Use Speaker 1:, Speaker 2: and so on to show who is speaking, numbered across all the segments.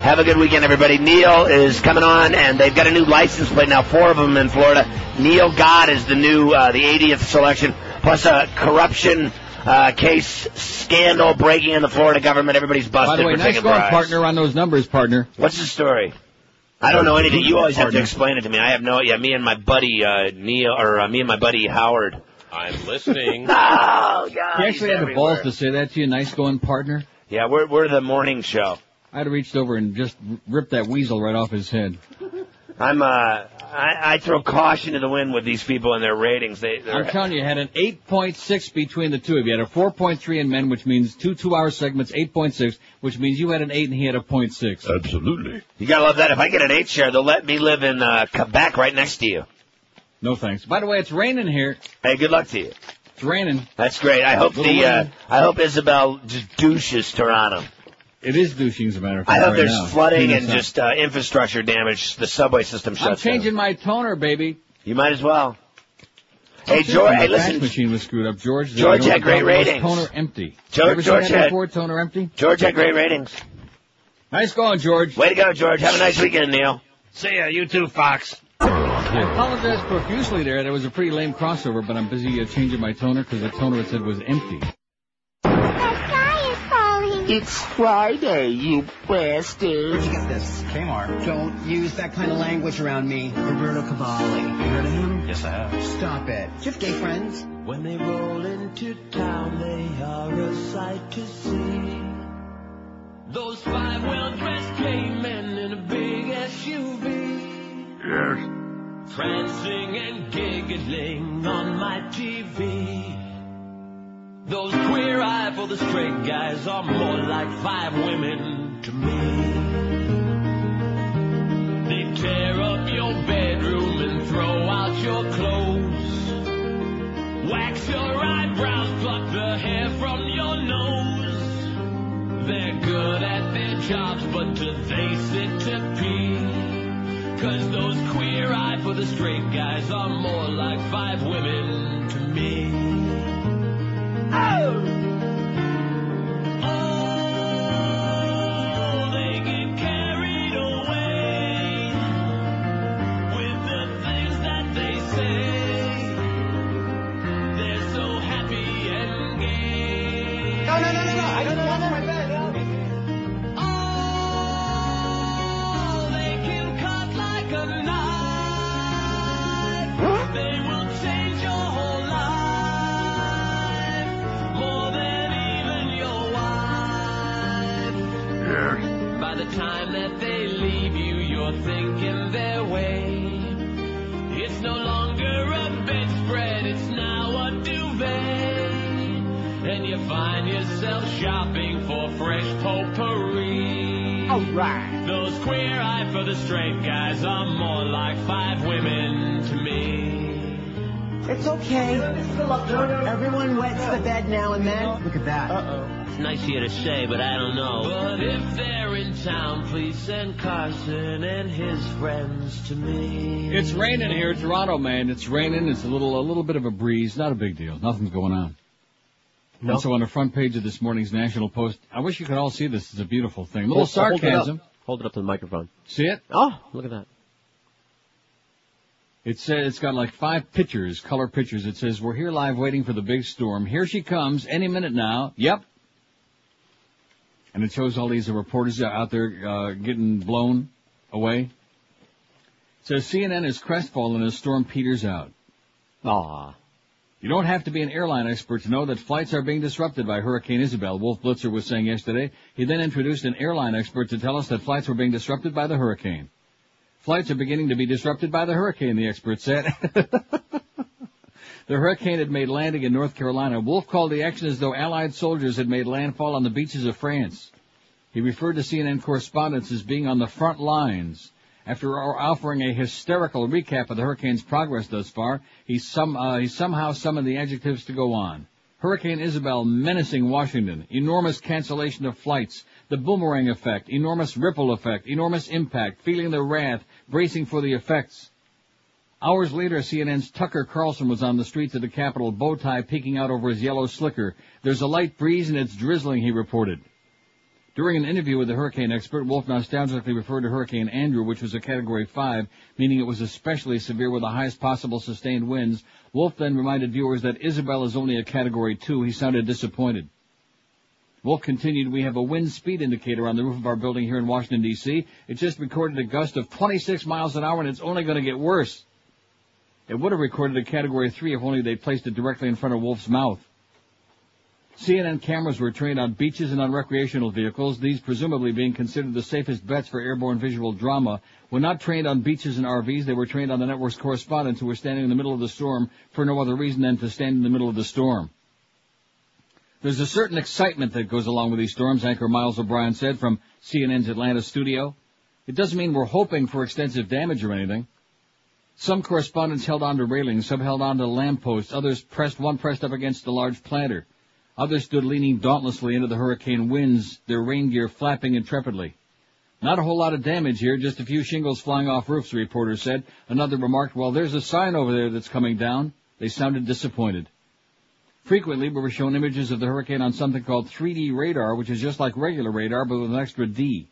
Speaker 1: have a good weekend, everybody. Neil is coming on, and they've got a new license plate now, four of them in Florida. Neil God is the new, uh, the 80th selection, plus a corruption uh, case scandal breaking in the Florida government. Everybody's busted
Speaker 2: By the way,
Speaker 1: for
Speaker 2: nice
Speaker 1: taking
Speaker 2: going,
Speaker 1: bribes.
Speaker 2: partner, on those numbers, partner.
Speaker 1: What's the story? I don't know anything. You always have to
Speaker 2: Partner.
Speaker 1: explain it to me. I have no. Yeah, me and my buddy uh, Neil, or uh, me and my buddy Howard.
Speaker 3: I'm listening.
Speaker 1: Oh God!
Speaker 2: He
Speaker 1: he's
Speaker 2: actually had the balls
Speaker 1: everywhere.
Speaker 2: to say that to you. Nice going, partner.
Speaker 1: Yeah, we're we're the morning show.
Speaker 2: I'd have reached over and just ripped that weasel right off his head.
Speaker 1: I'm uh, I, I throw caution to the wind with these people and their ratings. They
Speaker 2: I'm
Speaker 1: they're,
Speaker 2: telling you, you had an 8.6 between the two of you. You had a 4.3 in men, which means two two-hour segments, 8.6, which means you had an 8 and he had a 0.6.
Speaker 4: Absolutely.
Speaker 1: you gotta love that. If I get an eight share, they'll let me live in uh, Quebec right next to you.
Speaker 2: No thanks. By the way, it's raining here.
Speaker 1: Hey, good luck to you.
Speaker 2: It's raining.
Speaker 1: That's great. I hope
Speaker 2: Little
Speaker 1: the uh,
Speaker 2: Wayne.
Speaker 1: I hope Isabel just douches Toronto.
Speaker 2: It is douching, as a matter of
Speaker 1: I
Speaker 2: fact.
Speaker 1: hope
Speaker 2: right
Speaker 1: there's
Speaker 2: now.
Speaker 1: flooding
Speaker 2: Phoenix
Speaker 1: and
Speaker 2: up.
Speaker 1: just uh, infrastructure damage. The subway system
Speaker 2: I'm
Speaker 1: shuts
Speaker 2: changing my toner, baby.
Speaker 1: down. You might as well. Hey, George.
Speaker 2: My
Speaker 1: Hey,
Speaker 2: fax
Speaker 1: listen.
Speaker 2: machine was screwed up. George,
Speaker 1: George
Speaker 2: the-
Speaker 1: had
Speaker 2: the- the-
Speaker 1: great
Speaker 2: the- the-
Speaker 1: ratings.
Speaker 2: Toner empty.
Speaker 1: George-
Speaker 2: You ever seen
Speaker 1: George
Speaker 2: that
Speaker 1: had-
Speaker 2: before? Toner empty.
Speaker 1: George had great ratings.
Speaker 2: Nice going, George.
Speaker 1: Way to go, George. Have a nice weekend, Neil.
Speaker 3: See ya, you too, Fox.
Speaker 2: I apologize profusely there. That was a pretty lame crossover, but I'm busy uh, changing my toner because the toner it said was empty.
Speaker 5: It's Friday, you bastard.
Speaker 6: Get this, Kmart. Don't use that kind of language around me. Roberto Cavalli. You heard of him? Yes, I have. Stop it. Do you have gay friends?
Speaker 5: When they roll into town, they are a sight to see. Those five well-dressed gay men in a big SUV.
Speaker 4: Yes.
Speaker 5: Prancing and giggling on my TV. Those queer eye for the straight guys are more like five women to me. They tear up your bedroom and throw out your clothes. Wax your eyebrows, pluck the hair from your nose. They're good at their jobs, but do they sit to pee? Cause those queer eye for the straight guys are more like five women to me. Oh! Oh, they get carried away with the things that they say. They're so happy and gay.
Speaker 6: No, no, no, no, no. I don't want my bed.
Speaker 5: Oh, they can cut like a knife. They will change your whole life more than even your wife.
Speaker 4: Yes.
Speaker 5: By the time that they leave you, you're thinking their way. It's no longer a bedspread, it's now a duvet. And you find yourself shopping for fresh potpourri.
Speaker 6: Alright.
Speaker 5: Those queer eye for the straight guys are more like five women to me.
Speaker 6: It's okay. Everyone wets the bed now and then. Look at that.
Speaker 5: It's nice here to say, but I don't know. But if they're in town, please send Carson and his friends to me.
Speaker 2: It's raining here, in Toronto, man. It's raining. It's a little, a little bit of a breeze. Not a big deal. Nothing's going on.
Speaker 6: No.
Speaker 2: Also on the front page of this morning's National Post, I wish you could all see this. It's a beautiful thing. A little
Speaker 3: Hold- hold it up.
Speaker 2: sarcasm.
Speaker 3: Hold it up to the microphone.
Speaker 2: see it?
Speaker 3: Oh, look at that.
Speaker 2: It says it's got like five pictures, color pictures. It says we're here live, waiting for the big storm. Here she comes any minute now. Yep. And it shows all these reporters out there uh, getting blown away. So CNN is crestfallen as storm peters out.
Speaker 3: Aw.
Speaker 2: You don't have to be an airline expert to know that flights are being disrupted by Hurricane Isabel, Wolf Blitzer was saying yesterday. He then introduced an airline expert to tell us that flights were being disrupted by the hurricane. Flights are beginning to be disrupted by the hurricane, the expert said. the hurricane had made landing in North Carolina. Wolf called the action as though Allied soldiers had made landfall on the beaches of France. He referred to CNN correspondents as being on the front lines. After offering a hysterical recap of the hurricane's progress thus far, he, some, uh, he somehow summoned the adjectives to go on. Hurricane Isabel menacing Washington, enormous cancellation of flights, the boomerang effect, enormous ripple effect, enormous impact, feeling the wrath, bracing for the effects. Hours later, CNN's Tucker Carlson was on the streets of the capital, bow tie peeking out over his yellow slicker. There's a light breeze and it's drizzling, he reported. During an interview with the hurricane expert, Wolf nostalgically referred to Hurricane Andrew, which was a Category 5, meaning it was especially severe with the highest possible sustained winds. Wolf then reminded viewers that Isabel is only a Category 2. He sounded disappointed. Wolf continued, we have a wind speed indicator on the roof of our building here in Washington, D.C. It just recorded a gust of 26 miles an hour, and it's only going to get worse. It would have recorded a Category 3 if only they placed it directly in front of Wolf's mouth. CNN cameras were trained on beaches and on recreational vehicles, these presumably being considered the safest bets for airborne visual drama. When not trained on beaches and RVs, they were trained on the network's correspondents who were standing in the middle of the storm for no other reason than to stand in the middle of the storm. There's a certain excitement that goes along with these storms, anchor Miles O'Brien said from CNN's Atlanta studio. It doesn't mean we're hoping for extensive damage or anything. Some correspondents held onto railings, some held onto lampposts, others pressed, one pressed up against a large planter. Others stood leaning dauntlessly into the hurricane winds, their rain gear flapping intrepidly. Not a whole lot of damage here, just a few shingles flying off roofs, the reporter said. Another remarked, well, there's a sign over there that's coming down. They sounded disappointed. Frequently, we were shown images of the hurricane on something called 3D radar, which is just like regular radar, but with an extra D.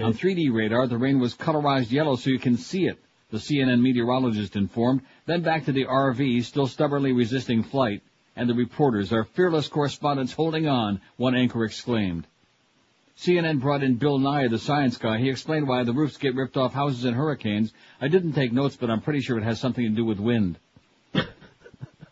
Speaker 2: On 3D radar, the rain was colorized yellow so you can see it, the CNN meteorologist informed. Then back to the RV, still stubbornly resisting flight, and the reporters, our fearless correspondents holding on, one anchor exclaimed. CNN brought in Bill Nye, the science guy. He explained why the roofs get ripped off houses in hurricanes. I didn't take notes, but I'm pretty sure it has something to do with wind.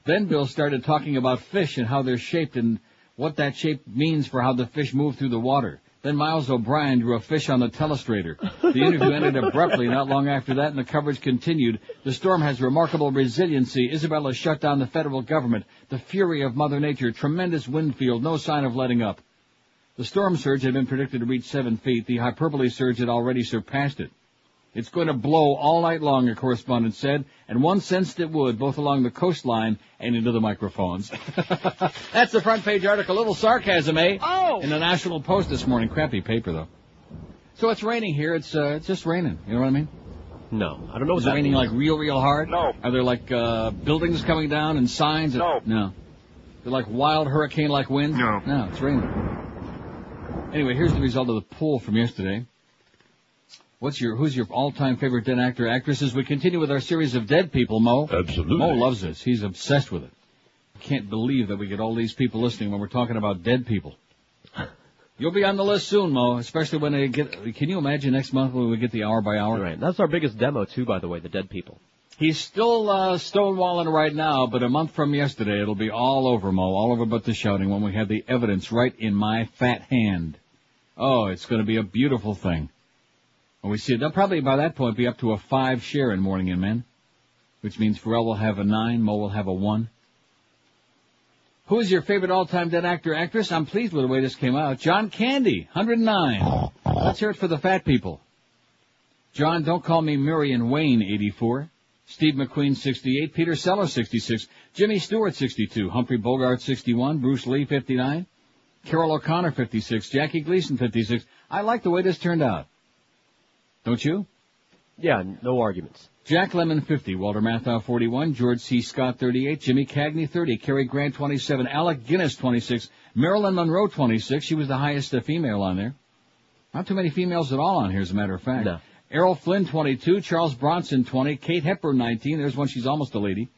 Speaker 2: Then Bill started talking about fish and how they're shaped and what that shape means for how the fish move through the water. Then Miles O'Brien drew a fish on the telestrator. The interview ended abruptly not long after that, and the coverage continued. The storm has remarkable resiliency. Isabella shut down the federal government. The fury of Mother Nature, tremendous wind field, no sign of letting up. The storm surge had been predicted to reach seven feet. The hyperbole surge had already surpassed it. It's going to blow all night long, a correspondent said, and one sensed it would, both along the coastline and into the microphones. That's the front page article. A little sarcasm, eh? Oh! In the National Post this morning. Crappy paper, though. So it's raining here. It's uh, it's just raining. You know what I mean?
Speaker 3: No, I don't know
Speaker 2: Is
Speaker 3: what's
Speaker 2: it raining
Speaker 3: happening.
Speaker 2: like real, real hard?
Speaker 4: No.
Speaker 2: Are there like uh, buildings coming down and signs? No. No. They're like wild hurricane-like winds? No. No, it's raining. Anyway, here's the result of the poll from yesterday. What's your who's your all-time favorite dead actor actresses? We continue with our series of dead people, Mo. Absolutely. Mo loves this. He's obsessed with it. Can't believe that we get all these people listening when we're talking about dead people. You'll be on the list soon, Mo. Especially when they get. Can you imagine next month when we get the hour by hour?
Speaker 3: Right. That's our biggest demo too, by the way, the dead people.
Speaker 2: He's still uh, stonewalling right now, but a month from yesterday it'll be all over, Mo, all over but the shouting when we have the evidence right in my fat hand. Oh, it's going to be a beautiful thing. And we see they'll probably by that point be up to a five share in Morning and Men, which means Pharrell will have a nine, Mo will have a one. Who is your favorite all-time dead actor actress? I'm pleased with the way this came out. John Candy, 109. Let's hear it for the fat people. John, don't call me Marion Wayne, 84. Steve McQueen, 68. Peter Sellers, 66. Jimmy Stewart, 62. Humphrey Bogart, 61. Bruce Lee, 59. Carol O'Connor, 56. Jackie Gleason, 56. I like the way this turned out. Don't you?
Speaker 3: Yeah, no arguments.
Speaker 2: Jack Lemon, 50. Walter Matthau, 41. George C. Scott, 38. Jimmy Cagney, 30. Cary Grant, 27. Alec Guinness, 26. Marilyn Monroe, 26. She was the highest uh, female on there. Not too many females at all on here, as a matter of fact.
Speaker 3: No.
Speaker 2: Errol Flynn, 22. Charles Bronson, 20. Kate Hepburn, 19. There's one. She's almost a lady.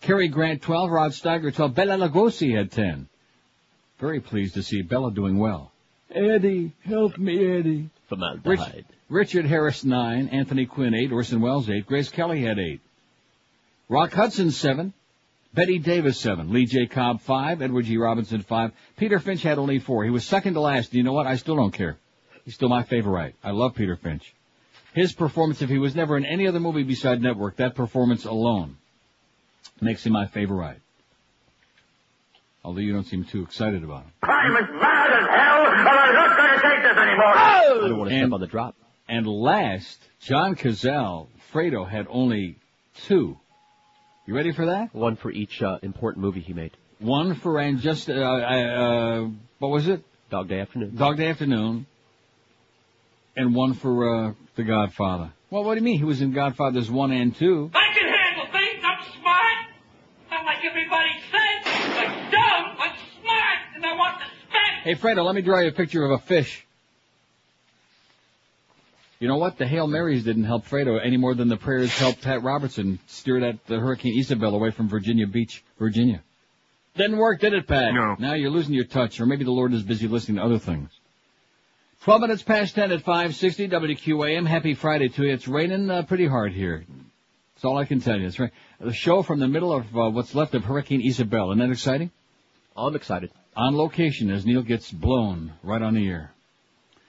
Speaker 2: Cary Grant, 12. Rod Steiger, 12. Bella Lugosi had 10. Very pleased to see Bella doing well. Eddie, help me, Eddie. Rich-
Speaker 3: Formaldehyde.
Speaker 2: Richard Harris, 9. Anthony Quinn, 8. Orson Welles, 8. Grace Kelly had 8. Rock Hudson, 7. Betty Davis, 7. Lee J. Cobb, 5. Edward G. Robinson, 5. Peter Finch had only 4. He was second to last. Do you know what? I still don't care. He's still my favorite. I love Peter Finch. His performance, if he was never in any other movie beside Network, that performance alone makes him my favorite. Although you don't seem too excited about him.
Speaker 7: I'm as mad as hell, and I'm not going to take this
Speaker 8: Oh!
Speaker 7: anymore.
Speaker 3: I don't want to
Speaker 2: And-
Speaker 3: step on the drop.
Speaker 2: And last, John Cazale, Fredo had only two. You ready for that?
Speaker 3: One for each uh, important movie he made.
Speaker 2: One for and just uh, uh, what was it?
Speaker 3: Dog Day Afternoon.
Speaker 2: Dog Day Afternoon. And one for uh, The Godfather. Well, what do you mean? He was in Godfather's one and two.
Speaker 9: I can handle things. I'm smart. Not like everybody says. Like dumb, but smart. And I want to spend.
Speaker 2: Hey, Fredo, let me draw you a picture of a fish. You know what? The Hail Marys didn't help Fredo any more than the prayers helped Pat Robertson steer that the Hurricane Isabel away from Virginia Beach, Virginia. Didn't work, did it, Pat? No. Now you're losing your touch, or maybe the Lord is busy listening to other things. 12 minutes past 10 at 560 WQAM. Happy Friday to you. It's raining uh, pretty hard here. That's all I can tell you. It's right. The show from the middle of uh, what's left of Hurricane Isabel. Isn't that exciting? Oh, I'm excited. On location as Neil gets blown right on the air.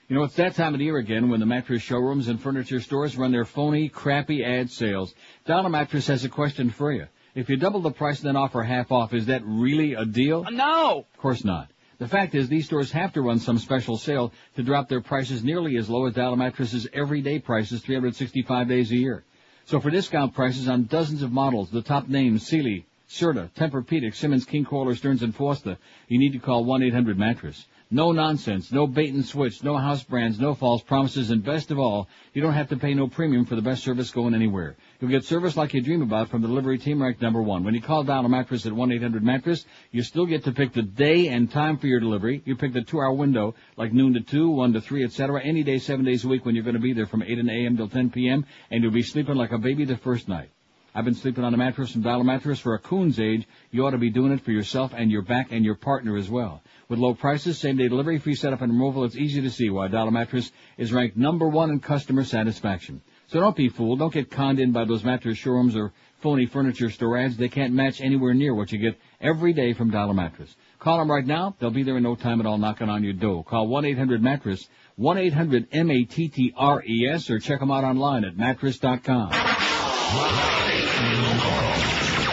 Speaker 2: You know, it's that time of the year again when the mattress showrooms and furniture stores run their phony, crappy ad sales. Dollar Mattress has a question for you. If you double the price and then offer half off, is that really a deal? No! Of course not. The fact is, these stores have to run some special sale to drop their prices nearly as low as Dollar Mattress's everyday prices 365 days a year. So for discount prices on dozens of models, the top names, Sealy, Serta, Tempur-Pedic, Simmons, King Kohler, Stearns & Foster, you need to call 1-800-MATTRESS. No nonsense, no bait and switch, no house brands, no false promises, and best of all, you don't have to pay no premium for the best service going anywhere. You'll get service like you dream about from the delivery team ranked number one. When you call Dollar Mattress at 1-800-MATTRESS, you still get to pick the day and time for your delivery. You pick the two-hour window, like noon to 2, 1 to 3, etc., any day, seven days a week when you're going to be there from 8 a.m. till 10 p.m., and you'll be sleeping like a baby the first night. I've been sleeping on a mattress from Dollar Mattress for a coon's age. You ought to be doing it for yourself and your back and your partner as well. With low prices, same day delivery, free setup and removal, it's easy to see why Dollar Mattress is ranked number one in customer satisfaction. So don't be fooled. Don't get conned in by those mattress showrooms or phony furniture store ads. They can't match anywhere near what you get every day from Dollar Mattress. Call them right now. They'll be there in no time at all knocking on your door. Call 1-800-MATTRESS, 1-800-M-A-T-T-R-E-S, E or check them out online at mattress.com.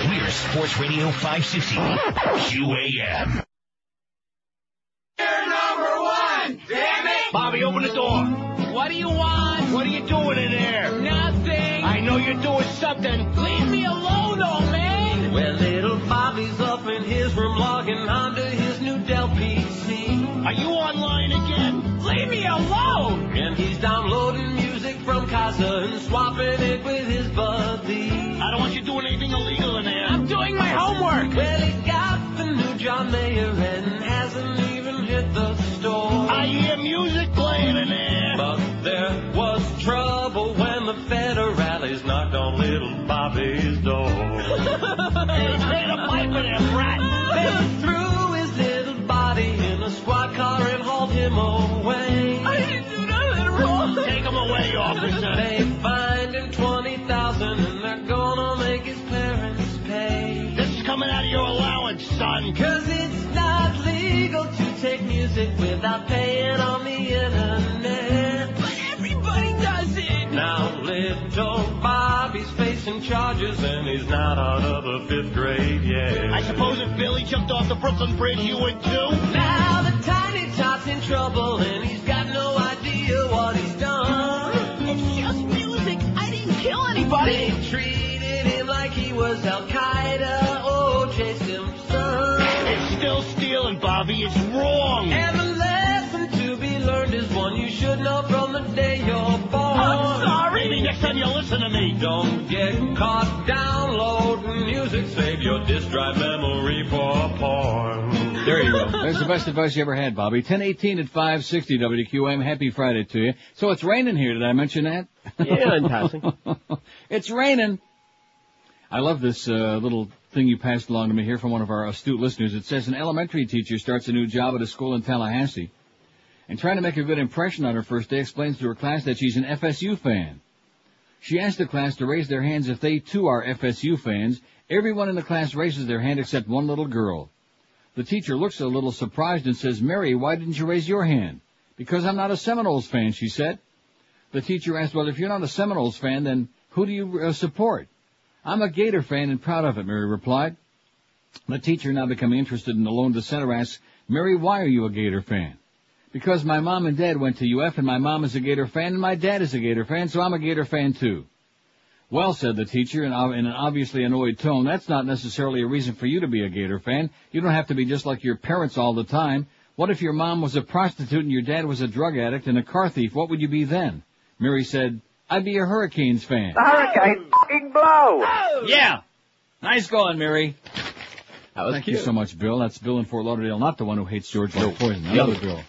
Speaker 6: We're Sports Radio 560 QAM.
Speaker 10: Number one! Damn it!
Speaker 6: Bobby, open the door.
Speaker 10: What do you want?
Speaker 6: What are you doing in there?
Speaker 10: Nothing!
Speaker 6: I know you're doing something.
Speaker 10: Leave me alone, old man!
Speaker 6: Well, little Bobby's
Speaker 10: up in his room logging onto his new Dell PC.
Speaker 6: Are you online again?
Speaker 10: Leave me alone!
Speaker 6: And he's downloading music from Casa and swapping it with his buddy. I don't want you doing anything illegal in there.
Speaker 10: I'm doing my homework!
Speaker 6: Well, he got the new John Mayer and hasn't even hit the store. I hear music playing in there. But there was trouble when the federales knocked on little Bobby's door. they straight up pipe in him, rat. They threw his little body in a squad car and hauled him away.
Speaker 10: I didn't do nothing wrong!
Speaker 6: Take him away, officer. They fined him 20000 and they're gonna make his parents pay. This is coming out of your allowance, son. Cause it's not legal to take music without paying on the internet.
Speaker 10: But everybody does it!
Speaker 6: Now little Bobby's facing charges and he's not out of the fifth grade yet. I suppose if Billy jumped off the Brooklyn Bridge, you would too. Now the tiny top's in trouble and he's got no idea what he's done.
Speaker 10: It's just music. I didn't kill
Speaker 6: They treated him like he was Al Qaeda or Jay Simpson. It's still stealing, Bobby. It's wrong. And the lesson to be learned is one you should know from the day you're born.
Speaker 10: I'm sorry.
Speaker 6: Maybe next time you listen to me. Don't get caught downloading music. Save your disk drive memory for porn.
Speaker 2: There you go. That's the best advice you ever had, Bobby. 1018 at 560 WQM. Happy Friday to you. So it's raining here. Did I mention that?
Speaker 5: Yeah, in passing.
Speaker 2: it's raining. I love this uh, little thing you passed along to me here from one of our astute listeners. It says an elementary teacher starts a new job at a school in Tallahassee and trying to make a good impression on her first day explains to her class that she's an FSU fan. She asked the class to raise their hands if they too are FSU fans. Everyone in the class raises their hand except one little girl. The teacher looks a little surprised and says, Mary, why didn't you raise your hand? Because I'm not a Seminoles fan, she said. The teacher asked, well, if you're not a Seminoles fan, then who do you uh, support? I'm a Gator fan and proud of it, Mary replied. The teacher, now becoming interested in the lone dissenter, asks, Mary, why are you a Gator fan? Because my mom and dad went to UF and my mom is a Gator fan and my dad is a Gator fan, so I'm a Gator fan too. Well, said the teacher in, ob- in an obviously annoyed tone, that's not necessarily a reason for you to be a Gator fan. You don't have to be just like your parents all the time. What if your mom was a prostitute and your dad was a drug addict and a car thief? What would you be then? Mary said, I'd be a Hurricanes fan.
Speaker 11: Hurricane fucking blow.
Speaker 2: Yeah! Nice going, Mary. Thank you so much, Bill. That's Bill in Fort Lauderdale, not the one who hates George Bush Poison. Another Bill.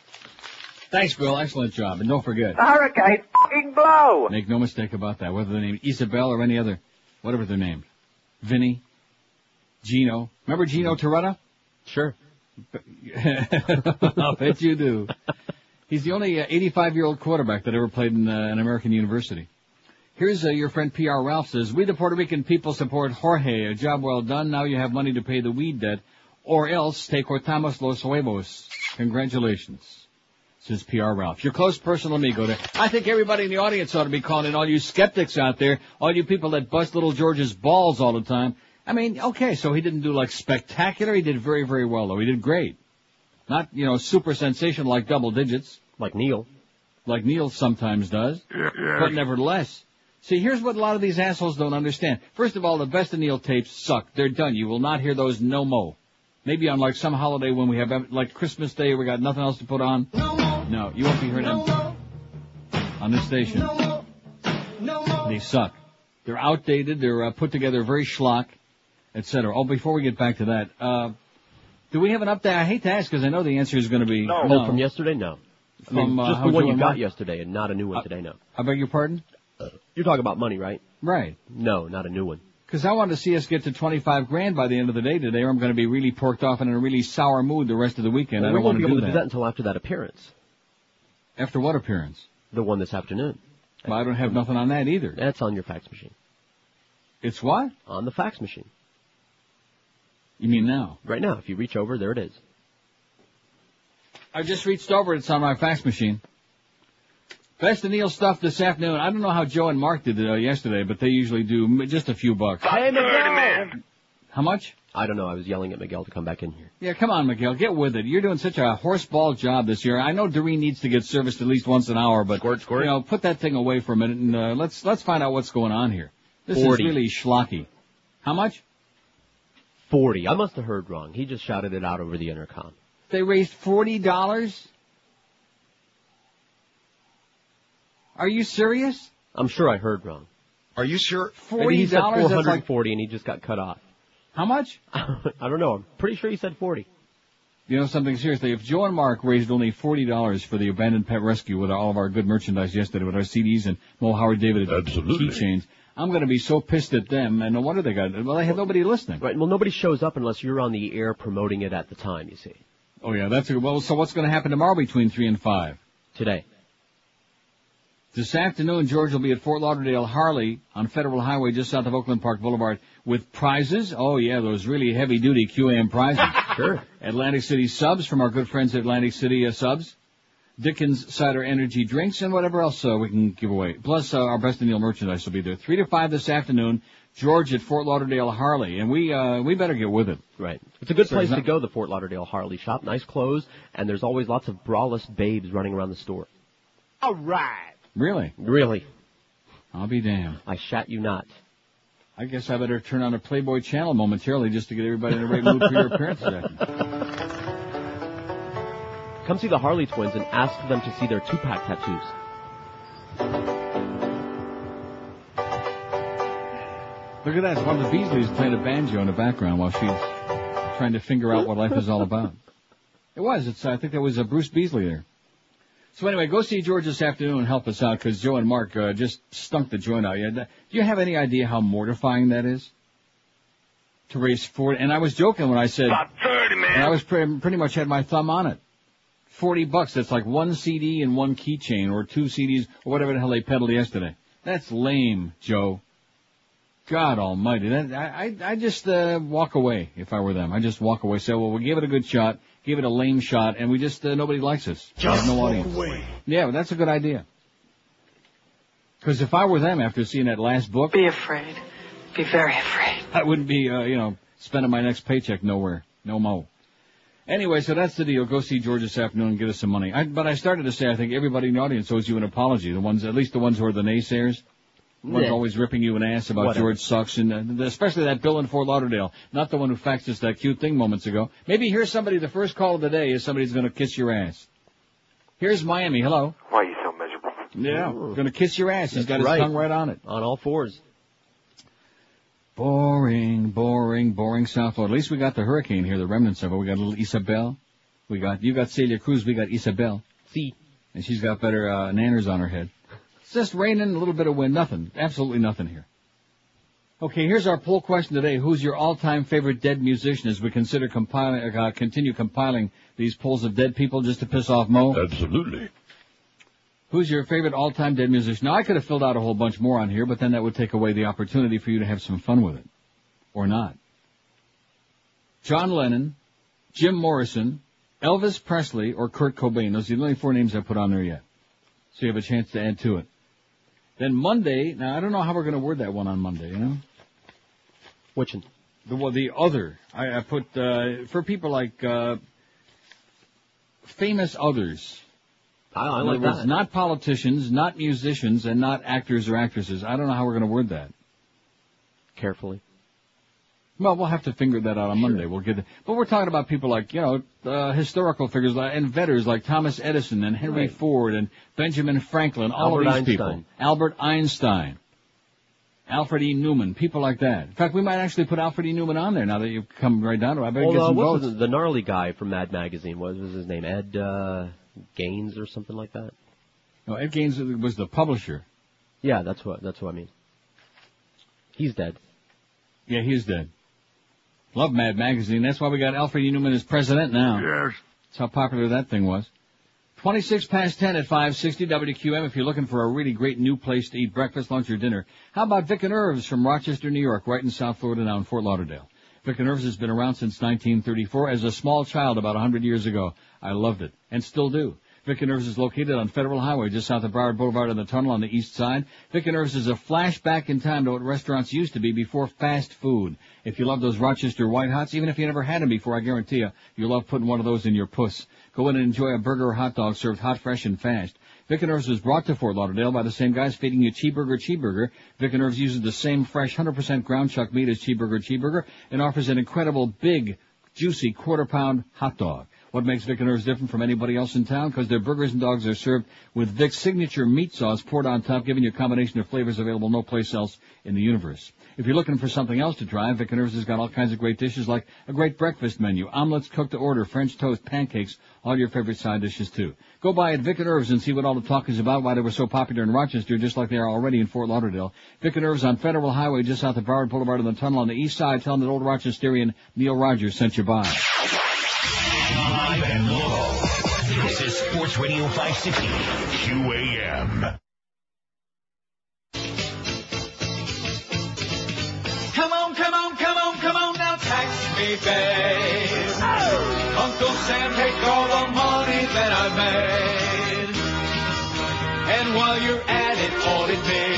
Speaker 2: Thanks, Bill. Excellent job. And don't forget,
Speaker 12: The hurricane fucking blow.
Speaker 2: make no mistake about that, whether they're named Isabel or any other, whatever they're named. Vinny, Gino. Remember Gino Toretta? Sure. I bet you do. He's the only uh, 85-year-old quarterback that ever played in uh, an American university. Here's uh, your friend P.R. Ralph says, We the Puerto Rican people support Jorge. A job well done. Now you have money to pay the weed debt. Or else, take Hortamos Los Huevos. Congratulations. Says P.R. Ralph. Your close personal amigo. To, I think everybody in the audience ought to be calling in. All you skeptics out there. All you people that bust little George's balls all the time. I mean, okay, so he didn't do like spectacular. He did very, very well though. He did great. Not, you know, super sensational like double digits. Like Neil. Like Neil sometimes does. But nevertheless, see, here's what a lot of these assholes don't understand. First of all, the best of Neil tapes suck. They're done. You will not hear those no mo. Maybe on like some holiday when we have, like Christmas Day, we got nothing else to put on. No, you won't be hearing them on this station. They suck. They're outdated. They're uh, put together very schlock, etc. Oh, before we get back to that, uh, do we have an update? I hate to ask because I know the answer is going to be no.
Speaker 3: from yesterday, no. I mean,
Speaker 2: From, uh,
Speaker 3: just
Speaker 2: how
Speaker 3: the one
Speaker 2: do
Speaker 3: you
Speaker 2: I
Speaker 3: got
Speaker 2: mark-
Speaker 3: yesterday, and not a new
Speaker 2: Uh,
Speaker 3: one today. No.
Speaker 2: I beg your pardon.
Speaker 3: You're talking about money, right?
Speaker 2: Right.
Speaker 3: No, not a new one.
Speaker 2: Because I want to see us get to 25 grand by the end of the day today, or I'm going to be really porked off and in a really sour mood the rest of the weekend.
Speaker 3: Well,
Speaker 2: I
Speaker 3: we
Speaker 2: don't
Speaker 3: won't
Speaker 2: want
Speaker 3: be
Speaker 2: to
Speaker 3: able
Speaker 2: do
Speaker 3: to do that until after that appearance.
Speaker 2: After what appearance?
Speaker 3: The one this afternoon.
Speaker 2: Well, I don't have nothing on that either.
Speaker 3: That's on your fax machine.
Speaker 2: It's what?
Speaker 3: On the fax machine.
Speaker 2: You mean now?
Speaker 3: Right now. If you reach over, there it is.
Speaker 2: I just reached over. It's on my fax machine. Best of Neil stuff this afternoon. I don't know how Joe and Mark did it uh, yesterday, but they usually do m- just a few bucks. How much?
Speaker 3: I don't know. I was yelling at Miguel to come back in here.
Speaker 2: Yeah, come on, Miguel, get with it. You're doing such a horseball job this year. I know Doreen needs to get serviced at least once an hour, but you know, put that thing away for a minute and uh, let's let's find out what's going on here. This
Speaker 3: 40.
Speaker 2: is really schlocky. How much?
Speaker 3: Forty. I must have heard wrong. He just shouted it out over the intercom.
Speaker 2: They raised forty dollars. Are you serious?
Speaker 3: I'm sure I heard wrong.
Speaker 13: Are you sure?
Speaker 3: Maybe he said
Speaker 2: $40, that's like-
Speaker 3: 440, and he just got cut off.
Speaker 2: How much?
Speaker 3: I don't know. I'm pretty sure he said 40.
Speaker 2: You know something seriously? If Joe and Mark raised only forty dollars for the abandoned pet rescue with all of our good merchandise yesterday, with our CDs and Mo Howard David keychains, I'm going to be so pissed at them. And no wonder they got. Well, they have nobody listening.
Speaker 3: Right. Well, nobody shows up unless you're on the air promoting it at the time. You see.
Speaker 2: Oh yeah, that's a, well. So what's going to happen tomorrow between three and five?
Speaker 3: Today.
Speaker 2: This afternoon, George will be at Fort Lauderdale Harley on Federal Highway just south of Oakland Park Boulevard with prizes. Oh yeah, those really heavy duty QAM prizes.
Speaker 3: sure.
Speaker 2: Atlantic City subs from our good friends at Atlantic City uh, subs. Dickens cider energy drinks and whatever else uh, we can give away. Plus, uh, our best in Neil merchandise will be there three to five this afternoon. George at Fort Lauderdale Harley, and we uh, we better get with it.
Speaker 3: Right. It's a good
Speaker 2: So
Speaker 3: place
Speaker 2: it's not-
Speaker 3: to go, the Fort Lauderdale Harley shop. Nice clothes, and there's always lots of braless babes running around the store.
Speaker 13: All right.
Speaker 2: Really?
Speaker 3: Really.
Speaker 2: I'll be damned.
Speaker 3: I shat you not.
Speaker 2: I guess I better turn on a Playboy channel momentarily just to get everybody in the right mood for your appearance. today.
Speaker 3: Come see the Harley twins and ask them to see their two-pack tattoos.
Speaker 2: Look at that. It's one of the Beasleys playing a banjo in the background while she's trying to figure out what life is all about. It was. It's. I think that was a Bruce Beasley there. So anyway, go see George this afternoon and help us out because Joe and Mark uh, just stunk the joint out. Yeah, that- Do you have any idea how mortifying that is? To raise forty, and I was joking when I said about
Speaker 7: thirty, man.
Speaker 2: And I was pretty, pretty much had my thumb on it. Forty bucks. That's like one CD and one keychain, or two CDs, or whatever the hell they peddled yesterday. That's lame, Joe. God Almighty, that I I I just uh, walk away if I were them. I just walk away. Say, well, we gave it a good shot, gave it a lame shot, and we just uh, nobody likes us. We have no audience.
Speaker 13: away.
Speaker 2: Yeah, well, that's a good idea. Because if I were them after seeing that last book,
Speaker 14: Be afraid. Be very afraid.
Speaker 2: I wouldn't be, uh, you know, spending my next paycheck nowhere, no mo. Anyway, so that's the deal. Go see George this afternoon and get us some money. I, but I started to say I think everybody in the audience owes you an apology. The ones, at least the ones who are the naysayers, the ones
Speaker 3: Yeah.
Speaker 2: always ripping you an ass about
Speaker 3: Whatever.
Speaker 2: George sucks, and uh, especially that Bill in Fort Lauderdale, not the one who faxed us that cute thing moments ago. Maybe here's somebody. The first call of the day is somebody's going to kiss your ass. Here's Miami. Hello.
Speaker 15: Why are you so miserable?
Speaker 2: Yeah, going to kiss your ass. He's
Speaker 15: That's
Speaker 2: got his
Speaker 15: right.
Speaker 2: tongue right on it.
Speaker 3: On all fours.
Speaker 2: Boring, boring, boring South Florida. At least we got the hurricane here, the remnants of it. We got little Isabel. We got, you got Celia Cruz, we got Isabel.
Speaker 3: See.
Speaker 2: and she's got better uh, nanners on her head. It's just raining, a little bit of wind, nothing, absolutely nothing here. Okay, here's our poll question today: Who's your all-time favorite dead musician? As we consider compiling, uh, continue compiling these polls of dead people, just to piss off Mo. Absolutely. Who's your favorite all-time dead musician? Now I could have filled out a whole bunch more on here, but then that would take away the opportunity for you to have some fun with it, or not. John Lennon, Jim Morrison, Elvis Presley, or Kurt Cobain. Those are the only four names I put on there yet. So you have a chance to add to it. Then Monday, now I don't know how we're going to word that one on Monday, you know? Which one? The, well, the other. I, I put, uh, for people like, uh, famous others. I,
Speaker 3: I
Speaker 2: In
Speaker 3: like
Speaker 2: other words,
Speaker 3: that.
Speaker 2: Not politicians, not musicians, and not actors or actresses. I don't know how we're going to word that. Carefully. Well, we'll have to figure that out on Monday. We'll get, but we're talking about people like, you know, uh, historical figures like, and veterans like Thomas Edison and Henry Ford and Benjamin Franklin, all
Speaker 3: Albert
Speaker 2: of
Speaker 3: Einstein.
Speaker 2: these people. Albert Einstein. Alfred E. Newman, people like that. In fact, we might actually put Alfred E. Newman on there now that you've come right down to it. I better
Speaker 3: Well,
Speaker 2: get
Speaker 3: uh,
Speaker 2: some
Speaker 3: what was
Speaker 2: votes.
Speaker 3: the, the gnarly guy from Mad Magazine? What was his name? Ed uh, Gaines or something like that.
Speaker 2: No, Ed Gaines was the publisher.
Speaker 3: Yeah, that's what that's what I mean. He's dead.
Speaker 2: Yeah, he's dead. Love Mad Magazine. That's why we got Alfred E. Newman as president now. Yes. That's how popular that thing was. 26 past 10 at 560 WQM if you're looking for a really great new place to eat breakfast, lunch, or dinner. How about Vic and Irv's from Rochester, New York, right in South Florida now in Fort Lauderdale. Vic and Irv's has been around since 1934 as a small child about 100 years ago. I loved it and still do. Vic and Irv's is located on Federal Highway just south of Broward Boulevard in the tunnel on the east side. Vic and Irv's is a flashback in time to what restaurants used to be before fast food. If you love those Rochester White Hots, even if you never had them before, I guarantee you, you'll love putting one of those in your puss. Go in and enjoy a burger or hot dog served hot, fresh, and fast. Vic and Irv's was brought to Fort Lauderdale by the same guys feeding you Cheeburger Cheeburger. Vic and Irv's uses the same fresh 100% ground chuck meat as Cheeburger Cheeburger and offers an incredible big, juicy quarter pound hot dog. What makes Vic and Irv's different from anybody else in town? Because their burgers and dogs are served with Vic's signature meat sauce poured on top, giving you a combination of flavors available no place else in the universe. If you're looking for something else to try, Vic and Irv's has got all kinds of great dishes like a great breakfast menu, omelets cooked to order, French toast, pancakes, all your favorite side dishes too. Go by at Vic and Irv's and see what all the talk is about, why they were so popular in Rochester, just like they are already in Fort Lauderdale. Vic and Irv's on Federal Highway, just south of Broward Boulevard in the tunnel on the east side. Tell them that old Rochesterian Neil Rogers sent you by.
Speaker 10: Live and local. This is Sports Radio 560, QAM.
Speaker 6: Come on, come on, come on, come on now, tax me, babe. Uncle Sam, take all the money that I made. And while you're at it, audit me.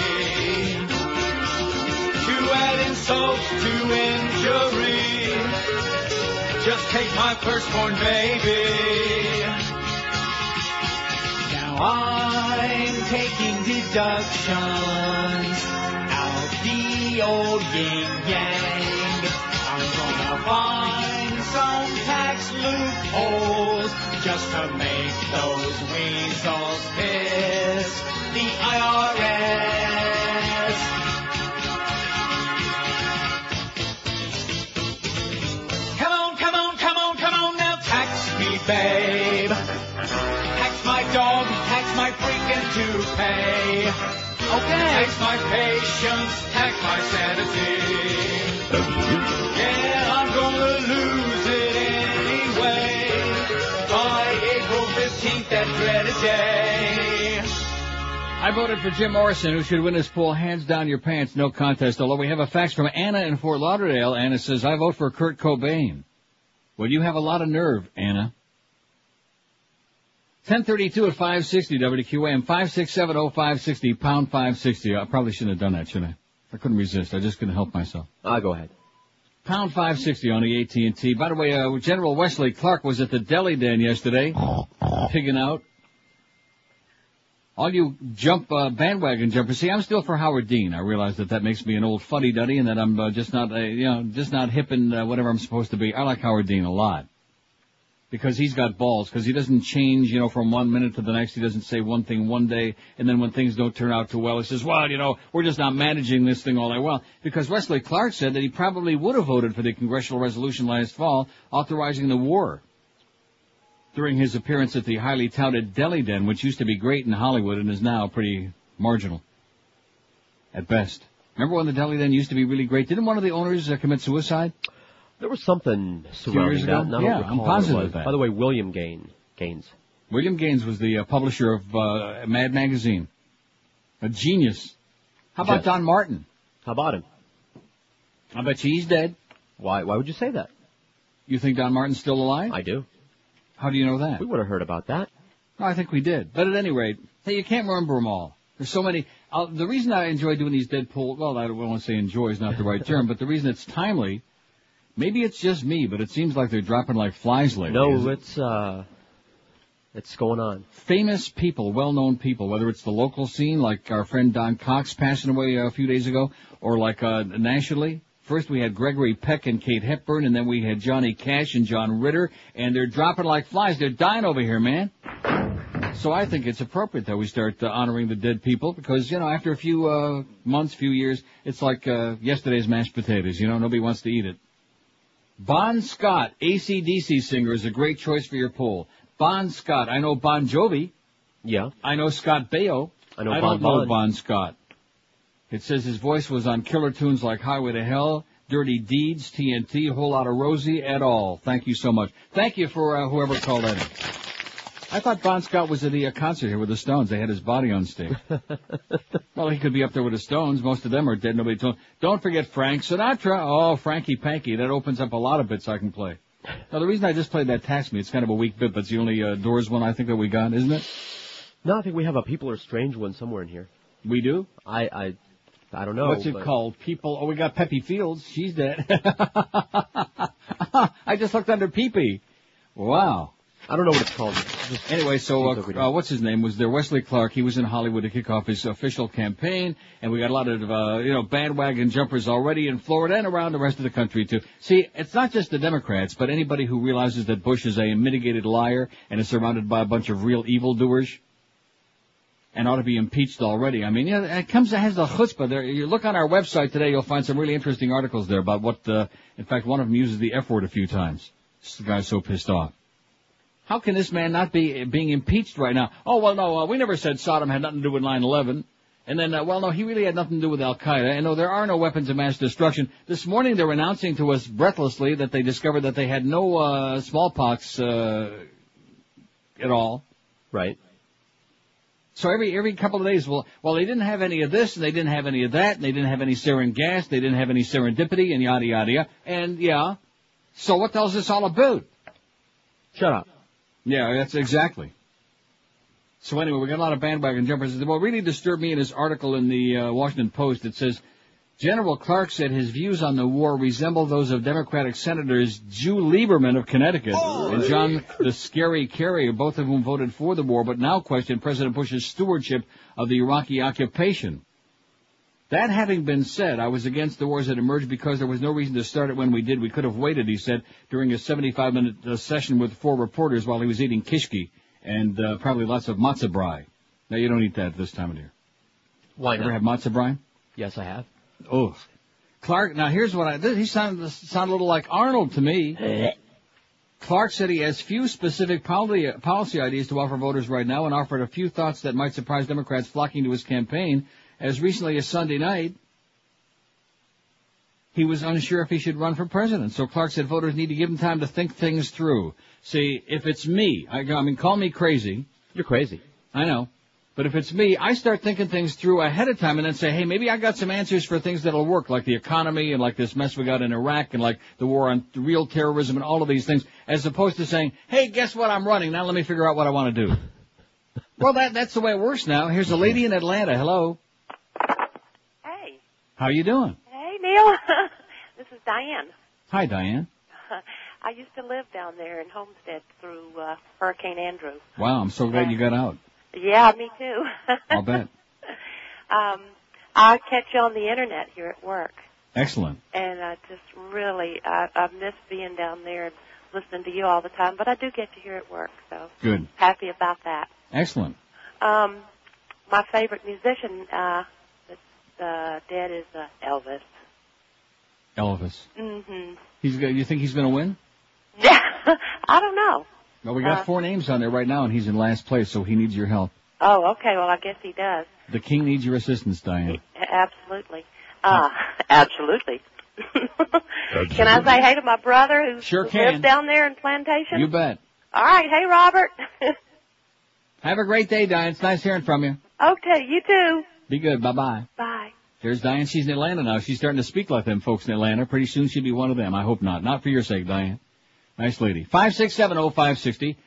Speaker 6: To add insult to injury, just take my firstborn baby. Now I'm taking deductions out the old yin yang. I'm gonna find some tax loopholes just to make those weasels piss the IRS. Come on, come on, come on, come on now, tax me, babe. Tax my dog, tax my freaking toupee. Okay. Tax my patience, tax my sanity. Yeah, I'm gonna lose it anyway. By April 15th, that dreaded day.
Speaker 2: I voted for Jim Morrison, who should win this poll hands down your pants, no contest. Although we have a fax from Anna in Fort Lauderdale. Anna says, I vote for Kurt Cobain. Well, you have a lot of nerve, Anna. 1032 at 560 WQAM, 5670560, pound 560. I probably shouldn't have done that, should I? I couldn't resist. I just couldn't help myself.
Speaker 3: Ah, go ahead.
Speaker 2: Pound 560 on the AT&T. By the way, uh, General Wesley Clark was at the deli den yesterday, pigging out. All you jump uh, bandwagon jumpers. See, I'm still for Howard Dean. I realize that that makes me an old fuddy duddy, and that I'm uh, just not, uh, you know, just not hip and uh, whatever I'm supposed to be. I like Howard Dean a lot because he's got balls. Because he doesn't change, you know, from one minute to the next. He doesn't say one thing one day, and then when things don't turn out too well, he says, "Well, you know, we're just not managing this thing all that well." Because Wesley Clark said that he probably would have voted for the congressional resolution last fall authorizing the war. during his appearance at the highly touted Deli Den, which used to be great in Hollywood and is now pretty marginal. At best. Remember when the Deli Den used to be really great? Didn't one of the owners uh, commit suicide?
Speaker 3: There was something
Speaker 2: Few years
Speaker 3: surrounding that. and
Speaker 2: ago?
Speaker 3: I don't
Speaker 2: Yeah,
Speaker 3: recall
Speaker 2: I'm
Speaker 3: what it
Speaker 2: positive
Speaker 3: was.
Speaker 2: of that.
Speaker 3: By the way, William Gain, Gaines.
Speaker 2: William Gaines was the uh, publisher of uh, Mad Magazine. A genius. How about
Speaker 3: Yes.
Speaker 2: Don Martin?
Speaker 3: How about him?
Speaker 2: I bet you he's dead.
Speaker 3: Why? Why would you say that?
Speaker 2: You think Don Martin's still alive?
Speaker 3: I do.
Speaker 2: How do you know that?
Speaker 3: We would have heard about that.
Speaker 2: No, I think we did. But at any rate, hey, you can't remember them all. There's so many. Uh, the reason I enjoy doing these Deadpool, well, I don't want to say enjoy is not the right term, but the reason it's timely, maybe it's just me, but it seems like they're dropping like flies lately.
Speaker 3: No,
Speaker 2: isn't it?
Speaker 3: it's uh, it's going on.
Speaker 2: famous people, well-known people, whether it's the local scene, like our friend Don Cox passing away uh, a few days ago, or like uh, nationally. First we had Gregory Peck and Kate Hepburn, and then we had Johnny Cash and John Ritter, and they're dropping like flies. They're dying over here, man. So I think it's appropriate that we start uh, honoring the dead people because, you know, after a few uh, months, few years, it's like uh, yesterday's mashed potatoes. You know, nobody wants to eat it. Bon Scott, ACDC singer, is a great choice for your poll. Bon Scott, I know Bon Jovi.
Speaker 3: Yeah.
Speaker 2: I know Scott Baio.
Speaker 3: I know
Speaker 2: I
Speaker 3: Bon
Speaker 2: don't know
Speaker 3: Bon.
Speaker 2: Bon Scott. It says his voice was on killer tunes like Highway to Hell, Dirty Deeds, TNT, Whole Lot of Rosie, et al. Thank you so much. Thank you for uh, whoever called in. I thought Bon Scott was at the uh, concert here with the Stones. They had his body on stage. well, he could be up there with the Stones. Most of them are dead. Nobody told. Don't forget Frank Sinatra. Oh, Frankie Panky. That opens up a lot of bits I can play. Now, the reason I just played that Tax Me, it's kind of a weak bit, but it's the only uh, Doors one I think that we got, isn't it?
Speaker 3: No, I think we have a People Are Strange one somewhere in here.
Speaker 2: We do.
Speaker 3: I I I don't know.
Speaker 2: What's it
Speaker 3: but-
Speaker 2: called? People. Oh, we got Peppy Fields. She's dead. I just looked under Peepee. Wow.
Speaker 3: I don't know what it's called.
Speaker 2: Anyway, so uh, uh, what's his name was there? Wesley Clark. He was in Hollywood to kick off his official campaign, and we got a lot of uh, you know bandwagon jumpers already in Florida and around the rest of the country too. See, it's not just the Democrats, but anybody who realizes that Bush is a mitigated liar and is surrounded by a bunch of real evildoers and ought to be impeached already. I mean, you know, it comes it has the chutzpah. There, you look on our website today, you'll find some really interesting articles there about what. Uh, in fact, one of them uses the F word a few times. This guy's so pissed off. How can this man not be being impeached right now? Oh well, no, uh, we never said Sodom had nothing to do with 9/11. And then, uh, well, no, he really had nothing to do with Al Qaeda. And no, there are no weapons of mass destruction. This morning, they're announcing to us breathlessly that they discovered that they had no uh, smallpox uh, at all.
Speaker 3: Right.
Speaker 2: So every every couple of days, well, well, they didn't have any of this, and they didn't have any of that, and they didn't have any sarin gas, they didn't have any serendipity, and yada yada yada. And yeah, so what the hell's this all about?
Speaker 3: Shut up.
Speaker 2: Yeah, that's exactly. So anyway, we got a lot of bandwagon jumpers. What really disturbed me in this article in the uh, Washington Post, it says General Clark said his views on the war resemble those of Democratic Senators Jew Lieberman of Connecticut and John the Scary Carrier, both of whom voted for the war, but now question President Bush's stewardship of the Iraqi occupation. That having been said, I was against the wars that emerged because there was no reason to start it when we did. We could have waited, he said, during a 75-minute uh, session with four reporters while he was eating kishki and uh, probably lots of matzo brie. Now, you don't eat that this time of year.
Speaker 3: Why
Speaker 2: Ever have matzo brie?
Speaker 3: Yes, I have.
Speaker 2: Oh. Clark, now here's what I, th- he sounded, sounded a little like Arnold to me. Clark said he has few specific policy, policy ideas to offer voters right now and offered a few thoughts that might surprise Democrats flocking to his campaign. As recently as Sunday night, he was unsure if he should run for president. So Clark said voters need to give him time to think things through. See, if it's me, I, I mean, call me crazy.
Speaker 3: You're crazy.
Speaker 2: I know. But if it's me, I start thinking things through ahead of time and then say, hey, maybe I got some answers for things that'll work, like the economy and like this mess we got in Iraq and like the war on real terrorism and all of these things, as opposed to saying, hey, guess what? I'm running. Now let me figure out what I want to do. well, that, that's the way it works now. Here's a lady in Atlanta. Hello.
Speaker 16: Hey,
Speaker 2: How you doing?
Speaker 16: hey, Neil. this is Diane.
Speaker 2: Hi, Diane.
Speaker 16: I used to live down there in Homestead through uh, Hurricane Andrew.
Speaker 2: Wow, I'm so glad you got out.
Speaker 16: Yeah, me too.
Speaker 2: I'll bet.
Speaker 16: um, I catch you on the internet here at work,
Speaker 2: Excellent.
Speaker 16: and I just really I, I miss being down there and listening to you all the time. But I do get you here at work, so
Speaker 2: Good.
Speaker 16: happy about that.
Speaker 2: Excellent.
Speaker 16: Um, my favorite musician uh, that's uh, dead is uh, Elvis. Mm-hmm.
Speaker 2: Elvis.
Speaker 16: hmm
Speaker 2: He's go- you think he's going to win?
Speaker 16: Yeah, I don't know.
Speaker 2: Well, we got
Speaker 16: Uh,
Speaker 2: four names on there right now, and he's in last place, so he needs your help.
Speaker 16: Oh, okay. Well, I guess he does.
Speaker 2: The king needs your assistance, Diane.
Speaker 16: A- Absolutely. Uh, absolutely. Can I say hey to my brother who
Speaker 2: Sure
Speaker 16: who
Speaker 2: can.
Speaker 16: lives down there in Plantation?
Speaker 2: You bet.
Speaker 16: All right. Hey, Robert.
Speaker 2: Have a great day, Diane. It's nice hearing from you.
Speaker 16: okay. You too.
Speaker 2: Be good. Bye bye.
Speaker 16: Bye.
Speaker 2: There's Diane. She's in Atlanta now. She's starting to speak like them folks in Atlanta. Pretty soon she'll be one of them. I hope not. Not for your sake, Diane. Nice lady. Five six seven oh five sixty.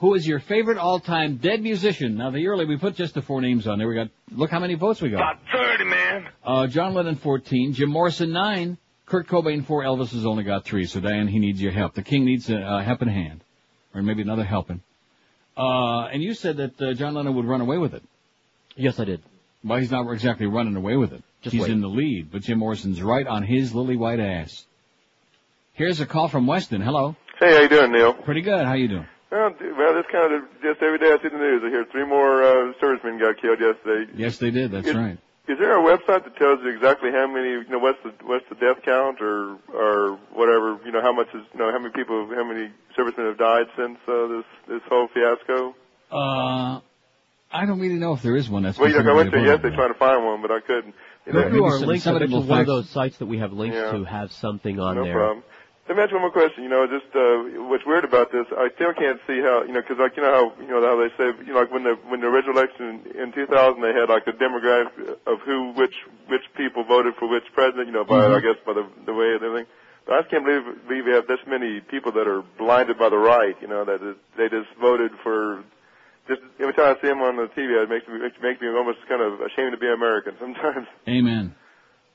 Speaker 2: Who is your favorite all-time dead musician? Now, the early we put just the four names on there. We got look how many votes we got.
Speaker 17: Thirty man.
Speaker 2: Uh, John Lennon 14, Jim Morrison 9, Kurt Cobain 4, Elvis has only got 3, so Diane, he needs your help. The king needs a, a helping hand. Or maybe another helping. Uh, and you said that uh, John Lennon would run away with it.
Speaker 3: Yes, I did.
Speaker 2: Well, he's not exactly running away with it.
Speaker 3: Just
Speaker 2: he's
Speaker 3: wait.
Speaker 2: in the lead, but Jim Morrison's right on his lily white ass. Here's a call from Weston. Hello.
Speaker 18: Hey, how you doing, Neil?
Speaker 2: Pretty good. How you doing?
Speaker 18: Well, d- well, this kind of just every day I see the news. I hear three more uh, servicemen got killed yesterday.
Speaker 2: Yes, they did. That's
Speaker 18: Good.
Speaker 2: right.
Speaker 18: Is there a website that tells you exactly how many? You know, what's the what's the death count or or whatever? You know, how much is you know how many people, how many servicemen have died since uh, this this whole fiasco?
Speaker 2: Uh, I don't really know if there is one. That's
Speaker 18: well, you know, I
Speaker 2: specifically
Speaker 18: went there
Speaker 2: available.
Speaker 18: yesterday trying to find one, but I couldn't. You know,
Speaker 3: Go to our links. I
Speaker 2: somebody
Speaker 3: bet
Speaker 2: will
Speaker 3: you one of
Speaker 2: fax-
Speaker 3: those sites that we have links
Speaker 18: Yeah.
Speaker 3: to have something on
Speaker 18: no
Speaker 3: there.
Speaker 18: problem. Let me ask you one more question. You know, just uh, what's weird about this, I still can't see how you know, because like you know how you know how they say you know like when the when the original election in 2000 they had like the demographic of who which which people voted for which president. You know, by
Speaker 19: Mhm.
Speaker 18: I guess by the the way and everything. But I just can't believe believe we have this many people that are blinded by the right. You know, that is, they just voted for. Just every time I see them on the TV, it makes me it makes me almost kind of ashamed to be American sometimes.
Speaker 2: Amen.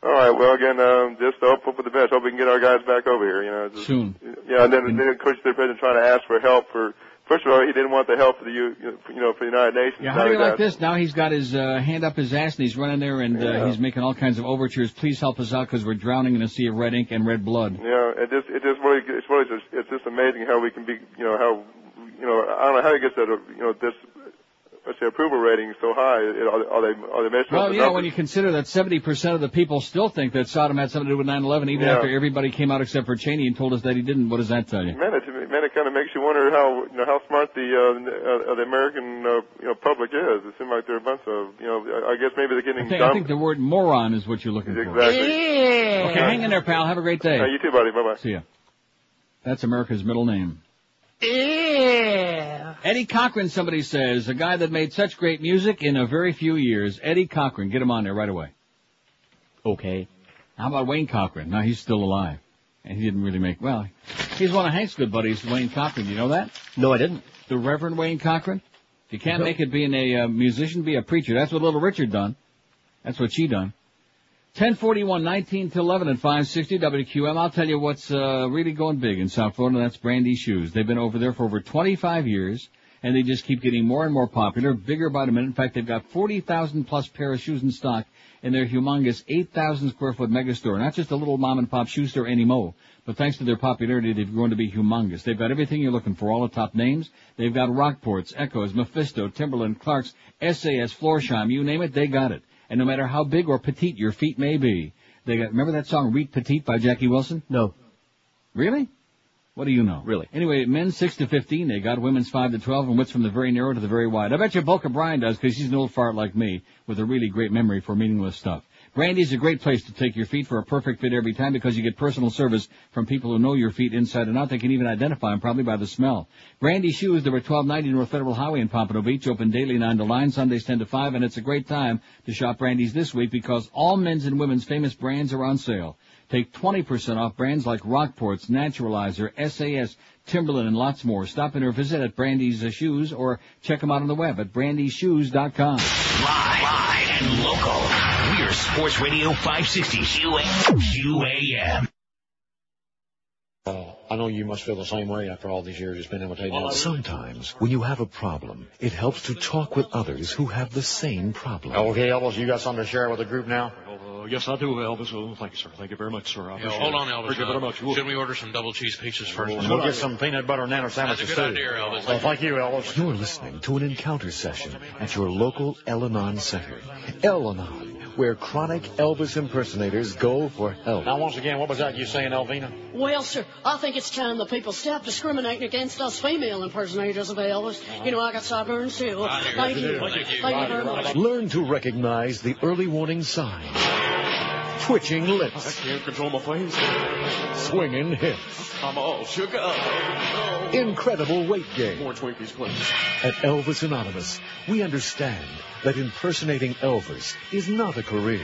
Speaker 18: All right. Well, again, um, just hope hope for the best. Hope we can get our guys back over here. You know. Just,
Speaker 2: Soon.
Speaker 18: Yeah. And then, then of course the president trying to ask for help for. First of all, he didn't want the help for the U, you know for the United Nations.
Speaker 2: Yeah, how do you
Speaker 18: Now
Speaker 2: like
Speaker 18: that-
Speaker 2: this? Now he's got his uh, hand up his ass and he's running there and uh,
Speaker 18: Yeah.
Speaker 2: he's making all kinds of overtures. Please help us out because we're drowning in a sea of red ink and red blood.
Speaker 18: Yeah. It just it just really it's really just it's just amazing how we can be you know how you know I don't know how he gets that uh, you know this let's say approval rating so high. It, are, are they are they measuring?
Speaker 2: Well,
Speaker 18: the
Speaker 2: you know,
Speaker 18: numbers?
Speaker 2: when you consider that 70% of the people still think that Sodom had something to do with 9/11, even
Speaker 18: Yeah.
Speaker 2: after everybody came out except for Cheney and told us that he didn't, what does that tell you?
Speaker 18: Man, it, man, it kind of makes you wonder how you know how smart the uh, uh, the American uh, you know public is. It seems like they're a bunch of you know. I I guess maybe they're getting
Speaker 2: I think, I
Speaker 18: dumb.
Speaker 2: think the word moron is what you're looking for.
Speaker 18: Exactly.
Speaker 2: Okay, hang in there, pal. Have a great day.
Speaker 18: Uh, you too, buddy. Bye bye.
Speaker 2: See ya. That's America's middle name. Eddie Cochran, somebody says, a guy that made such great music in a very few years. Eddie Cochran, get him on there right away.
Speaker 3: Okay.
Speaker 2: How about Wayne Cochran? Now he's still alive. And he didn't really make, well, he's one of Hank's good buddies, Wayne Cochran. You know that?
Speaker 3: No, I didn't.
Speaker 2: The Reverend Wayne Cochran? If you can't make it being a uh, musician, be a preacher. That's what little Richard done. That's what she done. 1041, 19 to 11 at 560 WQM. I'll tell you what's uh, really going big in South Florida. That's Brandy Shoes. They've been over there for over 25 years, and they just keep getting more and more popular, bigger by the minute. In fact, they've got 40,000 plus pair of shoes in stock in their humongous 8,000 square foot mega store. Not just a little mom and pop shoe store anymore, but thanks to their popularity, they've grown to be humongous. They've got everything you're looking for, all the top names. They've got Rockports, Echoes, Mephisto, Timberland, Clarks, SAS, Florsheim, you name it, they got it. And no matter how big or petite your feet may be, they got, remember that song Reet Petite by Jackie Wilson?
Speaker 3: No.
Speaker 2: Really? What do you know? Really? Anyway, men's 6 to 15, they got women's 5 to 12, and what's from the very narrow to the very wide. I bet you Bulka Bryan does, because she's an old fart like me, with a really great memory for meaningless stuff. Brandy's a great place to take your feet for a perfect fit every time because you get personal service from people who know your feet inside and out. They can even identify them probably by the smell. Brandy Shoes, number 1290 North Federal Highway in Pompano Beach, open daily 9 to 9, Sundays 10 to 5, and it's a great time to shop Brandy's this week because all men's and women's famous brands are on sale. Take 20% off brands like Rockports, Naturalizer, SAS, Timberland, and lots more. Stop in or visit at Brandy's uh, Shoes or check them out on the web at brandyshoes.com.
Speaker 15: Live, live and local. We're Sports Radio 560 QAM.
Speaker 20: Uh, I know you must feel the same way after all these years you spent imitating others.
Speaker 21: Sometimes, when you have a problem, it helps to talk with others who have the same problem.
Speaker 12: Oh,
Speaker 20: Okay, Elvis, you got something to share with the group now?
Speaker 21: Uh, yes, I do, Elvis. Oh, thank you, sir. Thank you very much, sir. I
Speaker 20: Yeah,
Speaker 21: appreciate
Speaker 20: hold
Speaker 21: it.
Speaker 20: on, Elvis.
Speaker 21: Thank you
Speaker 20: Uh,
Speaker 21: very much.
Speaker 20: Should we order some double cheese pizzas first?
Speaker 21: That's
Speaker 20: We'll
Speaker 21: what I
Speaker 20: get some peanut butter nano sandwiches That's a good
Speaker 21: too.
Speaker 20: idea, Elvis.
Speaker 21: Well, thank you, Elvis.
Speaker 20: Elvis.
Speaker 21: You're listening to an encounter session at your local El Anon Center. El Anon, where chronic Elvis impersonators go for help.
Speaker 20: Now, once again, what was that you saying, Elvina?
Speaker 17: Well, sir, I think it's time the people stop discriminating against us female impersonators of Elvis. You know, I got sideburns too. Thank you. Thank you very much.
Speaker 21: Learn to recognize the early warning signs. Twitching lips.
Speaker 20: I can't control my face.
Speaker 21: Swinging hips.
Speaker 20: I'm all shook up.
Speaker 21: Incredible weight gain.
Speaker 20: More Twinkies, please.
Speaker 21: At Elvis Anonymous, we understand that impersonating Elvis is not a career.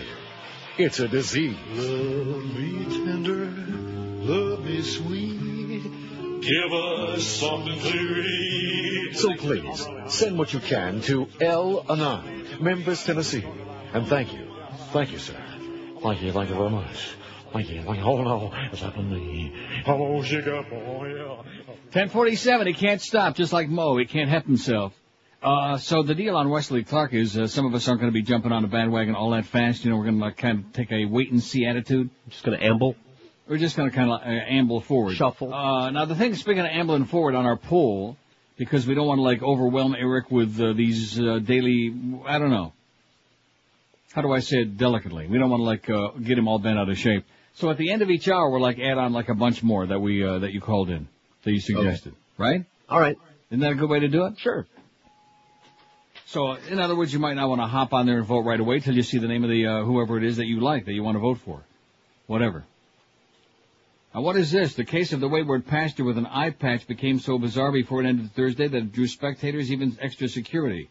Speaker 21: It's a disease.
Speaker 19: Love me tender, love me sweet. Give us something to eat.
Speaker 21: So please, send what you can to L Anon, Memphis, Tennessee. And thank you. Thank you, sir.
Speaker 20: Thank you, thank you very much. Thank you, thank you. Oh no, it's happened to me. Oh, shake up, oh yeah.
Speaker 2: 1047, he can't stop, just like Mo. He can't help himself. Uh, so the deal on Wesley Clark is uh, some of us aren't going to be jumping on the bandwagon all that fast. You know, we're going to like, kind of take a wait and see attitude. Just going to amble. We're just going to kind of uh, amble forward. Shuffle. Uh, now the thing, speaking of ambling forward on our poll, because we don't want to like overwhelm Eric with uh, these uh, daily, I don't know. How do I say it delicately? We don't want to like uh, get him all bent out of shape. So at the end of each hour, we'll like add on like a bunch more that we uh, that you called in, that you suggested, right? Oh. All right. Isn't that a good way to do it? Sure. So, uh, in other words, you might not want to hop on there and vote right away till you see the name of the uh, whoever it is that you like that you want to vote for, whatever. Now, what is this? The case of the wayward pastor with an eye patch became so bizarre before it ended Thursday that it drew spectators even extra security.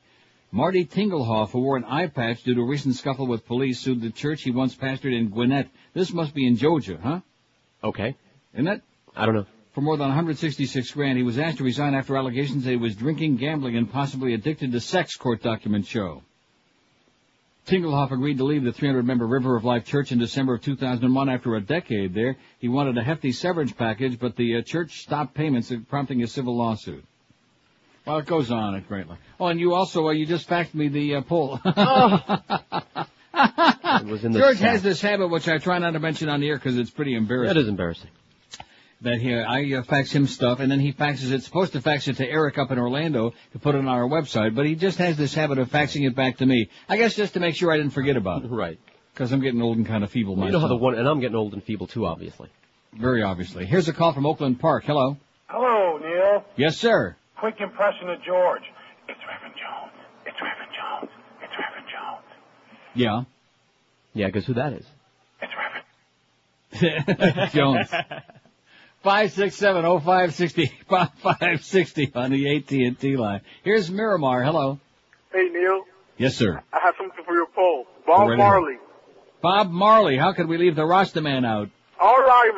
Speaker 2: Marty Tinglehoff, who wore an eye patch due to a recent scuffle with police, sued the church he once pastored in Gwinnett. This must be in Georgia, huh? Okay. Isn't it? I don't know. For more than 166 grand, he was asked to resign after allegations that he was drinking, gambling, and possibly addicted to sex, court documents show. Tinglehoff agreed to leave the 300-member River of Life Church in December of 2001 after a decade there. He wanted a hefty severance package, but the uh, church stopped payments, prompting a civil lawsuit. Well, it goes on at great length. Oh, and you also, uh, you just faxed me the uh, poll.
Speaker 21: Ah,
Speaker 3: It was in the
Speaker 2: George
Speaker 3: sack.
Speaker 2: has this habit, which I try not to mention on the air because it's pretty embarrassing.
Speaker 3: That is embarrassing.
Speaker 2: That he, I uh, fax him stuff, and then he faxes it. Supposed to fax it to Eric up in Orlando to put it on our website, but he just has this habit of faxing it back to me. I guess just to make sure I didn't forget about it. Right. Because I'm getting old and kind of feeble
Speaker 3: You
Speaker 2: myself.
Speaker 3: know how the one, and I'm getting old and feeble too, obviously.
Speaker 2: Very obviously. Here's a call from Oakland Park. Hello.
Speaker 22: Hello, Neil.
Speaker 2: Yes, sir.
Speaker 22: Quick impression of George. It's Reverend Jones. It's Reverend Jones. It's Reverend Jones.
Speaker 2: Yeah.
Speaker 3: Yeah, guess who that is?
Speaker 2: Jones. Five six seven oh five sixty five five sixty on the AT and T line. Here's Miramar. Hello.
Speaker 10: Hey Neil,
Speaker 2: Yes, sir.
Speaker 10: I have something for your poll. Bob
Speaker 2: Already?
Speaker 10: Marley.
Speaker 2: Bob Marley. How could we leave the Rasta man out?
Speaker 10: All right,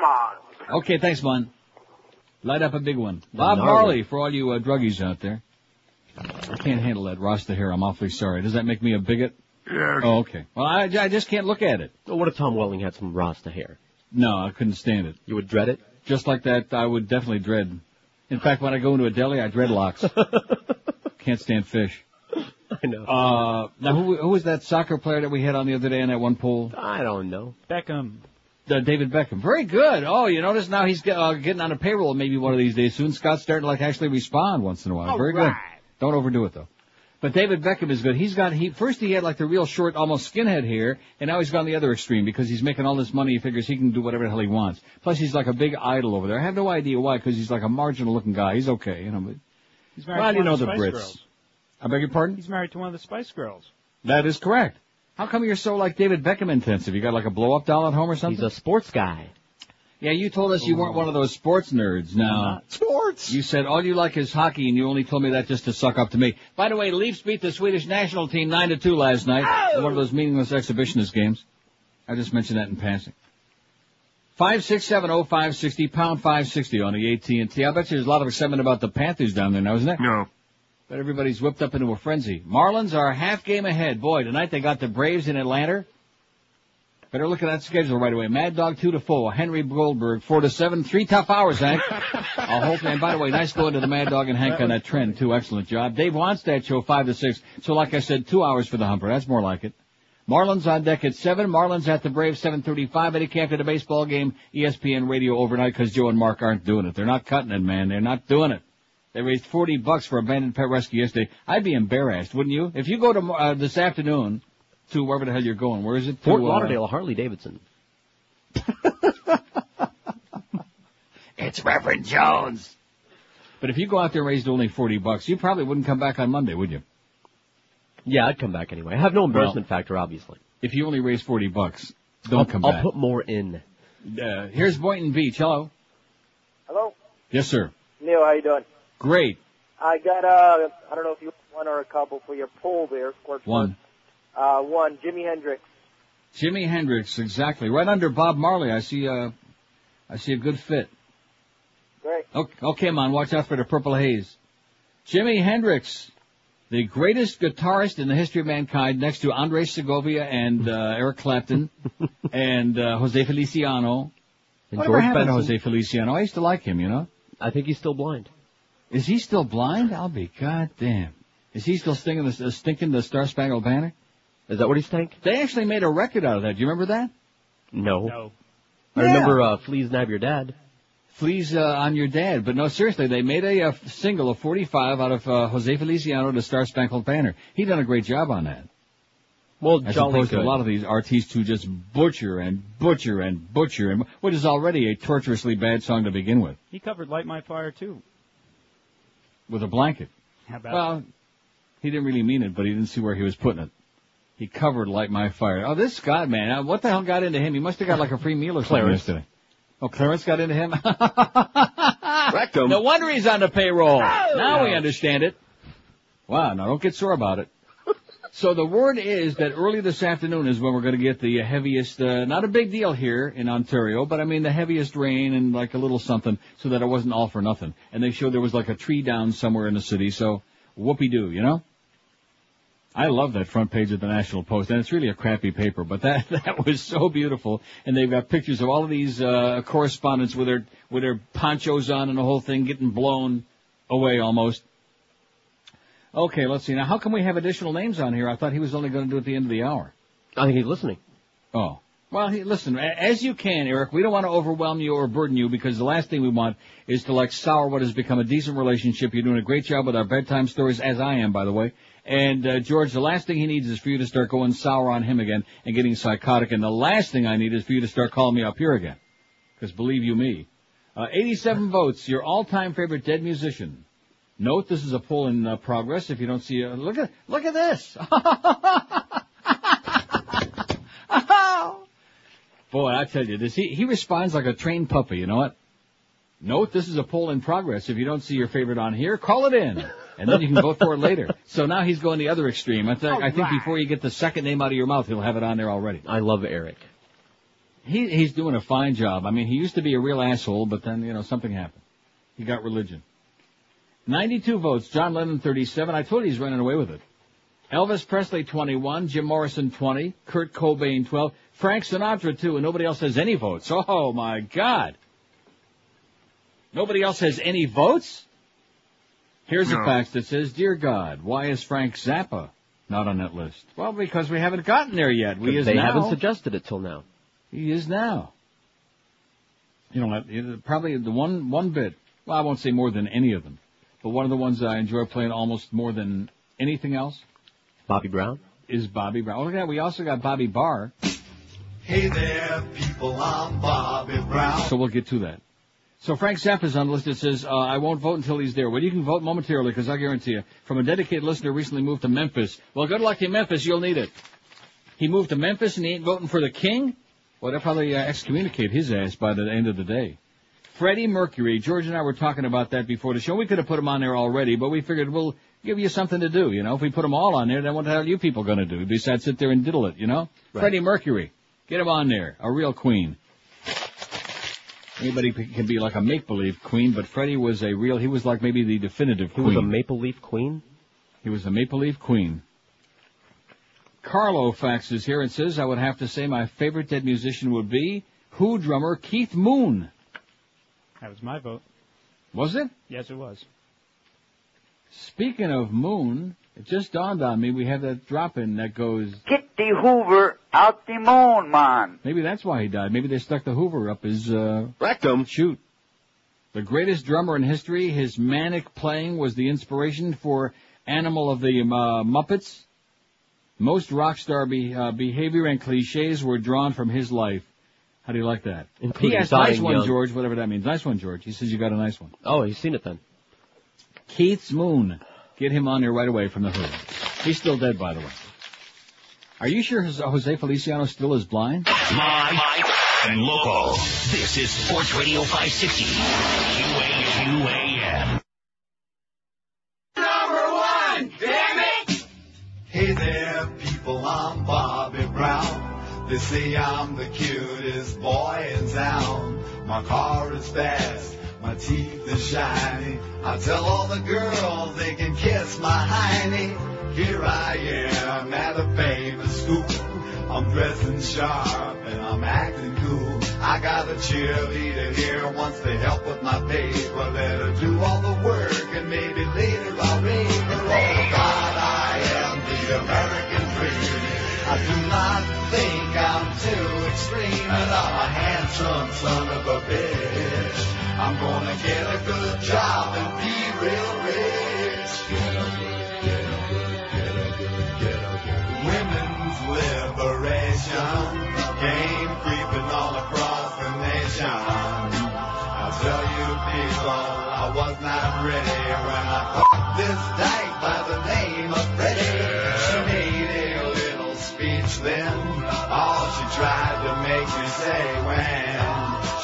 Speaker 10: man.
Speaker 2: Okay, thanks, man. Light up a big one. Bob
Speaker 8: gnarly.
Speaker 2: Marley for all you uh, druggies out there. I can't handle that Rasta hair. I'm awfully sorry. Does that make me a bigot?
Speaker 8: Yeah.
Speaker 2: Oh, okay. Well, I, I just can't look at it.
Speaker 3: Well, what if Tom Welling had some Rasta hair?
Speaker 2: No, I couldn't stand it.
Speaker 3: You would dread it?
Speaker 2: Just like that, I would definitely dread. In fact, when I go into a deli, I dread locks. Can't stand fish. I know. Uh, now, who, who was that soccer player that we had on the other day in that one pool? I don't know. Beckham. Uh, David Beckham. Very good. Oh, you notice now he's get, uh, getting on a payroll maybe one of these days soon. Scott's starting to like actually respond once in a while.
Speaker 23: All
Speaker 2: Very
Speaker 23: right.
Speaker 2: good. Don't overdo it though. But David Beckham is good. He's got he first he had like the real short, almost skinhead hair, and now he's gone the other extreme because he's making all this money. He figures he can do whatever the hell he wants. Plus, he's like a big idol over there. I have no idea why, because he's like a marginal-looking guy. He's okay, you know. But
Speaker 24: He's married
Speaker 23: to
Speaker 2: well, you
Speaker 23: one
Speaker 2: know
Speaker 23: of
Speaker 2: the
Speaker 23: the
Speaker 2: Brits.
Speaker 23: Spice Girls.
Speaker 2: I beg your pardon.
Speaker 23: He's married to one of the Spice Girls.
Speaker 2: That is correct. How come you're so like David Beckham intensive? You got like a blow-up doll at home or something? He's a sports guy. Yeah, you told us you weren't one of those sports nerds. Now, sports. You said all you like is hockey, and you only told me that just to suck up to me. By the way, Leafs beat the Swedish national team nine to two last night in one of those meaningless exhibitionist games. I just mentioned that in passing. Five six seven oh five sixty pound five sixty on the AT and I bet you there's a lot of excitement about the Panthers down there now, isn't there? No. But everybody's whipped up into a frenzy. Marlins are a half game ahead. Boy, tonight they got the Braves in Atlanta. Better look at that schedule right away. Mad Dog two to four. Henry Goldberg four to seven. Three tough hours, eh? Hank. I'll hope. And by the way, nice going to the Mad Dog and Hank on that trend too. Excellent job. Dave wants that show five to six. So like I said, two hours for the Humper. That's more like it. Marlins on deck at seven. Marlins at the Braves seven thirty-five. Eddie Camp at a baseball game. E ESPN Radio overnight because Joe and Mark aren't doing it. They're not cutting it, man. They're not doing it. They raised forty bucks for abandoned pet rescue yesterday. I'd be embarrassed, wouldn't you? If you go to uh, this afternoon to wherever the hell you're going. Where is it?
Speaker 3: Fort
Speaker 2: to, uh,
Speaker 3: Lauderdale, Harley Davidson.
Speaker 1: It's Reverend Jones.
Speaker 2: But if you go out there and raised only 40 bucks, you probably wouldn't come back on Monday, would you?
Speaker 3: Yeah, I'd come back anyway. I have no embarrassment factor, obviously.
Speaker 2: If you only raise 40 bucks, don't
Speaker 3: I'll,
Speaker 2: come
Speaker 3: I'll
Speaker 2: back.
Speaker 3: put more in.
Speaker 2: Uh, here's Boynton Beach. Hello.
Speaker 8: Hello,
Speaker 2: Yes, sir.
Speaker 8: Neil. How you doing?
Speaker 2: Great.
Speaker 8: I got uh, I don't know if you want one or a couple for your poll there. Squirt.
Speaker 2: One.
Speaker 8: Uh, one, Jimi Hendrix.
Speaker 2: Jimi Hendrix, exactly. Right under Bob Marley, I see uh, I see a good fit.
Speaker 8: Great.
Speaker 2: Okay, okay, man, watch out for the purple haze. Jimi Hendrix, the greatest guitarist in the history of mankind, next to Andres Segovia and uh, Eric Clapton and uh, Jose Feliciano.
Speaker 3: And
Speaker 2: Whatever
Speaker 3: George
Speaker 2: happened to
Speaker 3: Benson.
Speaker 2: Jose Feliciano? I used to like him, you know.
Speaker 3: I think he's still blind.
Speaker 2: Is he still blind? I'll be goddamn. Is he still stinking the, uh, stinking the Star Spangled Banner?
Speaker 3: Is that what he stank?
Speaker 2: They actually made a record out of that. Do you remember that?
Speaker 3: No.
Speaker 2: No.
Speaker 3: I remember uh, Fleas Nab Your Dad.
Speaker 2: Fleas uh, on your dad. But no, seriously, they made a, uh single of 45 out of uh, Jose Feliciano, The Star Spangled Banner. He done a great job on that.
Speaker 3: Well,
Speaker 2: As
Speaker 3: jolly
Speaker 2: opposed
Speaker 3: good.
Speaker 2: to a lot of these artistes who just butcher and butcher and butcher, and which is already a torturously bad song to begin with,
Speaker 23: He covered Light My Fire too.
Speaker 2: with a blanket.
Speaker 23: How about
Speaker 2: Well, he didn't really mean it, but he didn't see where he was putting it. He covered Light My Fire. Oh, this Scott man, uh, what the hell got into him? He must have got like a free meal or something
Speaker 3: Clarence.
Speaker 2: yesterday. Oh, Clarence got into him? No wonder he's on the payroll. Now we understand it. Wow, now don't get sore about it. So the word is that early this afternoon is when we're going to get the heaviest, uh, not a big deal here in Ontario, but I mean the heaviest rain and like a little something so that it wasn't all for nothing. And they showed there was like a tree down somewhere in the city, so whoopee-doo, you know? I love that front page of the National Post, and it's really a crappy paper, but that that was so beautiful. And they've got pictures of all of these uh, correspondents with their with their ponchos on and the whole thing getting blown away almost. Okay, let's see. Now, how come we have additional names on here? I thought he was only going to do it at the end of the hour.
Speaker 3: I think he's listening.
Speaker 2: Oh. Well, he, listen, a- as you can, Eric, we don't want to overwhelm you or burden you because the last thing we want is to like sour what has become a decent relationship. You're doing a great job with our bedtime stories, as I am, by the way. And, uh, George, the last thing he needs is for you to start going sour on him again and getting psychotic. And the last thing I need is for you to start calling me up here again. Because believe you me. Uh, 87 votes, your all-time favorite dead musician. Note this is a poll in uh, progress. If you don't see, uh, look at look at this. Boy, I tell you this, he he responds like a trained puppy. You know what? Note this is a poll in progress. If you don't see your favorite on here, call it in, and then you can vote for it later. So now he's going the other extreme. I think I think
Speaker 3: Alright.
Speaker 2: before you get the second name out of your mouth, he'll have it on there already.
Speaker 3: I love Eric.
Speaker 2: He he's doing a fine job. I mean, he used to be a real asshole, but then you know something happened. He got religion. 92 votes. John Lennon 37. I told you he's running away with it. Elvis Presley 21, Jim Morrison 20, Kurt Cobain 12, Frank Sinatra 2, and nobody else has any votes. Oh my God. Nobody else has any votes? Here's a
Speaker 24: No.
Speaker 2: fax that says, Dear God, why is Frank Zappa not on that list? Well, because we haven't gotten there yet. We is
Speaker 3: they
Speaker 2: now.
Speaker 3: haven't suggested it till now.
Speaker 2: He is now. You know, that- it- probably the one one bit. Well, I won't say more than any of them, but one of the ones that I enjoy playing almost more than anything else.
Speaker 3: Bobby Brown
Speaker 2: is Bobby Brown. Oh, look at that. We also got Bobby Barr,
Speaker 25: Hey there, people, I'm Bobby Brown.
Speaker 2: so we'll get to that. So Frank Zappa is on the list that says, uh, I won't vote until he's there. Well, you can vote momentarily because I guarantee you, from a dedicated listener who recently moved to Memphis. Well, good luck to Memphis. You'll need it. He moved to Memphis and he ain't voting for the king? Well, they'll probably uh, excommunicate his ass by the end of the day. Freddie Mercury. George and I were talking about that before the show. We could have put him on there already, but we figured we'll give you something to do. You know, if we put them all on there, then what the hell are you people going to do besides sit there and diddle it? You know, Freddie Mercury, get him on there. A real queen. Anybody p- can be like a make believe queen, but Freddie was a real. He was like maybe the definitive queen.
Speaker 3: was a maple leaf queen.
Speaker 2: He was a maple leaf queen. Carlo faxes here and says, I would have to say my favorite dead musician would be Who drummer Keith Moon.
Speaker 23: That was my vote.
Speaker 2: Was it?
Speaker 23: Yes, it was.
Speaker 2: Speaking of Moon, it just dawned on me we have that drop in that goes.
Speaker 26: Get the Hoover out the moon, man.
Speaker 2: Maybe that's why he died. Maybe they stuck the Hoover up his uh, rectum. Shoot. The greatest drummer in history. His manic playing was the inspiration for Animal of the uh, Muppets. Most rock star be, uh, behavior and cliches were drawn from his life. How do you like that?
Speaker 3: Including
Speaker 2: P.S. Nice
Speaker 3: dying
Speaker 2: one,
Speaker 3: young.
Speaker 2: George. Whatever that means. Nice one, George. He says you got a nice one.
Speaker 3: Oh, he's seen it then.
Speaker 2: Keith's Moon. Get him on here right away from the hood. He's still dead, by the way. Are you sure Jose- Jose Feliciano still is blind?
Speaker 10: Live and local. This is Sports Radio 560. QAM.
Speaker 26: Number one, damn it! Hey there, people, I'm Bobby Brown. They say I'm the cutest boy in town. My car is fast, my teeth are shiny. I tell all the girls they can kiss my hiney. Here I am at a famous school. I'm dressing sharp and I'm acting cool. I got a cheerleader here, wants to help with my paper. Let her do all the work and maybe later I'll read her. Oh God, I am the American dream. I do not think I'm too extreme and I'm a handsome son of a bitch. I'm gonna get a good job and be real rich. Get a good, get a good, get a good, get a good. Women's liberation game creeping all across the nation. I tell you people, I was not ready when I fucked this dyke by the name of Freddie. She made a little speech then, all she tried to make me say when.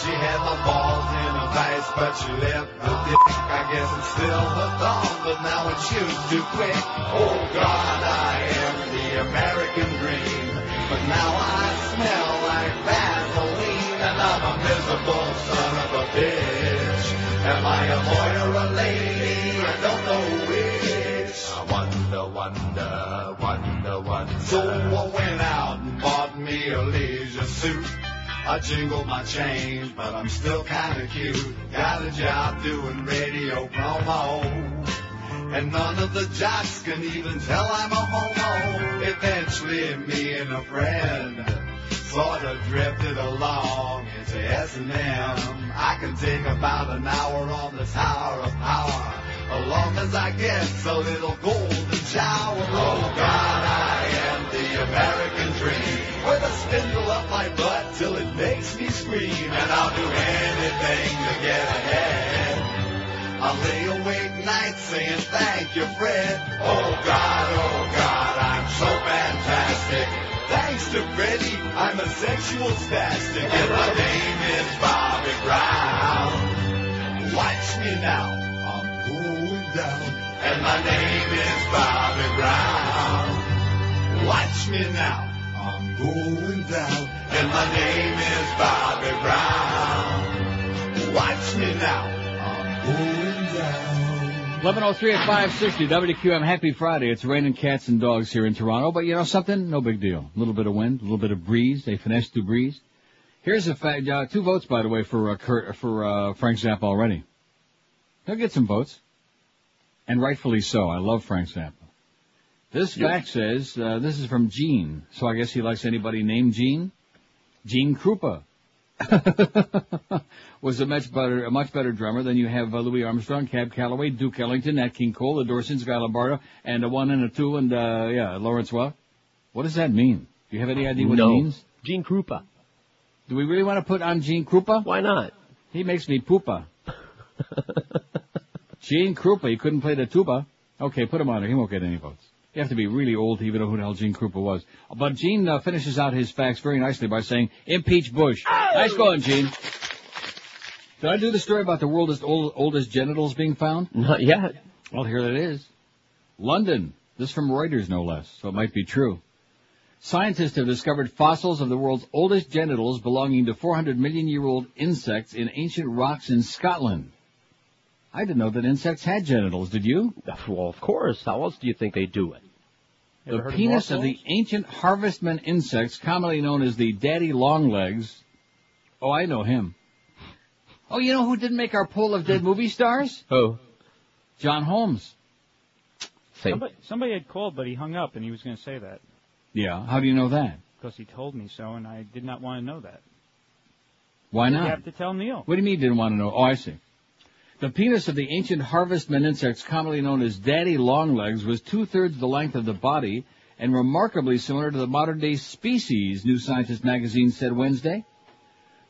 Speaker 26: She had my balls in a vice, but she left the dick. I guess it's still her thumb, but now it's used too quick. Oh God, I am the American dream. But now I smell like Vaseline, and I'm a miserable son of a bitch. Am I a boy or a lady? I don't know which. I wonder, wonder, wonder, wonder. So I went out and bought me a leisure suit. I jingle my change, but I'm still kinda cute. Got a job doing radio promo. And none of the jocks can even tell I'm a homo. Eventually, me and a friend sorta drifted along into S&M. I can take about an hour on the Tower of Power, as long as I get a little golden shower. Oh God, I am the American dream, with a spindle up my butt till it makes me scream, and I'll do anything to get ahead. I lay awake nights saying thank you, Fred. Oh God, oh God, I'm so fantastic. Thanks to Freddy, I'm a sexual spastic, and my name is Bobby Brown. Watch me now, I'm going down, and my name is Bobby Brown. Watch me now, I'm going down, and my name is Bobby Brown. Watch me now, I'm going down.
Speaker 2: 1103 at 560 WQM. Happy Friday. It's raining cats and dogs here in Toronto, but you know something? No big deal. A little bit of wind, a little bit of breeze. They finessed the breeze. Here's a fact. Uh, two votes, by the way, for uh, Kurt, for uh, Frank Zappa already. He'll get some votes, and rightfully so. I love Frank Zappa. This fact says uh, this is from Gene, so I guess he likes anybody named Gene. Gene Krupa was a much better a much better drummer than you have uh, Louis Armstrong, Cab Calloway, Duke Ellington, Nat King Cole, the Dorsins, Guy Lombardo, and a one and a two and uh yeah, Lawrence Welk. What does that mean? Do you have any idea what
Speaker 3: No.
Speaker 2: it means? Gene Krupa. Do we really want to put on Gene Krupa? Why not? He makes me poopa. Gene Krupa, he couldn't play the tuba. Okay, put him on there. He won't get any votes. You have to be really old to even know who the hell Gene Krupa was. But Gene uh, finishes out his facts very nicely by saying, impeach Bush. Nice going, Gene. Did I do the story about the world's old, oldest genitals being found? Not yet. Well, here it is. London. This from Reuters, no less, so it might be true. Scientists have discovered fossils of the world's oldest genitals belonging to 400 million year old insects in ancient rocks in Scotland. I didn't know that insects had genitals, did you? Well, of course. How else do you think they do it?
Speaker 3: Ever
Speaker 2: The
Speaker 3: heard of
Speaker 2: penis of,
Speaker 3: mothballs?
Speaker 2: the ancient harvestman insects, commonly known as the daddy longlegs. Oh, I know him. Oh, you know who didn't make our poll of dead movie stars? Who? John Holmes.
Speaker 12: Somebody, somebody had called, but he hung up, and he was going to say that
Speaker 2: Yeah. How do you know that?
Speaker 12: because he told me so, and I did not want to know that.
Speaker 2: Why
Speaker 12: You
Speaker 2: not?
Speaker 12: have to tell Neil.
Speaker 2: What do you mean didn't want to know? Oh, I see. The penis of the ancient harvestman insects, commonly known as daddy longlegs, was two thirds the length of the body and remarkably similar to the modern day species, New Scientist magazine said Wednesday.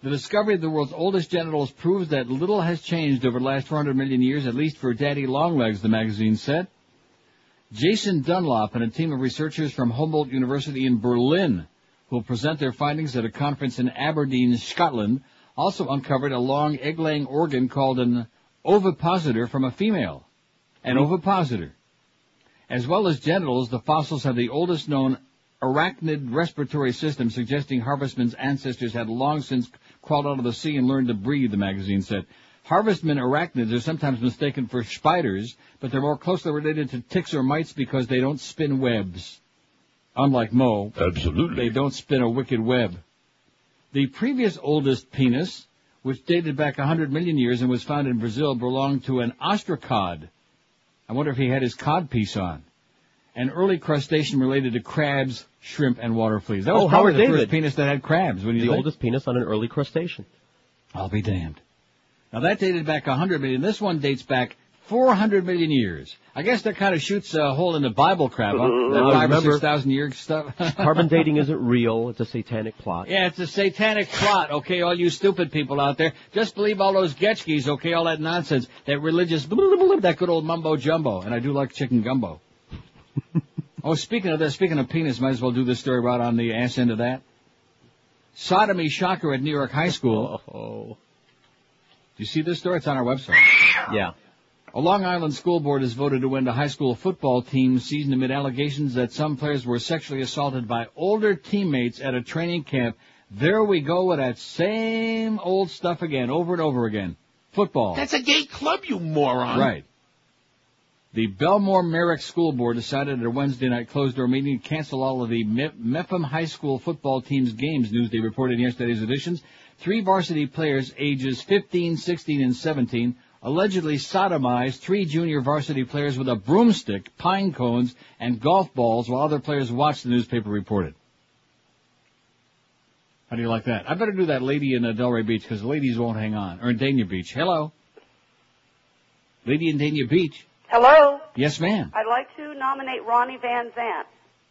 Speaker 2: The discovery of the world's oldest genitals proves that little has changed over the last 400 million years, at least for daddy longlegs, the magazine said. Jason Dunlop and a team of researchers from Humboldt University in Berlin who will present their findings at a conference in Aberdeen, Scotland, also uncovered a long egg-laying organ called an ovipositor from a female. An ovipositor. As well as genitals, the fossils have the oldest known arachnid respiratory system, suggesting harvestmen's ancestors had long since crawled out of the sea and learned to breathe, the magazine said. Harvestmen arachnids are sometimes mistaken for spiders, but they're more closely related to ticks or mites because they don't spin webs. Unlike Mo, absolutely, they don't spin a wicked web. The previous oldest penis, which dated back 100 million years and was found in Brazil, belonged to an ostracod. I wonder if he had his cod piece on. An early crustacean related to crabs, shrimp, and water fleas. That was
Speaker 3: Oh, Howard
Speaker 2: probably the
Speaker 3: David.
Speaker 2: first penis that had crabs. When you
Speaker 3: the
Speaker 2: think?
Speaker 3: oldest penis on an early crustacean.
Speaker 2: I'll be damned. Now that dated back 100 million. This one dates back 400 million years. I guess that kind of shoots a hole in the Bible crap, huh? That
Speaker 3: Now,
Speaker 2: five or
Speaker 3: Uh, remember-
Speaker 2: six thousand year stuff.
Speaker 3: Carbon dating isn't real. It's a satanic plot.
Speaker 2: Yeah, it's a satanic plot, okay, all you stupid people out there. Just believe all those getchkis, okay, all that nonsense, that religious, blah, blah, blah, blah, that good old mumbo jumbo. And I do like chicken gumbo. oh, speaking of that, speaking of penis, might as well do this story right on the ass end of that. Sodomy shocker at New York High School. Oh. Do you see this story? It's on our website.
Speaker 3: Yeah.
Speaker 2: A Long Island school board has voted to end a high school football team season amid allegations that some players were sexually assaulted by older teammates at a training camp. There we go with that same old stuff again, over and over again. Football.
Speaker 4: That's a gay club, you moron.
Speaker 2: Right. The Belmore Merrick School Board decided at a Wednesday night closed door meeting to cancel all of the Me- Mepham High School football team's games, Newsday reported in yesterday's editions. Three varsity players, ages 15, 16, and 17, allegedly sodomized three junior varsity players with a broomstick, pine cones, and golf balls while other players watched, the newspaper reported. How do you like that? I better do that lady in uh, Delray Beach because the ladies won't hang on. Or in Dania Beach. Hello. Lady in Dania Beach.
Speaker 6: Hello.
Speaker 2: Yes, ma'am.
Speaker 6: I'd like to nominate Ronnie Van Zant.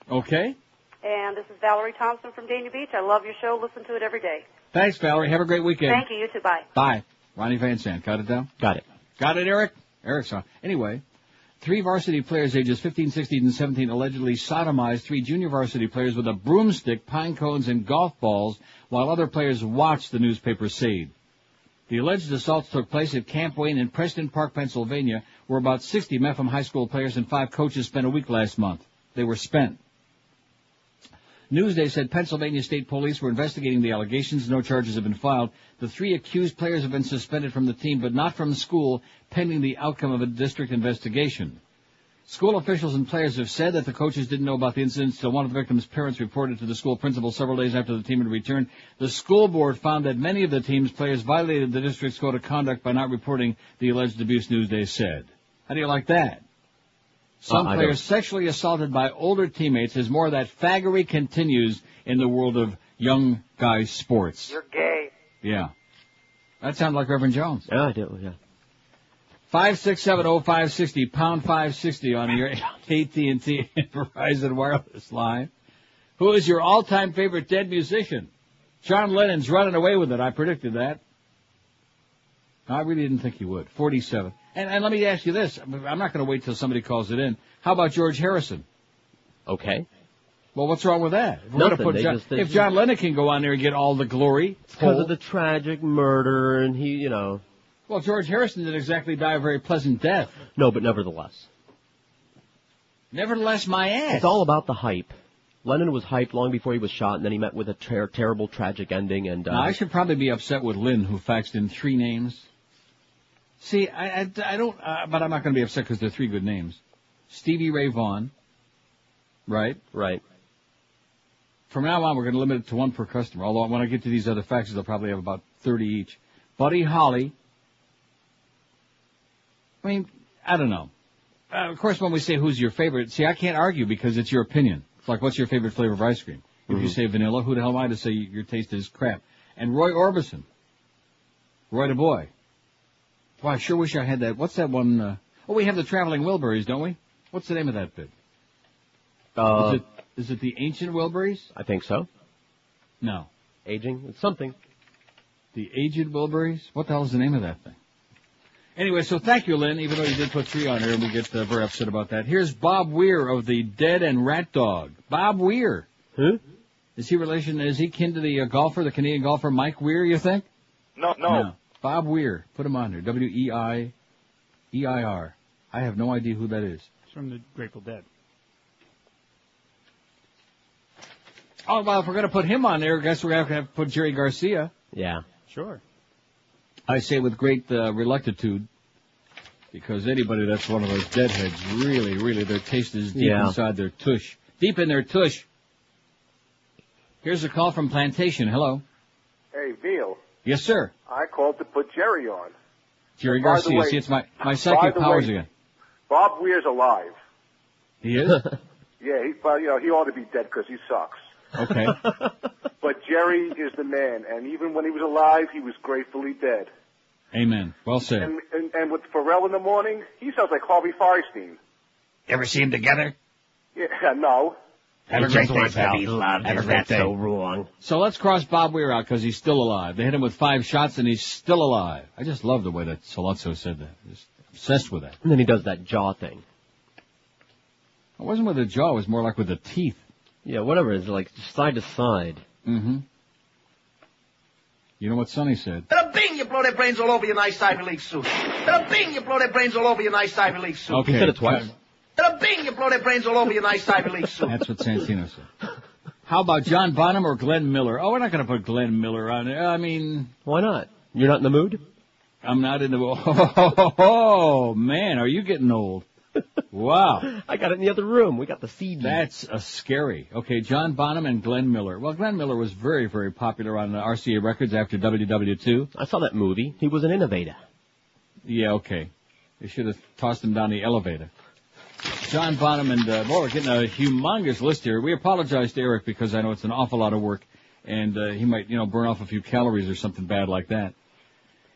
Speaker 2: Okay.
Speaker 6: And this is Valerie Thompson from Dania Beach. I love your show. Listen to it every day.
Speaker 2: Thanks, Valerie. Have a great weekend.
Speaker 6: Thank you. You too. Bye.
Speaker 2: Bye. Ronnie Van Sant. Got it down? Got it. Got it, Eric? Eric's on. Anyway, three varsity players ages 15, 16, and 17 allegedly sodomized three junior varsity players with a broomstick, pine cones, and golf balls while other players watched, the newspaper said. The alleged assaults took place at Camp Wayne in Preston Park, Pennsylvania, where about 60 Mepham High School players and five coaches spent a week last month. They were spent. Newsday said Pennsylvania State Police were investigating the allegations. No charges have been filed. The three accused players have been suspended from the team, but not from school, pending the outcome of a district investigation. School officials and players have said that the coaches didn't know about the incident, so one of the victim's parents reported to the school principal several days after the team had returned. The school board found that many of the team's players violated the district's code of conduct by not reporting the alleged abuse, Newsday said. How do you like that? Some
Speaker 3: Uh, I
Speaker 2: players sexually assaulted by older teammates as more of that faggery continues in the world of young guy sports.
Speaker 6: You're gay.
Speaker 2: Yeah. That sounds like Reverend Jones.
Speaker 3: Yeah, I do. Yeah.
Speaker 2: Five six seven oh five sixty pound five sixty on your AT and T Verizon wireless line. Who is your all time favorite dead musician? John Lennon's running away with it. I predicted that. I really didn't think he would. Forty seven. And, and let me ask you this. I'm not going to wait till somebody calls it in. How about George Harrison?
Speaker 3: Okay.
Speaker 2: Well, what's wrong with that? If we're gonna
Speaker 3: Nothing.
Speaker 2: put
Speaker 3: They
Speaker 2: John,
Speaker 3: just- they
Speaker 2: if
Speaker 3: just-
Speaker 2: John Lennon can go on there and get all the glory,
Speaker 3: Because
Speaker 2: Paul-
Speaker 3: of the tragic murder, and he, you know.
Speaker 2: well, George Harrison didn't exactly die a very pleasant death.
Speaker 3: No, but nevertheless,
Speaker 2: Nevertheless, my ass.
Speaker 3: it's all about the hype. Lennon was hyped long before he was shot, and then he met with a ter- terrible, tragic ending. And uh,
Speaker 2: Now, I should probably be upset with Lynn, who faxed in three names. See, I, I, I don't, uh, but I'm not going to be upset because they're three good names. Stevie Ray Vaughan, right?
Speaker 3: Right.
Speaker 2: From now on, we're going to limit it to one per customer. Although when I get to these other faxes, I'll probably have about 30 each. Buddy Holly. I mean, I don't know. Uh, of course, when we say who's your favorite, see, I can't argue because it's your opinion. It's like, what's your favorite flavor of ice cream? If you say vanilla, who the hell am I to say your taste is crap? And Roy Orbison. Roy the boy. Well, I sure wish I had that. What's that one? Uh... Oh, we have the Traveling Wilburys, don't we? What's the name of that bit?
Speaker 3: Uh,
Speaker 2: Is it Is it the ancient Wilburys?
Speaker 3: I think so.
Speaker 2: No.
Speaker 3: Aging? It's something.
Speaker 2: The aged Wilburys? What the hell is the name of that thing? Anyway, so thank you, Lynn, even though you did put three on here, and we get uh, very upset about that. Here's Bob Weir of the Dead and Rat Dog. Bob Weir.
Speaker 3: Who?
Speaker 2: Is he relation, is he kin to the uh, golfer, the Canadian golfer Mike Weir, you think?
Speaker 7: No, no.
Speaker 2: Bob Weir. Put him on there. W-E-I, E-I-R. E I have no idea who that is.
Speaker 23: It's from the Grateful Dead.
Speaker 2: Oh, well, if we're going to put him on there, I guess we're going to have to put Jerry Garcia.
Speaker 3: Yeah.
Speaker 23: Sure.
Speaker 2: I say with great uh, reluctitude, because anybody that's one of those deadheads, really, really, their taste is deep
Speaker 3: Yeah.
Speaker 2: inside their tush. Deep in their tush. Here's a call from Plantation. Hello.
Speaker 9: Hey, Veal,
Speaker 2: Yes, sir.
Speaker 9: I called to put Jerry on.
Speaker 2: Jerry
Speaker 9: By the
Speaker 2: Garcia.
Speaker 9: way-
Speaker 2: See, it's my,
Speaker 9: by
Speaker 2: my psychic
Speaker 9: the
Speaker 2: powers
Speaker 9: way-
Speaker 2: again.
Speaker 9: Bob Weir's alive.
Speaker 2: He is?
Speaker 9: Yeah, he, well, you know, he ought to be dead because he sucks.
Speaker 2: okay.
Speaker 9: But Jerry is the man, and even when he was alive, he was gratefully dead.
Speaker 2: Amen. Well said.
Speaker 9: And, and, and with Pharrell in the morning, he sounds like Harvey Fierstein.
Speaker 1: Ever see them together?
Speaker 9: Yeah, no.
Speaker 1: Have a great day, pal. Have a great day.
Speaker 3: wrong?
Speaker 2: So let's cross Bob Weir out because he's still alive. They hit him with five shots and he's still alive. I just love the way that Salazzo said that. Just obsessed with that.
Speaker 3: And then he does that jaw thing.
Speaker 2: It wasn't with the jaw, it was more like with the teeth.
Speaker 3: Yeah, whatever. It's like side to side.
Speaker 2: Mm-hmm. You know what Sonny said?
Speaker 12: Bada bing, you blow their brains all over your nice Ivy League suit. Bada bing, you blow their brains all over your nice Ivy League suit.
Speaker 2: Okay. He said it twice.
Speaker 12: Bada bing, you blow their brains all over your nice Ivy League suit.
Speaker 2: That's what Santino said. How about John Bonham or Glenn Miller? Oh, we're not going to put Glenn Miller on there. I mean,
Speaker 3: why not? You're not in the mood.
Speaker 2: I'm not in the. Oh man, are you getting old? Wow.
Speaker 3: I got it in the other room. We got the CD.
Speaker 2: That's a scary. Okay, John Bonham and Glenn Miller. Well, Glenn Miller was very, very popular on the RCA records after WW2.
Speaker 3: I saw that movie. He was an innovator.
Speaker 2: Yeah, okay. They should have tossed him down the elevator. John Bonham and, uh, boy, we're getting a humongous list here. We apologize to Eric because I know it's an awful lot of work and, uh, he might, you know, burn off a few calories or something bad like that.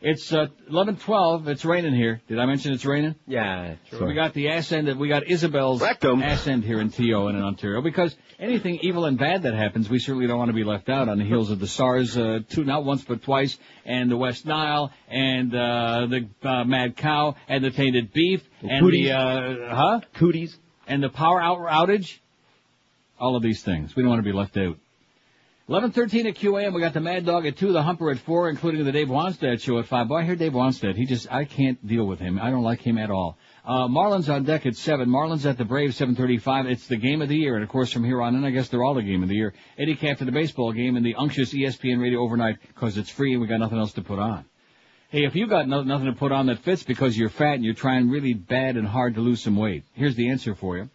Speaker 2: It's, uh, 1112. It's raining here. Did I mention it's raining?
Speaker 3: Yeah.
Speaker 2: So we got the ass end. Of, we got Isabel's ass end here in TO and in Ontario because anything evil and bad that happens, we certainly don't want to be left out on the heels of the SARS, uh, two not once but twice, and the West Nile, and uh, the uh, mad cow, and the tainted beef, and
Speaker 3: cooties.
Speaker 2: the uh, huh
Speaker 3: cooties,
Speaker 2: and the power out- outage. All of these things, we don't want to be left out. Eleven thirteen at QAM. We got the Mad Dog at two, the Humper at four, including the Dave Wanstead show at five. Boy, I hear Dave Wanstead. He just I can't deal with him. I don't like him at all. Uh, Marlins on deck at seven. Marlins at the Braves seven thirty-five. It's the game of the year, and of course from here on in, I guess they're all the game of the year. Eddie Cap to the baseball game and the unctuous E ESPN radio overnight because it's free and we got nothing else to put on. Hey, if you got no, nothing to put on that fits because you're fat and you're trying really bad and hard to lose some weight, here's the answer for you.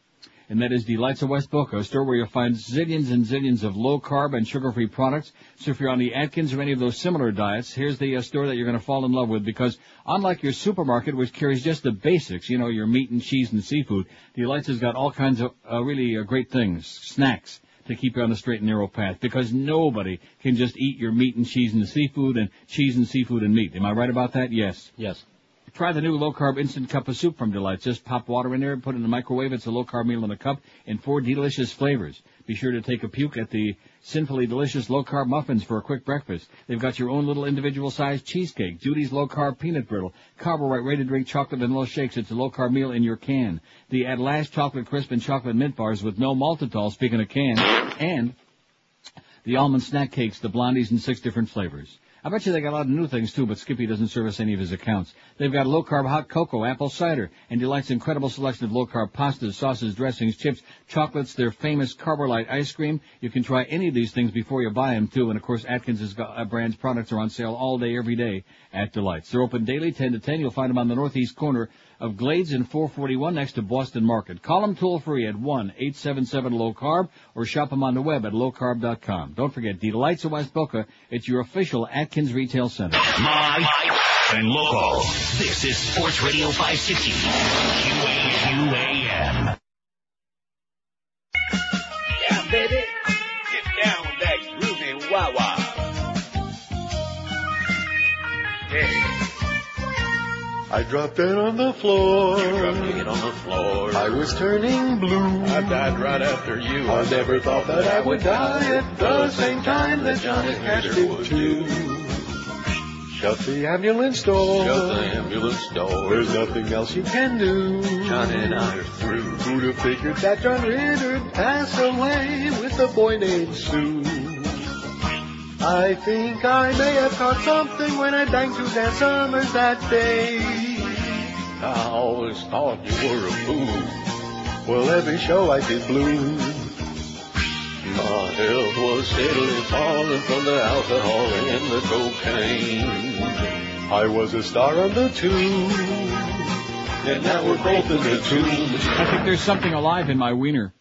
Speaker 2: And that is the Lights of West Boca, a store where you'll find zillions and zillions of low carb and sugar free products. So if you're on the Atkins or any of those similar diets, here's the uh, store that you're going to fall in love with because unlike your supermarket, which carries just the basics, you know, your meat and cheese and seafood, the Lights has got all kinds of uh, really uh, great things, snacks to keep you on the straight and narrow path because nobody can just eat your meat and cheese and seafood and cheese and seafood and meat. Am I right about that? Yes.
Speaker 3: Yes.
Speaker 2: Try the new low carb instant cup of soup from Delight. Just pop water in there, put it in the microwave. It's a low carb meal in a cup in four delicious flavors. Be sure to take a puke at the sinfully delicious low carb muffins for a quick breakfast. They've got your own little individual sized cheesecake, Judy's low carb peanut brittle, carborite ready to drink chocolate and little shakes. It's a low carb meal in your can. The at last chocolate crisp and chocolate mint bars with no maltitol, speaking of can, and the almond snack cakes, the blondies in six different flavors. I bet you they got a lot of new things too, but Skippy doesn't service any of his accounts. They've got low carb hot cocoa, apple cider, and Delight's incredible selection of low carb pastas, sauces, dressings, chips, chocolates, their famous Carbolite ice cream. You can try any of these things before you buy them too, and of course Atkins has got, uh, brand's products are on sale all day, every day at Delight's. They're open daily, 10 to 10. You'll find them on the northeast corner of Glades and 441 next to Boston Market. Call them toll free at 1-877-LOW-CARB or shop them on the web at lowcarb.com. Don't forget, Delights of West Boca, it's your official Atkins Retail Center.
Speaker 15: Live and local. This is Sports Radio 560. QAM.
Speaker 5: Yeah, baby. Get down with that groovy wah-wah. Yeah.
Speaker 19: I dropped dead on the floor.
Speaker 7: It on the floor.
Speaker 19: I was turning blue.
Speaker 7: I died right after you.
Speaker 19: I never thought that I would die at the same time that Johnny Cash did too. Shut the ambulance door.
Speaker 7: Shut the ambulance door.
Speaker 19: There's nothing else you can do.
Speaker 7: Johnny and I are through.
Speaker 19: Who'd have figured that John Ritter'd pass away with a boy named Sue? I think I may have caught something when I banged Suzanne Summers that day.
Speaker 7: I always thought you were a fool.
Speaker 19: Well, every show I did blue.
Speaker 7: My health was steadily falling from the alcohol and the cocaine.
Speaker 19: I was a star on the tube.
Speaker 7: And now we're both in the tube.
Speaker 2: I think there's something alive in my wiener.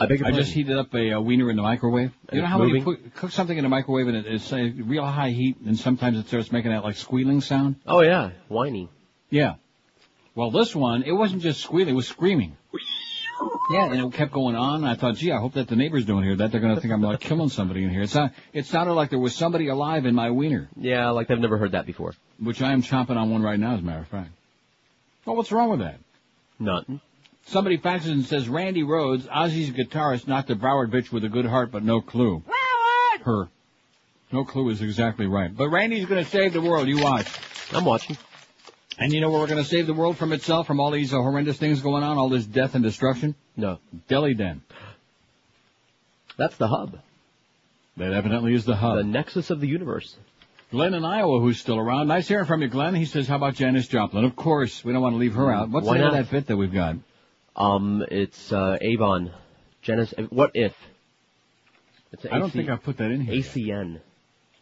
Speaker 3: I beg your
Speaker 2: I
Speaker 3: pardon?
Speaker 2: just heated up a, uh wiener in the microwave.
Speaker 3: And
Speaker 2: You know
Speaker 3: it's
Speaker 2: how when you
Speaker 3: moving?
Speaker 2: put, cook something in the microwave and it is say, real high heat, and sometimes it starts making that like squealing sound.
Speaker 3: Oh yeah, whiny.
Speaker 2: Yeah. Well, this one, it wasn't just squealing; it was screaming. Yeah, and it kept going on. And I thought, gee, I hope that the neighbors don't hear that. They're going to think I'm like killing somebody in here. It, sound, it sounded like there was somebody alive in my wiener,
Speaker 3: Yeah, like they've never heard that before.
Speaker 2: which I am chomping on one right now, as a matter of fact. Well, what's wrong with that?
Speaker 3: Nothing.
Speaker 2: Somebody faxes and says, Randy Rhodes, Ozzy's guitarist, knocked a Broward bitch with a good heart, but no clue. Her. No clue is exactly right. But Randy's going to save the world. You watch.
Speaker 3: I'm watching.
Speaker 2: And you know where we're going to save the world from itself, from all these uh, horrendous things going on, all this death and destruction?
Speaker 3: No.
Speaker 2: Deli Den.
Speaker 3: That's the hub.
Speaker 2: That evidently is the hub.
Speaker 3: The nexus of the universe.
Speaker 2: Glenn in Iowa, who's still around. Nice hearing from you, Glenn. He says, how about Janice Joplin? Of course. We don't want to leave her out.
Speaker 3: Mm-hmm.
Speaker 2: What's
Speaker 3: Why
Speaker 2: the name of
Speaker 3: not?
Speaker 2: that bit that we've got?
Speaker 3: Um, it's uh, Avon, Genesis. What if? It's
Speaker 2: I don't think I put that in here.
Speaker 3: ACN.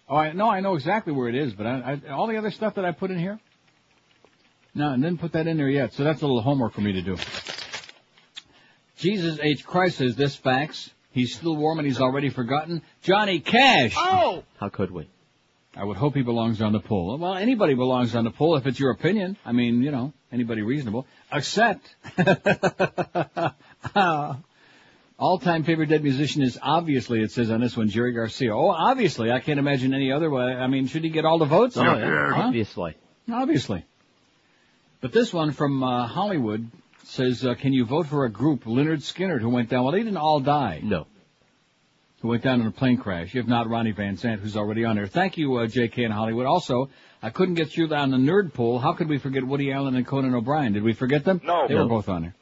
Speaker 2: Oh, I, no, I know exactly where it is, but I, I, all the other stuff that I put in here? No, and didn't put that in there yet, so that's a little homework for me to do. Jesus H. Christ says this fax. He's still warm and he's already forgotten. Johnny Cash!
Speaker 4: Oh!
Speaker 3: How could we?
Speaker 2: I would hope he belongs on the poll. Well, anybody belongs on the poll if it's your opinion. I mean, you know, anybody reasonable. Except, uh, all-time favorite dead musician is obviously, it says on this one, Jerry Garcia. Oh, obviously. I can't imagine any other way. I mean, should he get all the votes?
Speaker 3: Oh, yeah,
Speaker 2: Huh?
Speaker 3: obviously.
Speaker 2: Obviously. But this one from uh, Hollywood says, uh, can you vote for a group, Leonard Skinner, who went down? Well, they didn't all die.
Speaker 3: No.
Speaker 2: Who went down in a plane crash. If not, Ronnie Van Zant, who's already on there. Thank you, uh, J.K. in Hollywood. Also, I couldn't get through on the nerd poll. How could we forget Woody Allen and Conan O'Brien? Did we forget them?
Speaker 22: No.
Speaker 2: They
Speaker 22: No.
Speaker 2: were both on there.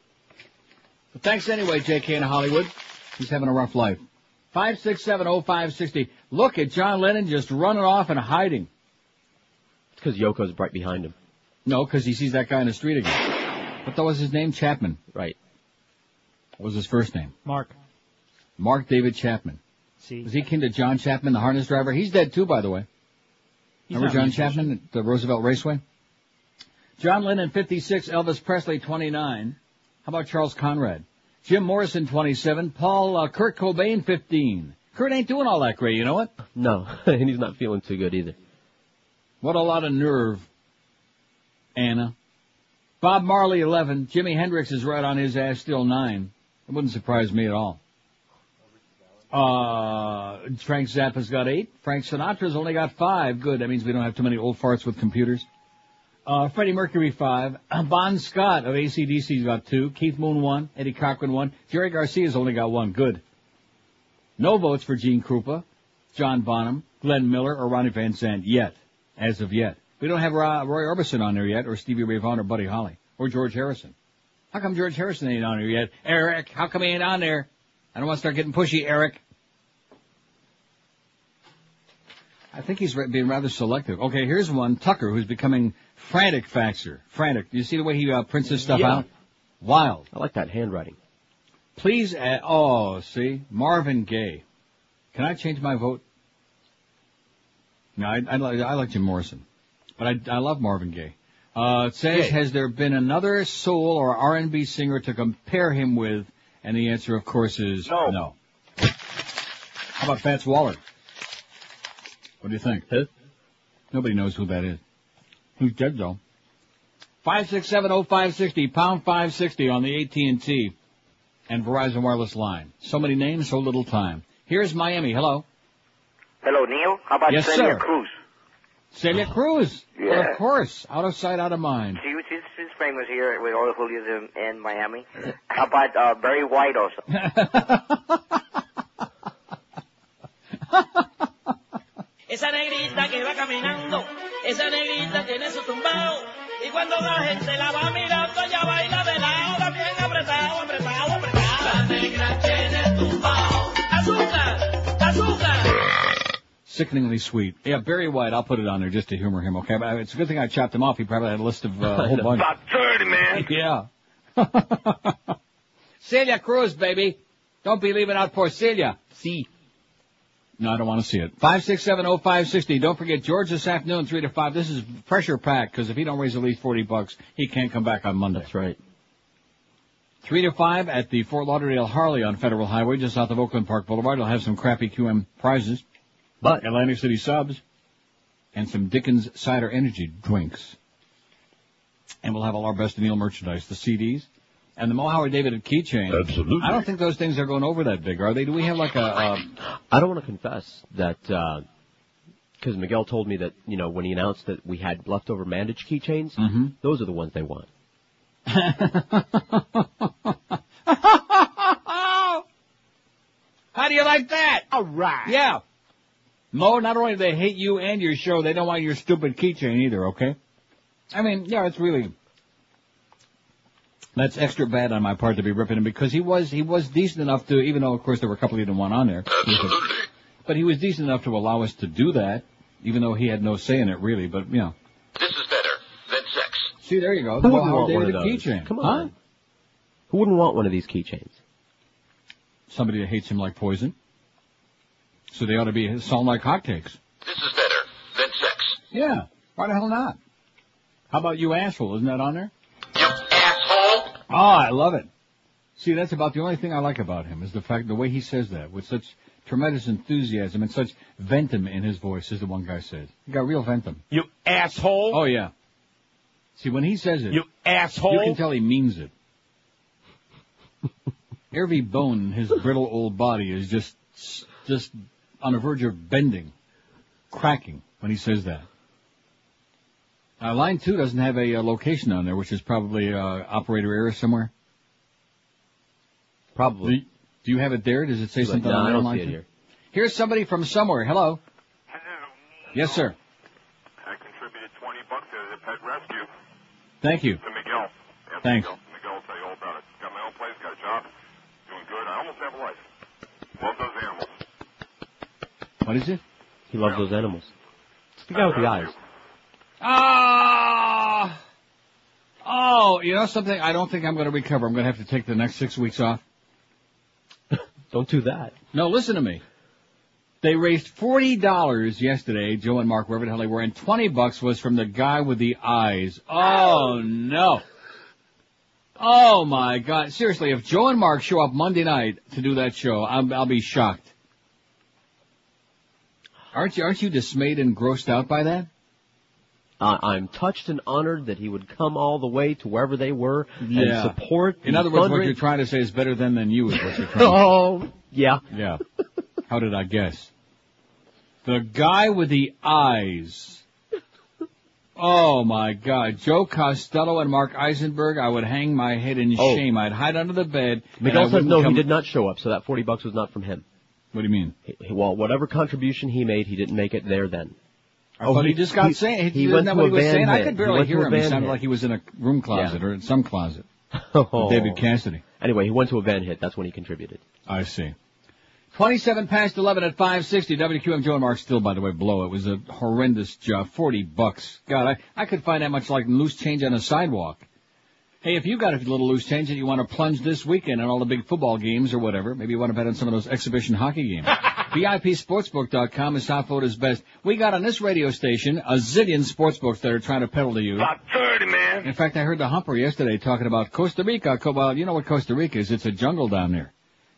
Speaker 2: But thanks anyway, J.K. in Hollywood. He's having a rough life. 5670560. oh, Look at John Lennon just running off and hiding.
Speaker 3: It's because Yoko's right behind him.
Speaker 2: No, because he sees that guy in the street again. What the- was his name? Chapman.
Speaker 3: Right.
Speaker 2: What was his first name?
Speaker 23: Mark.
Speaker 2: Mark David Chapman.
Speaker 23: See.
Speaker 2: Was he kin to John Chapman, the harness driver? He's dead too, by the way.
Speaker 23: He's
Speaker 2: Remember
Speaker 23: not
Speaker 2: John Chapman at the Roosevelt Raceway? John Lennon, 56. Elvis Presley, 29. How about Charles Conrad? Jim Morrison, 27. Paul uh, Kurt Cobain, 15. Kurt ain't doing all that great, you know what?
Speaker 3: No, and he's not feeling too good either.
Speaker 2: What a lot of nerve, Anna. Bob Marley, 11. Jimi Hendrix is right on his ass, still 9. It wouldn't surprise me at all. Uh, Frank Zappa's got 8. Frank Sinatra's only got 5. Good, that means we don't have too many old farts with computers. Uh, Freddie Mercury, 5. Uh, Bon Scott of ACDC's got 2. Keith Moon, 1. Eddie Cochran, 1. Jerry Garcia's only got 1. Good. No votes for Gene Krupa, John Bonham, Glenn Miller, or Ronnie Van Zant yet as of yet. We don't have Ro- Roy Orbison on there yet, or Stevie Ray Vaughan, or Buddy Holly, or George Harrison. How come George Harrison ain't on there yet? Eric, how come he ain't on there? I don't want to start getting pushy, Eric. I think he's ra- being rather selective. Okay, here's one, Tucker, who's becoming frantic faxer. Frantic. Do you see the way he uh, prints his stuff
Speaker 3: Yeah.
Speaker 2: out? Wild.
Speaker 3: I like that handwriting.
Speaker 2: Please add, oh, see, Marvin Gaye. Can I change my vote? No, I, I, like, I like Jim Morrison, but I, I love Marvin Gaye. Uh, it says, has there been another soul or R&B singer to compare him with? And the answer, of course, is no. How about Fats Waller? What do you think? Nobody knows who that is. Who's dead though? Five six seven oh five sixty pound five sixty on the AT and T and Verizon wireless line. So many names, so little time. Here's Miami. Hello.
Speaker 13: Hello, Neil. How about
Speaker 2: Yes,
Speaker 13: Celia
Speaker 2: sir.
Speaker 13: Cruz?
Speaker 2: Celia Cruz.
Speaker 13: Yeah.
Speaker 2: Of course. Out of sight, out of mind.
Speaker 13: She was, she's, she's famous here with all the hoolies in, in Miami. How about uh, Barry White also?
Speaker 14: Esa negrita que va caminando, esa negrita tiene su tumbao. Y cuando la gente la va mirando, ella baila de lado, también apretado, apretado, apretado. La negra tiene tumbao. Azúcar, azúcar.
Speaker 2: Sickeningly sweet. Yeah, Barry White. I'll put it on there just to humor him. Okay, but uh, it's a good thing I chopped him off. He probably had a list of uh, a whole bunch.
Speaker 14: About
Speaker 2: 30, man. Yeah. Celia Cruz, baby. Don't be leaving out poor Celia. See. No, I don't want to see it. Five six seven oh five sixty. Don't forget George this afternoon, three to five. This is pressure packed because if he don't raise at least forty bucks, he can't come back on Monday. That's right. Three to five at the Fort Lauderdale Harley on Federal Highway, just south of Oakland Park Boulevard. We'll have some crappy QM prizes, but Atlantic City subs, and some Dickens cider energy drinks. And we'll have all our best Neil merchandise, the CDs, and the Mo Howard David keychain. Absolutely. I don't think those things are going over that big, are they? Do we have like a? Uh,
Speaker 3: I don't want to confess that because Miguel told me that you know when he announced that we had leftover Mandage keychains,
Speaker 2: Mm-hmm.
Speaker 3: those are the ones they want.
Speaker 2: How do you like that? All right. Yeah. Mo, not only do they hate you and your show, they don't want your stupid keychain either, okay? I mean, yeah, it's really, that's extra bad on my part to be ripping him because he was, he was decent enough to, even though of course there were a couple he didn't want on there, but he was decent enough to allow us to do that, even though he had no say in it really, but you know. This is better than sex. See, there you go.
Speaker 3: Who
Speaker 2: Mo
Speaker 3: wouldn't
Speaker 2: Howard
Speaker 3: want one
Speaker 2: David
Speaker 3: of those?
Speaker 2: keychain.
Speaker 3: Come
Speaker 2: Huh?
Speaker 3: on. Who wouldn't want one of these keychains?
Speaker 2: Somebody that hates him like poison. So they ought to be sound like hotcakes. Yeah. Why the hell not? How about you asshole? Isn't that on there? You asshole. Ah, I love it. See, that's about the only thing I like about him is the fact the way he says that with such tremendous enthusiasm and such ventum in his voice, as the one guy said. He got real ventum. You asshole. Oh yeah. See, when he says it, you
Speaker 4: asshole.
Speaker 2: you can tell he means it. Every bone in his brittle old body is just, just on the verge of bending, cracking when he says that. Uh, line two doesn't have a, uh location on there, which is probably uh, operator error somewhere. Probably. Do you, do you have it there? Does it say
Speaker 3: Like,
Speaker 2: something
Speaker 3: no,
Speaker 2: on
Speaker 3: I
Speaker 2: there
Speaker 3: don't
Speaker 2: line
Speaker 3: see it
Speaker 2: two?
Speaker 3: here.
Speaker 2: Here's somebody from somewhere. Hello. Yes, sir.
Speaker 22: I contributed 20 bucks to the pet rescue
Speaker 2: Thank you.
Speaker 22: to Miguel. Ask
Speaker 2: Thanks.
Speaker 22: Miguel. Miguel will tell you all about it. Got my own place, got a job, doing good. I almost have a life. Love those animals.
Speaker 2: What is it?
Speaker 3: He loves those animals. It's the guy with the eyes.
Speaker 2: Ah! Oh, you know something? I don't think I'm going to recover. I'm going to have to take the next six weeks off.
Speaker 3: don't do that.
Speaker 2: No, listen to me. They raised forty dollars yesterday, Joe and Mark, wherever the hell they were, and twenty bucks was from the guy with the eyes. Oh no. Oh my God! Seriously, if Joe and Mark show up Monday night to do that show, I'm, I'll be shocked. Aren't you? Aren't you dismayed and grossed out by that?
Speaker 3: I I'm touched and honored that he would come all the way to wherever they were
Speaker 2: Yeah.
Speaker 3: and support.
Speaker 2: In
Speaker 3: the
Speaker 2: other words, what
Speaker 3: fundraiser.
Speaker 2: you're trying to say is better than than you is what you're trying.
Speaker 3: Oh, yeah.
Speaker 2: Yeah. How did I guess? The guy with the eyes. Oh my God. Joe Costello and Mark Eisenberg, I would hang my head in
Speaker 3: Oh.
Speaker 2: shame. I'd hide under the bed. and I
Speaker 3: Miguel says
Speaker 2: wouldn't
Speaker 3: no,
Speaker 2: come-
Speaker 3: he did not show up, so that 40 bucks was not from him.
Speaker 2: What do you mean?
Speaker 3: He, he- well, whatever contribution he made, he didn't make it there then. Oh,
Speaker 2: I thought he, just got saying. He,
Speaker 3: went
Speaker 2: that
Speaker 3: to a
Speaker 2: what he was
Speaker 3: band
Speaker 2: saying? I
Speaker 3: hit.
Speaker 2: could
Speaker 3: He
Speaker 2: barely
Speaker 3: went to
Speaker 2: hear
Speaker 3: a
Speaker 2: him. He
Speaker 3: band
Speaker 2: sounded
Speaker 3: hit.
Speaker 2: like he was in a room closet or in some closet.
Speaker 3: Oh.
Speaker 2: David Cassidy.
Speaker 3: Anyway, he went to a van hit. That's when he contributed.
Speaker 2: I see. 27 past 11 at 560 WQM Joe and Mark still by the way below it was a horrendous job 40 bucks god I, I could find that much like loose change on a sidewalk hey if you got a little loose change that you want to plunge this weekend in all the big football games or whatever maybe you want to bet on some of those exhibition hockey games VIPSportsbook.com is South Florida's best we got on this radio station a zillion sportsbooks that are trying to peddle to you in fact, I heard the Humper yesterday talking about Costa Rica. Co- Well, you know what Costa Rica is? It's a jungle down there.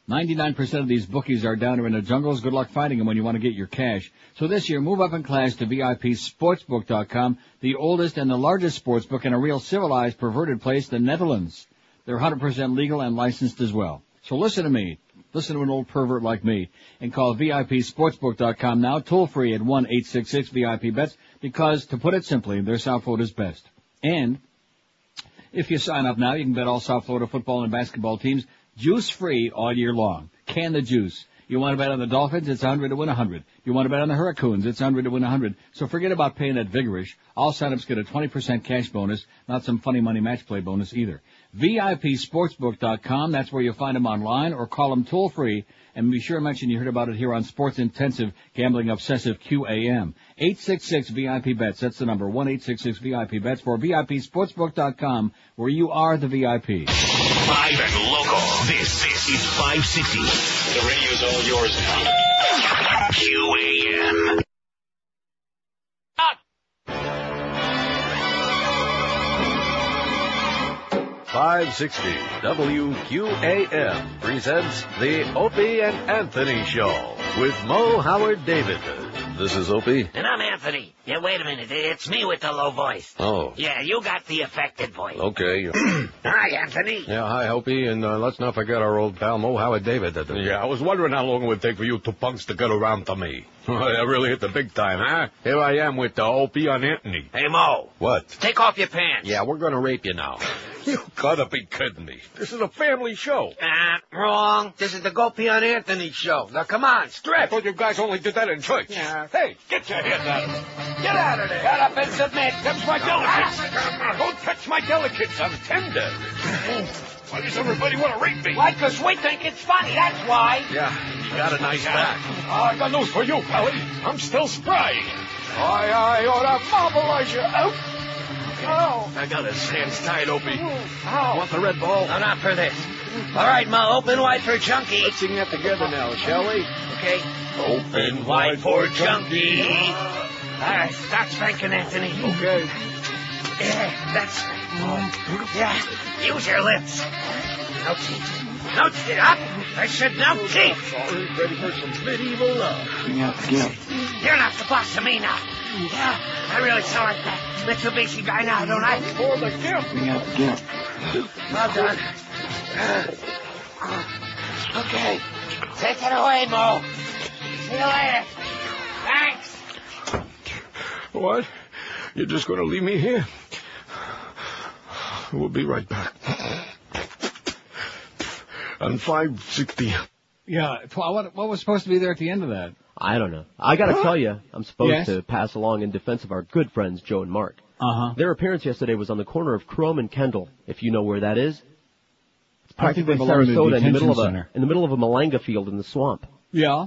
Speaker 2: 99% of these bookies are down there in the jungles. Good luck finding them when you want to get your cash. So this year, move up in class to VIPSportsbook.com, the oldest and the largest sportsbook in a real civilized, perverted place, the Netherlands. They're 100% legal and licensed as well. So listen to me. Listen to an old pervert like me and call VIPSportsbook.com now toll free at 1-866-VIP-BETS because to put it simply, their South Florida's best. And if you sign up now, you can bet all South Florida football and basketball teams juice free all year long. Can the juice. You want to bet on the Dolphins? It's 100 to win 100. You want to bet on the Hurricanes? It's 100 to win 100. So forget about paying that vigorish. All signups get a 20% cash bonus, not some funny money match play bonus either. VIPSportsbook.com, that's where you'll find them online or call them toll free. And be sure to mention you heard about it here on Sports Intensive Gambling Obsessive QAM. 866 VIP Bets, that's the number, 1866 VIP Bets for VIPSportsbook.com where you are the VIP.
Speaker 10: Live and local. This, this is 560. The radio's all yours now. QAM.
Speaker 1: Five sixty WQAM presents the Opie and Anthony Show with Mo Howard David. This is Opie.
Speaker 6: And I'm Anthony. Yeah, wait a minute. It's me with the low voice.
Speaker 1: Oh,
Speaker 6: Yeah, you got the affected voice.
Speaker 1: okay.
Speaker 6: Hi, Anthony.
Speaker 1: Yeah, hi, Opie, and uh, let's not forget our old pal Mo Howard David.
Speaker 14: Yeah, I was wondering how long it would take for you two punks to get around to me. I really hit the big time, huh? Here I am with the Opie on Anthony.
Speaker 6: Hey, Mo.
Speaker 14: What?
Speaker 6: Take off your pants.
Speaker 14: Yeah, we're gonna rape you now. you gotta be kidding me. This is a family show.
Speaker 6: Ah, wrong. This is the Gopi on Anthony show. Now, come on, strip. I
Speaker 14: thought you guys only did that in church.
Speaker 6: Yeah.
Speaker 14: Hey, get your hands out. Get out of there.
Speaker 6: Get up and submit.
Speaker 14: That's my delicates. Don't touch my delicates. I'm tender. Why does everybody want to rape me?
Speaker 6: Why? Because we think it's funny. That's why.
Speaker 14: Yeah, you got a nice back. I got news for you, Ellie. I'm still spry. I, I ought to mobilize you. out.
Speaker 6: Oh.
Speaker 14: I got his hands tied, Opie.
Speaker 6: Ow.
Speaker 14: Want the red ball?
Speaker 6: No, not for this. All right, Mo, open wide for Chunky. Let's
Speaker 1: sing that together now, shall we?
Speaker 6: Okay.
Speaker 14: Open
Speaker 6: wide for Chunky. All right, stop spanking, Anthony.
Speaker 1: Okay.
Speaker 6: Yeah, that's. Yeah, use your lips. No teeth. No teeth. Up. I said no teeth.
Speaker 1: Ready for some medieval love.
Speaker 6: You're not the boss of me now. Yeah, I really saw it that Mitsubishi guy now, don't I?
Speaker 14: For the gift.
Speaker 6: Well done. Uh, Okay, take it away, Mo. See you later. Thanks.
Speaker 14: What? You're just going to leave me here? We'll be right back. On 560.
Speaker 2: Yeah, tw- what, what was supposed to be there at the end of that?
Speaker 3: I don't know. I gotta
Speaker 2: Huh?
Speaker 3: tell you, I'm supposed
Speaker 2: Yes?
Speaker 3: to pass along in defense of our good friends Joe and Mark.
Speaker 2: Uh huh.
Speaker 3: Their appearance yesterday was on the corner of Chrome and Kendall. If you know where that is, it's
Speaker 2: I think
Speaker 3: practically
Speaker 2: they started a
Speaker 3: Sarasota in the middle of
Speaker 2: detention
Speaker 3: a
Speaker 2: center.
Speaker 3: in the middle of a malanga field in the swamp.
Speaker 2: Yeah.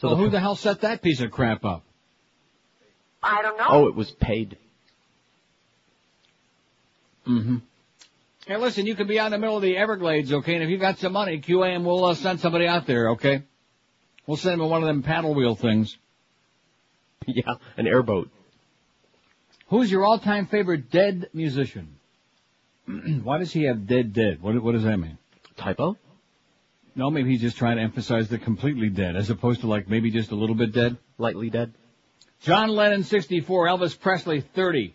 Speaker 3: So
Speaker 2: well,
Speaker 3: the-
Speaker 2: who the hell set that piece of crap up?
Speaker 27: I don't know.
Speaker 3: Oh, it was paid.
Speaker 2: Mm-hmm. Hey, listen, you could be out in the middle of the Everglades, okay? And if you got some money, QAM will uh, send somebody out there, okay? We'll send them one of them paddle wheel things.
Speaker 3: Yeah, an airboat.
Speaker 2: Who's your all-time favorite dead musician? Why does he have dead dead? What, what does that mean?
Speaker 3: Typo?
Speaker 2: No, maybe he's just trying to emphasize the completely dead as opposed to like maybe just a little bit dead.
Speaker 3: Lightly dead.
Speaker 2: John Lennon 64, Elvis Presley 30.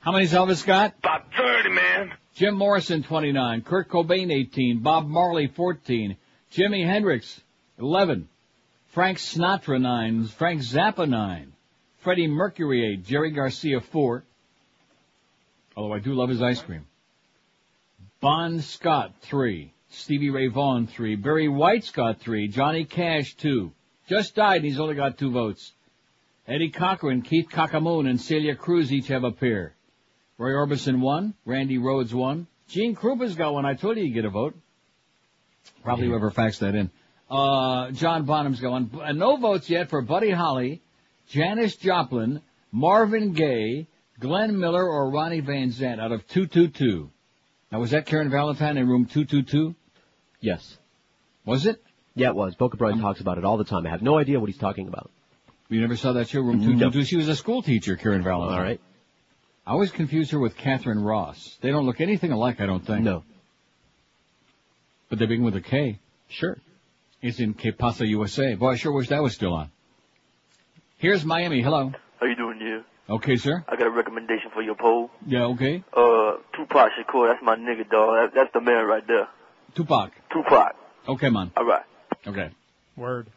Speaker 2: How many's Elvis got?
Speaker 14: About 30, man.
Speaker 2: Jim Morrison 29, Kurt Cobain 18, Bob Marley 14, Jimi Hendrix 11, Frank Sinatra 9, Frank Zappa 9, Freddie Mercury 8, Jerry Garcia 4, although I do love his ice cream, Bon Scott 3, Stevie Ray Vaughan 3, Barry White's got 3, Johnny Cash 2, just died and he's only got 2 votes, Eddie Cochran, Keith Kakamoon, and Celia Cruz each have a pair. Roy Orbison won. Randy Rhodes won. Gene Krupa's got one. I told you you get a vote. Probably whoever faxed that in. Uh, John Bonham's got one. Uh, no votes yet for Buddy Holly, Janis Joplin, Marvin Gaye, Glenn Miller, or Ronnie Van Zant out of 222. Now, was that Karen Valentine in room 222?
Speaker 3: Yes.
Speaker 2: Was it? Um,
Speaker 3: Yeah, it was. Boca Brian talks about it all the time. I have no idea what he's talking about.
Speaker 2: You never saw that show, Room
Speaker 3: No.
Speaker 2: 222? She was a school teacher, Karen Valentine.
Speaker 3: All right.
Speaker 2: I always confuse her with Catherine Ross. They don't look anything alike, I don't think.
Speaker 3: No.
Speaker 2: But they begin with a K.
Speaker 3: Sure.
Speaker 2: It's in Que Pasa, USA. Boy, I sure wish that was still on. Here's Miami. Hello.
Speaker 21: How you doing, dear?
Speaker 2: Okay, sir.
Speaker 21: I got a recommendation for your poll.
Speaker 2: Yeah, okay.
Speaker 21: Uh, Tupac Shakur, that's my nigga, dog. That, that's the man right there.
Speaker 2: Tupac.
Speaker 21: Tupac.
Speaker 2: Okay, man.
Speaker 21: All right.
Speaker 2: Okay.
Speaker 28: Word.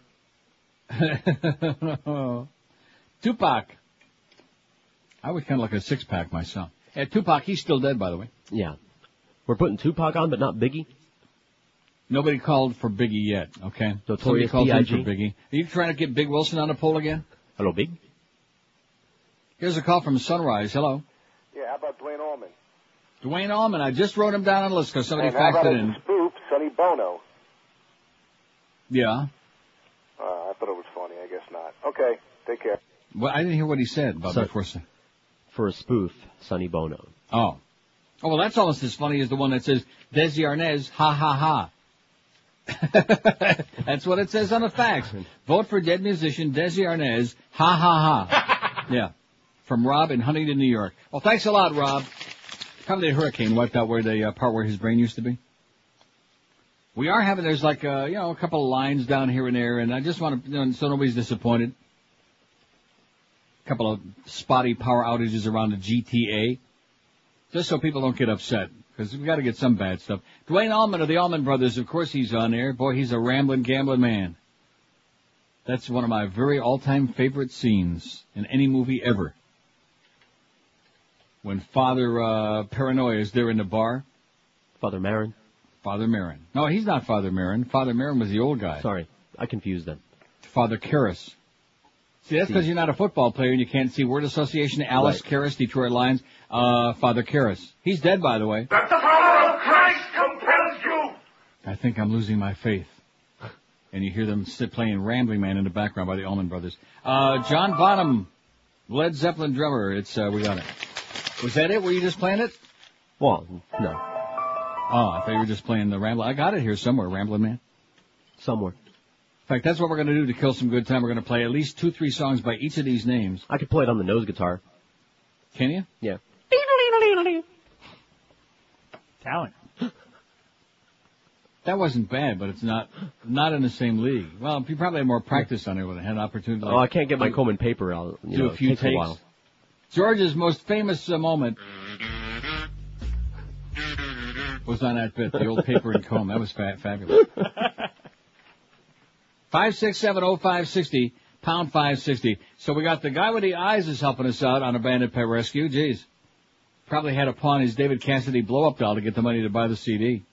Speaker 2: Tupac. I would kind of like a six pack myself. Yeah, Tupac, he's still dead, by the way.
Speaker 3: Yeah. We're putting Tupac on, but not Biggie.
Speaker 2: Nobody called for Biggie yet, okay? Somebody
Speaker 3: Notorious
Speaker 2: called in for
Speaker 3: B.I.G..
Speaker 2: Biggie. Are you trying to get Big Wilson on the poll again?
Speaker 3: Hello, Big.
Speaker 2: Here's a call from Sunrise. Hello.
Speaker 8: Yeah, how about Dwayne Allman?
Speaker 2: Dwayne Allman. I just wrote him down on the list because somebody
Speaker 8: and how
Speaker 2: faxed
Speaker 8: about
Speaker 2: it in.
Speaker 8: his spoof, Sonny Bono?
Speaker 2: Yeah.
Speaker 8: Uh, I thought it was funny. I guess not. Okay, take care.
Speaker 2: Well, I didn't hear what he said about
Speaker 3: So-
Speaker 2: that first thing.
Speaker 3: For a spoof, Sonny Bono.
Speaker 2: Oh. Oh, well, that's almost as funny as the one that says, Desi Arnaz, ha ha ha. that's what it says on the fax. Vote for dead musician Desi Arnaz, ha ha ha. yeah. From Rob in Huntington, New York. Well, thanks a lot, Rob. How did a hurricane wiped out where the uh, part where his brain used to be? We are having, there's like, uh, you know, a couple of lines down here and there, and I just want to, you know, so nobody's disappointed. A couple of spotty power outages around the GTA just so people don't get upset, because we've got to get some bad stuff. Dwayne Allman of the Allman Brothers, of course he's on air. Boy, he's a rambling, gambling man. That's one of my very all-time favorite scenes in any movie ever. When Father uh, Paranoia is there in the bar.
Speaker 3: Father Marin.
Speaker 2: Father Marin. No, he's not Father Marin. Father Marin was the old guy.
Speaker 3: Sorry, I confused them.
Speaker 2: Father Karras. See, that's because you're not a football player and you can't see word association. Alice Karras, Detroit Lions. Uh, Father Karras. He's dead, by the way.
Speaker 6: That the power of Christ compels you.
Speaker 2: I think I'm losing my faith. And you hear them sit playing Rambling Man in the background by the Allman Brothers. Uh, John Bonham, Led Zeppelin drummer. It's, uh, we got it. Was that it? Were you just playing it?
Speaker 3: Well, no. Oh,
Speaker 2: I thought you were just playing the Ramble. I got it here somewhere, Rambling Man.
Speaker 3: Somewhere.
Speaker 2: In fact, that's what we're going to do to kill some good time. We're going to play at least two, three songs by each of these names.
Speaker 3: I could play it on the nose guitar.
Speaker 2: Can you?
Speaker 3: Yeah.
Speaker 2: Talent. That wasn't bad, but it's not not in the same league. Well, you probably had more practice on it when it had an opportunity.
Speaker 3: Oh, I can't get my comb and paper out. You
Speaker 2: do
Speaker 3: know,
Speaker 2: a few
Speaker 3: it takes
Speaker 2: takes.
Speaker 3: a while.
Speaker 2: George's most famous uh, moment was on that bit, the old paper and comb. That was fa- fabulous. Five six seven oh five sixty pound five sixty. So we got the guy with the eyes is helping us out on Abandoned Pet Rescue. Jeez, probably had to pawn his David Cassidy blow up doll to get the money to buy the CD.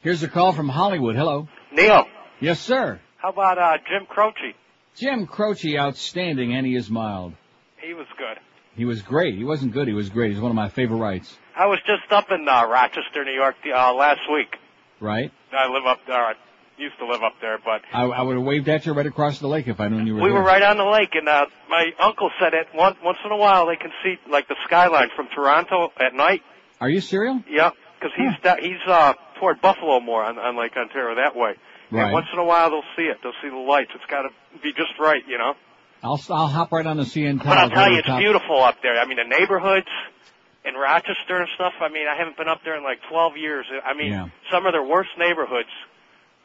Speaker 2: Here's a call from Hollywood. Hello,
Speaker 12: Neil,
Speaker 2: yes sir.
Speaker 12: how about uh, Jim Croce?
Speaker 2: Jim Croce, outstanding, and he is mild.
Speaker 12: He was good.
Speaker 2: He was great. He wasn't good. He was great. He's one of my favorite rights.
Speaker 12: I was just up in uh, Rochester, New York uh, last week.
Speaker 2: Right?
Speaker 12: I live up there. I used to live up there, but
Speaker 2: I, I would have waved at you right across the lake if I knew you were
Speaker 12: we
Speaker 2: there.
Speaker 12: were right on the lake, and uh, my uncle said that one, once in a while they can see like the skyline from Toronto at night.
Speaker 2: Are you serial?
Speaker 12: Yeah, because he's da- he's uh, toward Buffalo more on, on Lake Ontario that way.
Speaker 2: Right.
Speaker 12: And once in a while they'll see it. They'll see the lights. It's got to be just right, you know.
Speaker 2: I'll I'll hop right on the CN.
Speaker 12: But I'll
Speaker 2: towers
Speaker 12: tell
Speaker 2: over
Speaker 12: you,
Speaker 2: the
Speaker 12: it's
Speaker 2: top.
Speaker 12: beautiful up there. I mean, the neighborhoods in Rochester and stuff. I mean, I haven't been up there in like 12 years. I mean,
Speaker 2: Yeah.
Speaker 12: some of the worst neighborhoods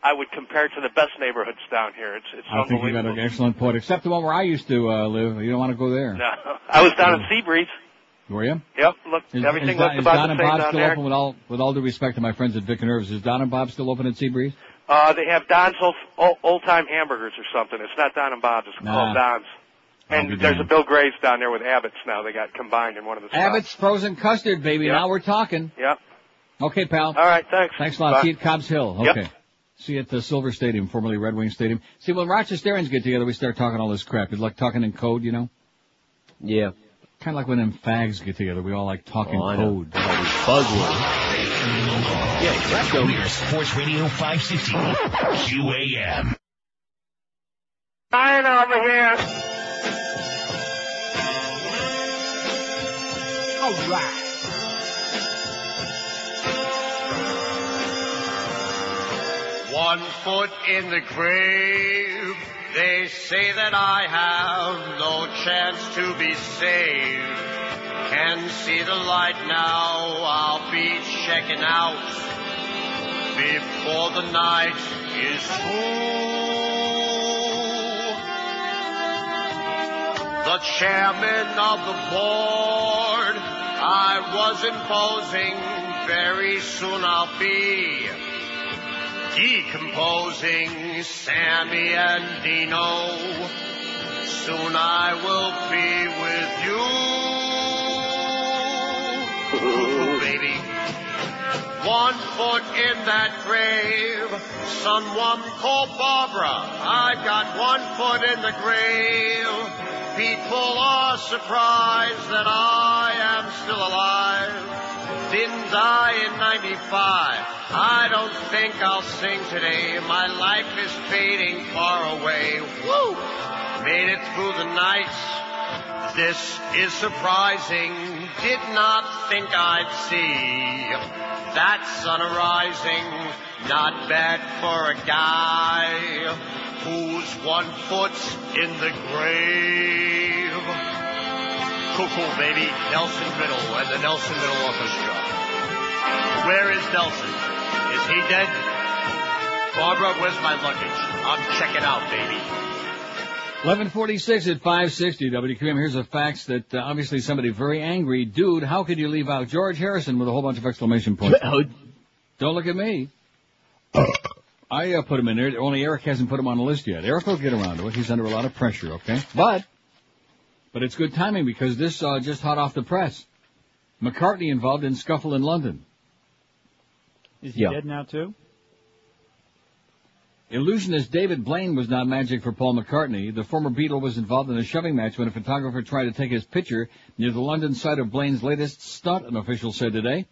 Speaker 12: I would compare to the best neighborhoods down here. It's it's
Speaker 2: I think you got
Speaker 12: unbelievable.
Speaker 2: an excellent point, except the one where I used to uh, live. You don't want to go there.
Speaker 12: No, I was down in Seabreeze.
Speaker 2: Were you?
Speaker 12: Yep, look,
Speaker 2: Is,
Speaker 12: everything
Speaker 2: is, Don-
Speaker 12: looks
Speaker 2: is
Speaker 12: about
Speaker 2: Don
Speaker 12: the
Speaker 2: and
Speaker 12: same
Speaker 2: Bob
Speaker 12: down
Speaker 2: still
Speaker 12: there.
Speaker 2: open with all with all due respect to my friends at Vic and Irv's? Is Don and Bob still open at Seabreeze?
Speaker 12: Uh, they have Don's old, old, old time hamburgers or something. It's not Don and Bob's. It's
Speaker 2: Nah.
Speaker 12: called Don's.
Speaker 2: I'll be
Speaker 12: And there's a
Speaker 2: damned.
Speaker 12: Bill Gray's down there with Abbott's now. They got combined in one of the. spots.
Speaker 2: Abbott's frozen custard, baby.
Speaker 12: Yeah.
Speaker 2: Now we're talking.
Speaker 12: Yep.
Speaker 2: Okay, pal. All
Speaker 12: right, thanks.
Speaker 2: Thanks a lot.
Speaker 12: Bye.
Speaker 2: See you at Cobb's Hill.
Speaker 12: Yep.
Speaker 2: Okay. See you at the Silver Stadium, formerly Red Wing Stadium. See, when Rochesterans get together, we start talking all this crap. It's like talking in code, you know?
Speaker 3: Yeah.
Speaker 2: Kind of like when them fags get together, we all like talking
Speaker 10: Oh, I know.
Speaker 2: code.
Speaker 10: Yeah, exactly. We're Sports Radio 560 QAM.
Speaker 6: Right over here.
Speaker 29: All right.
Speaker 14: One foot in the grave. They say that I have no chance to be saved. Can see the light now. I'll be checking out before the night is through. The chairman of the board I was imposing. Very soon I'll be
Speaker 10: decomposing Sammy and Dino. Soon I will be with you, baby. One foot in that grave, someone called Barbara. I've got one foot in the grave. People are surprised that I am still alive. Didn't die in 95. I don't think I'll sing today. My life is fading far away. Woo! Made it through the night. This is surprising. Did not think I'd see that sun arising. Not bad for a guy who's one foot in the grave. Cuckoo, baby, Nelson Middle and the Nelson Middle Orchestra. Where is Nelson? Is he dead? Barbara, where's my luggage? I'm checking out, baby.
Speaker 2: 1146 at 560 WQM. Here's a fax that uh, obviously somebody very angry. Dude, how could you leave out George Harrison with a whole bunch of exclamation points? Don't look at me. I uh, put him in there. Only Eric hasn't put him on the list yet. Eric will get around to it. He's under a lot of pressure, okay? But, but it's good timing because this uh, just hot off the press. McCartney involved in scuffle in London.
Speaker 23: Is he
Speaker 2: Yeah.
Speaker 23: dead now too?
Speaker 2: Illusionist David Blaine was not magic for Paul McCartney. The former Beatle was involved in a shoving match when a photographer tried to take his picture near the London site of Blaine's latest stunt, an official said today.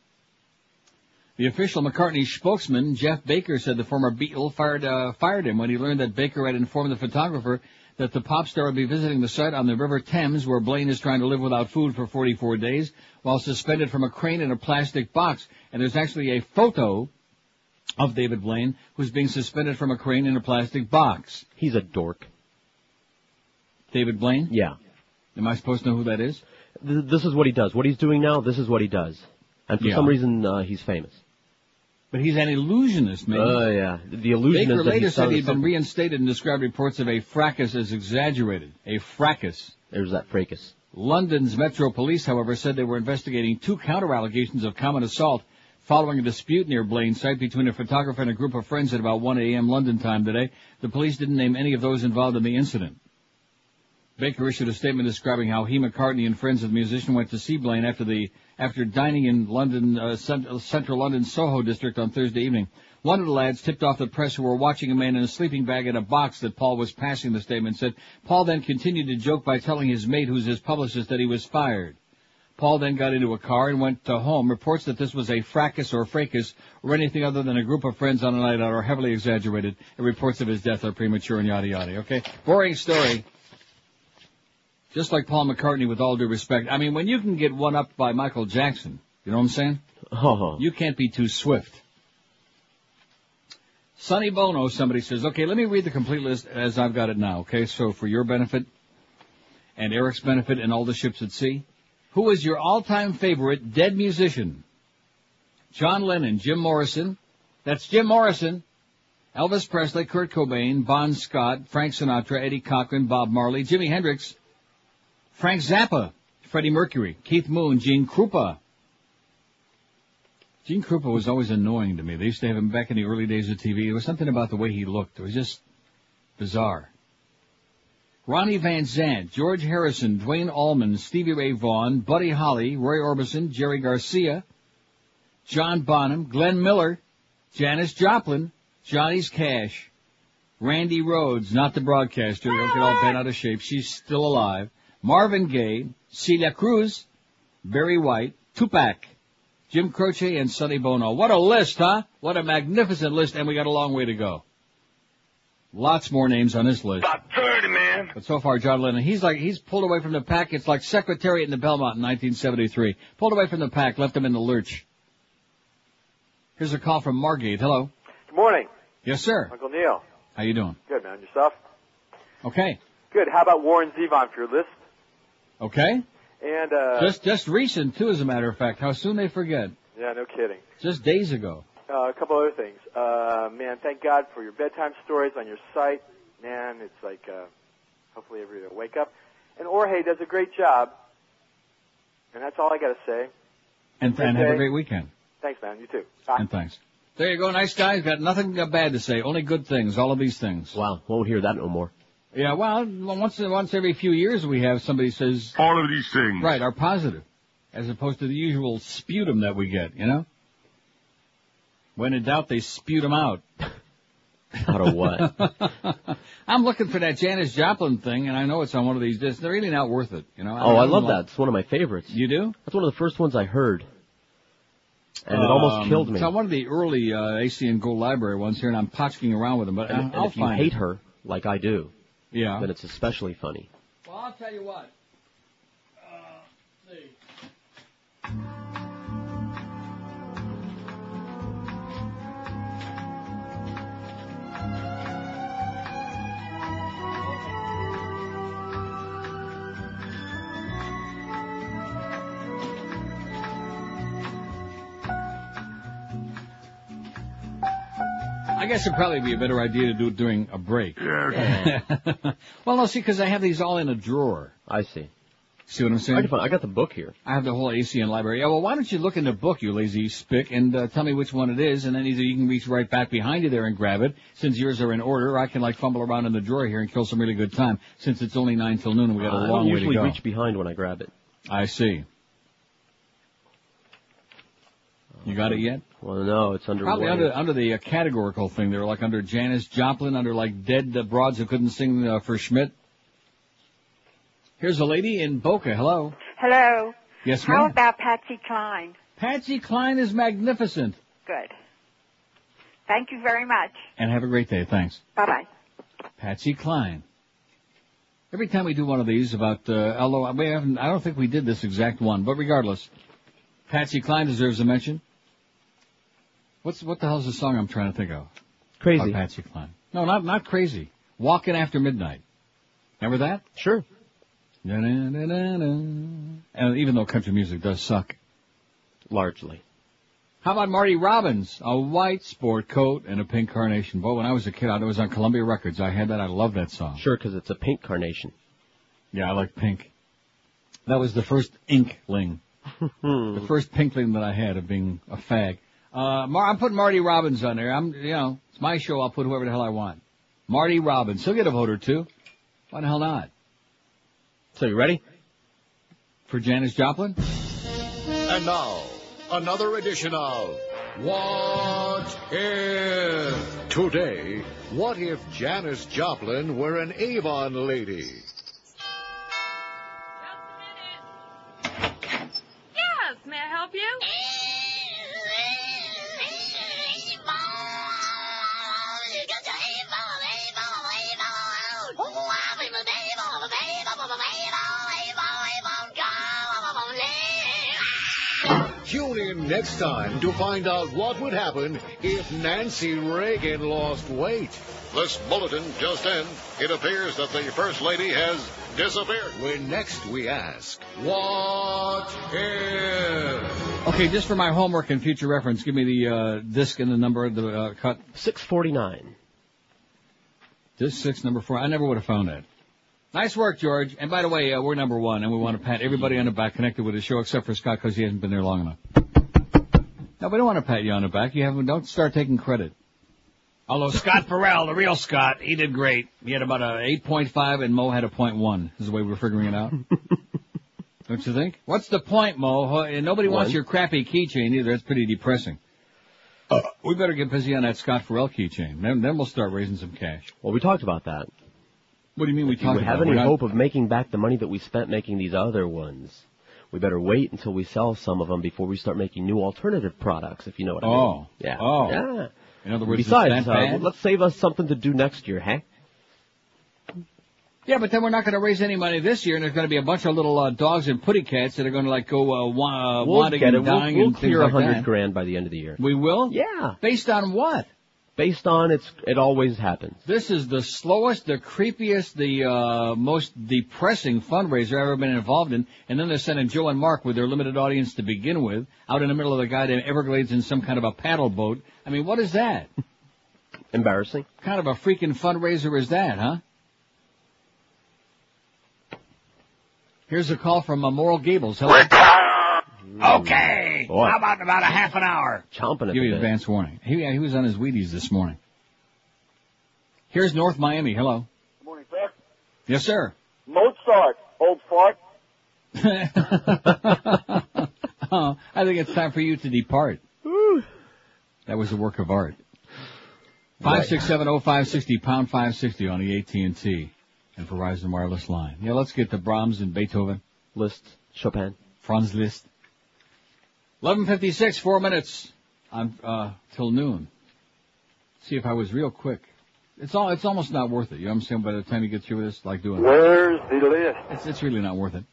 Speaker 2: The official McCartney spokesman, Jeff Baker, said the former Beatle fired, uh, fired him when he learned that Baker had informed the photographer that the pop star would be visiting the site on the River Thames where Blaine is trying to live without food for 44 days while suspended from a crane in a plastic box. And there's actually a photo of David Blaine, who's being suspended from a crane in a plastic box. He's a dork. David Blaine?
Speaker 3: Yeah.
Speaker 2: Am I supposed to know who that is?
Speaker 3: Th- This is what he does. What he's doing now, this is what he does. And for
Speaker 2: Yeah.
Speaker 3: some reason, uh, he's famous.
Speaker 2: But he's an illusionist, man.
Speaker 3: Oh, yeah. The illusionist
Speaker 2: Baker
Speaker 3: that he
Speaker 2: later said
Speaker 3: started
Speaker 2: he'd been reinstated and described reports of a fracas as exaggerated. A fracas.
Speaker 3: There's that fracas.
Speaker 2: London's Metro Police, however, said they were investigating two counter allegations of common assault following a dispute near Blaine's site between a photographer and a group of friends at about 1 a.m. London time today. The police didn't name any of those involved in the incident. Baker issued a statement describing how he, McCartney, and friends of the musician went to see Blaine after the after dining in London uh, cent- Central London Soho district on Thursday evening. One of the lads tipped off the press who were watching a man in a sleeping bag in a box that Paul was passing. The statement said Paul then continued to joke by telling his mate, who's his publicist, that he was fired. Paul then got into a car and went to home. Reports that this was a fracas or fracas or anything other than a group of friends on a night out are heavily exaggerated, and reports of his death are premature and yada yada. Okay, boring story. Just like Paul McCartney, with all due respect. I mean, when you can get one up by Michael Jackson, you know what I'm saying?
Speaker 3: Oh.
Speaker 2: You can't be too swift. Sonny Bono, somebody says, okay, let me read the complete list as I've got it now, okay? So for your benefit and Eric's benefit and all the ships at sea, who is your all-time favorite dead musician? John Lennon, Jim Morrison. That's Jim Morrison. Elvis Presley, Kurt Cobain, Bon Scott, Frank Sinatra, Eddie Cochran, Bob Marley, Jimi Hendrix, Frank Zappa, Freddie Mercury, Keith Moon, Gene Krupa. Gene Krupa was always annoying to me. They used to have him back in the early days of TV. There was something about the way he looked. It was just bizarre. Ronnie Van Zant, George Harrison, Dwayne Allman, Stevie Ray Vaughan, Buddy Holly, Roy Orbison, Jerry Garcia, John Bonham, Glenn Miller, Janis Joplin, Johnny's Cash, Randy Rhodes, not the broadcaster, don't get all bent out of shape, she's still alive, Marvin Gaye, Celia Cruz, Barry White, Tupac, Jim Croce, and Sonny Bono. What a list, huh? What a magnificent list, and we got a long way to go. Lots more names on this list.
Speaker 17: About 30, man.
Speaker 2: But so far, John Lennon, he's like, he's pulled away from the pack. It's like Secretariat in the Belmont in 1973. Pulled away from the pack, left him in the lurch. Here's a call from Margate. Hello.
Speaker 6: Good morning,
Speaker 2: Yes, sir.
Speaker 6: Uncle Neil.
Speaker 2: How you doing?
Speaker 6: Good, man. Yourself?
Speaker 2: Okay.
Speaker 6: Good. How about Warren Zevon for your list?
Speaker 2: Okay.
Speaker 6: And, uh...
Speaker 2: just, just recent too, as a matter of fact. How soon they forget.
Speaker 6: Yeah, no kidding.
Speaker 2: Just days ago.
Speaker 6: Uh, a couple other things. Uh, man, thank God for your bedtime stories on your site. Man, it's like, uh, hopefully every day I wake up. And Orhe does a great job. And that's all I gotta say.
Speaker 2: And, and have a
Speaker 6: Okay.
Speaker 2: great weekend.
Speaker 6: Thanks, man. You too.
Speaker 2: And thanks. There you go, nice guy. He's got nothing uh, bad to say, only good things, all of these things.
Speaker 3: Wow, won't hear that no more.
Speaker 2: Yeah, well, once once every few years we have somebody says
Speaker 1: all of these things.
Speaker 2: Right, are positive, as opposed to the usual sputum that we get. You know, when in doubt, they spew them out.
Speaker 3: Out of what? Oh,
Speaker 2: I'm looking for that Janis Joplin thing, and I know it's on one of these discs. They're really not worth it. You know.
Speaker 3: Oh, I
Speaker 2: don't
Speaker 3: love
Speaker 2: know.
Speaker 3: that. It's one of my favorites.
Speaker 2: You do?
Speaker 3: That's one of the first ones I heard. And it almost
Speaker 2: Um,
Speaker 3: killed me.
Speaker 2: It's on one of the early uh, AC and Gold Library ones here, and I'm potchking around with them, but
Speaker 3: and,
Speaker 2: I-
Speaker 3: and
Speaker 2: I'll
Speaker 3: if you
Speaker 2: find
Speaker 3: hate
Speaker 2: it.
Speaker 3: her like I do,
Speaker 2: yeah,
Speaker 3: then it's especially funny.
Speaker 2: Well, I'll tell you what. I guess it'd probably be a better idea to do it during a break.
Speaker 1: Yeah.
Speaker 2: well, no, see, because I have these all in a drawer.
Speaker 3: I see.
Speaker 2: See what I'm saying?
Speaker 3: I can find- I got the book here.
Speaker 2: I have the whole ACN library. Yeah, well, why don't you look in the book, you lazy spick, and uh, tell me which one it is, and then either you can reach right back behind you there and grab it, since yours are in order, or I can like fumble around in the drawer here and kill some really good time, since it's only nine till noon and we got a
Speaker 3: I don't
Speaker 2: long way to
Speaker 3: usually
Speaker 2: go.
Speaker 3: reach behind when I grab it.
Speaker 2: I see. You got it yet?
Speaker 3: Well, no, it's under.
Speaker 2: Probably under under the uh, categorical thing. They were like under Janis Joplin, under like dead uh, broads who couldn't sing uh, for Schmidt. Here's a lady in Boca. Hello.
Speaker 8: Hello.
Speaker 2: Yes,
Speaker 8: How
Speaker 2: ma'am.
Speaker 8: about Patsy Cline?
Speaker 2: Patsy Cline is magnificent.
Speaker 8: Good. Thank you very much.
Speaker 2: And have a great day. Thanks.
Speaker 8: Bye bye.
Speaker 2: Patsy Cline. Every time we do one of these about, uh, although we haven't, I don't think we did this exact one, but regardless, Patsy Cline deserves a mention. What's what the hell's the song I'm trying to think of?
Speaker 3: Crazy.
Speaker 2: By Patsy Cline. No, not not crazy. Walking after midnight. Remember that?
Speaker 3: Sure.
Speaker 2: And even though country music does suck,
Speaker 3: largely.
Speaker 2: How about Marty Robbins? A white sport coat and a pink carnation. Boy, when I was a kid, I it was on Columbia Records. I had that. I loved that song.
Speaker 3: Sure, because it's a pink carnation.
Speaker 2: Yeah, I like pink. That was the first inkling. the first pinkling that I had of being a fag. Uh, Mar- I'm putting Marty Robbins on there. I'm, you know, it's my show. I'll put whoever the hell I want. Marty Robbins. He'll get a vote or two. Why the hell not?
Speaker 3: So you ready?
Speaker 2: For Janis Joplin?
Speaker 16: And now, another edition of What If? Today, what if Janis Joplin were an Avon lady?
Speaker 24: Yes, may I help you?
Speaker 16: Tune in next time to find out what would happen if Nancy Reagan lost weight. This bulletin just in. It appears that the First Lady has disappeared. When next we ask, What if?
Speaker 2: Okay, just for my homework and future reference, give me the uh, disc and the number of the uh, cut.
Speaker 3: 649.
Speaker 2: Disc 6, number 4. I never would have found that. Nice work, George. And by the way, uh, we're number one, and we want to pat everybody on the back connected with the show except for Scott because he hasn't been there long enough. No, we don't want to pat you on the back. You haven't. Don't start taking credit. Although Scott Farrell, the real Scott, he did great. He had about a 8.5, and Mo had a point one. Is the way we're figuring it out. don't you think? What's the point, Mo? Huh, And nobody wants
Speaker 3: One.
Speaker 2: your crappy keychain either. That's pretty depressing.
Speaker 3: Uh,
Speaker 2: we better get busy on that Scott Farrell keychain. Then, then we'll start raising some cash.
Speaker 3: Well, we talked about that.
Speaker 2: What do you mean we
Speaker 3: If you
Speaker 2: talked about
Speaker 3: have
Speaker 2: it?
Speaker 3: any
Speaker 2: We're not-
Speaker 3: hope of making back the money that we spent making these other ones, we better wait until we sell some of them before we start making new alternative products, if you know what I mean.
Speaker 2: Oh.
Speaker 3: Yeah.
Speaker 2: Oh.
Speaker 3: Yeah.
Speaker 2: In other words, it's
Speaker 3: besides,
Speaker 2: that
Speaker 3: uh,
Speaker 2: bad?
Speaker 3: let's save us something to do next year, huh?
Speaker 2: Yeah, but then we're not going to raise any money this year, and there's going to be a bunch of little uh, dogs and putty cats that are going to like go uh, wa- uh,
Speaker 3: we'll
Speaker 2: wanting
Speaker 3: get it.
Speaker 2: and
Speaker 3: We'll,
Speaker 2: dying
Speaker 3: we'll
Speaker 2: and things
Speaker 3: clear a
Speaker 2: like
Speaker 3: hundred
Speaker 2: that.
Speaker 3: grand by the end of the year.
Speaker 2: We will.
Speaker 3: Yeah.
Speaker 2: Based on what?
Speaker 3: Based on it's, it always happens.
Speaker 2: This is the slowest, the creepiest, the uh, most depressing fundraiser I've ever been involved in. And then they're sending Joe and Mark with their limited audience to begin with out in the middle of the goddamn Everglades in some kind of a paddle boat. I mean, what is that?
Speaker 3: Embarrassing.
Speaker 2: kind of a freaking fundraiser is that, huh? Here's a call from uh, Moral Gables. Hello.
Speaker 25: Okay,
Speaker 3: Boy.
Speaker 30: How about in about a half an hour?
Speaker 3: Chomping at
Speaker 2: Give
Speaker 3: the
Speaker 2: you
Speaker 3: bit.
Speaker 2: advance warning. He, yeah, he was on his Wheaties this morning. Here's North Miami. Hello.
Speaker 8: Good morning, sir.
Speaker 2: Yes, sir.
Speaker 8: Mozart, old fart.
Speaker 2: Oh, I think it's time for you to depart. That was a work of art. Five six seven oh five sixty pound five sixty on the AT and T and Verizon wireless line. Yeah, let's get to Brahms and Beethoven.
Speaker 3: List Chopin.
Speaker 2: Franz Liszt. Eleven fifty six, four minutes on uh till noon. See if I was real quick. It's all it's almost not worth it. You know what I'm saying? By the time you get through with this, like doing
Speaker 8: Where's the list?
Speaker 2: It's it's really not worth it.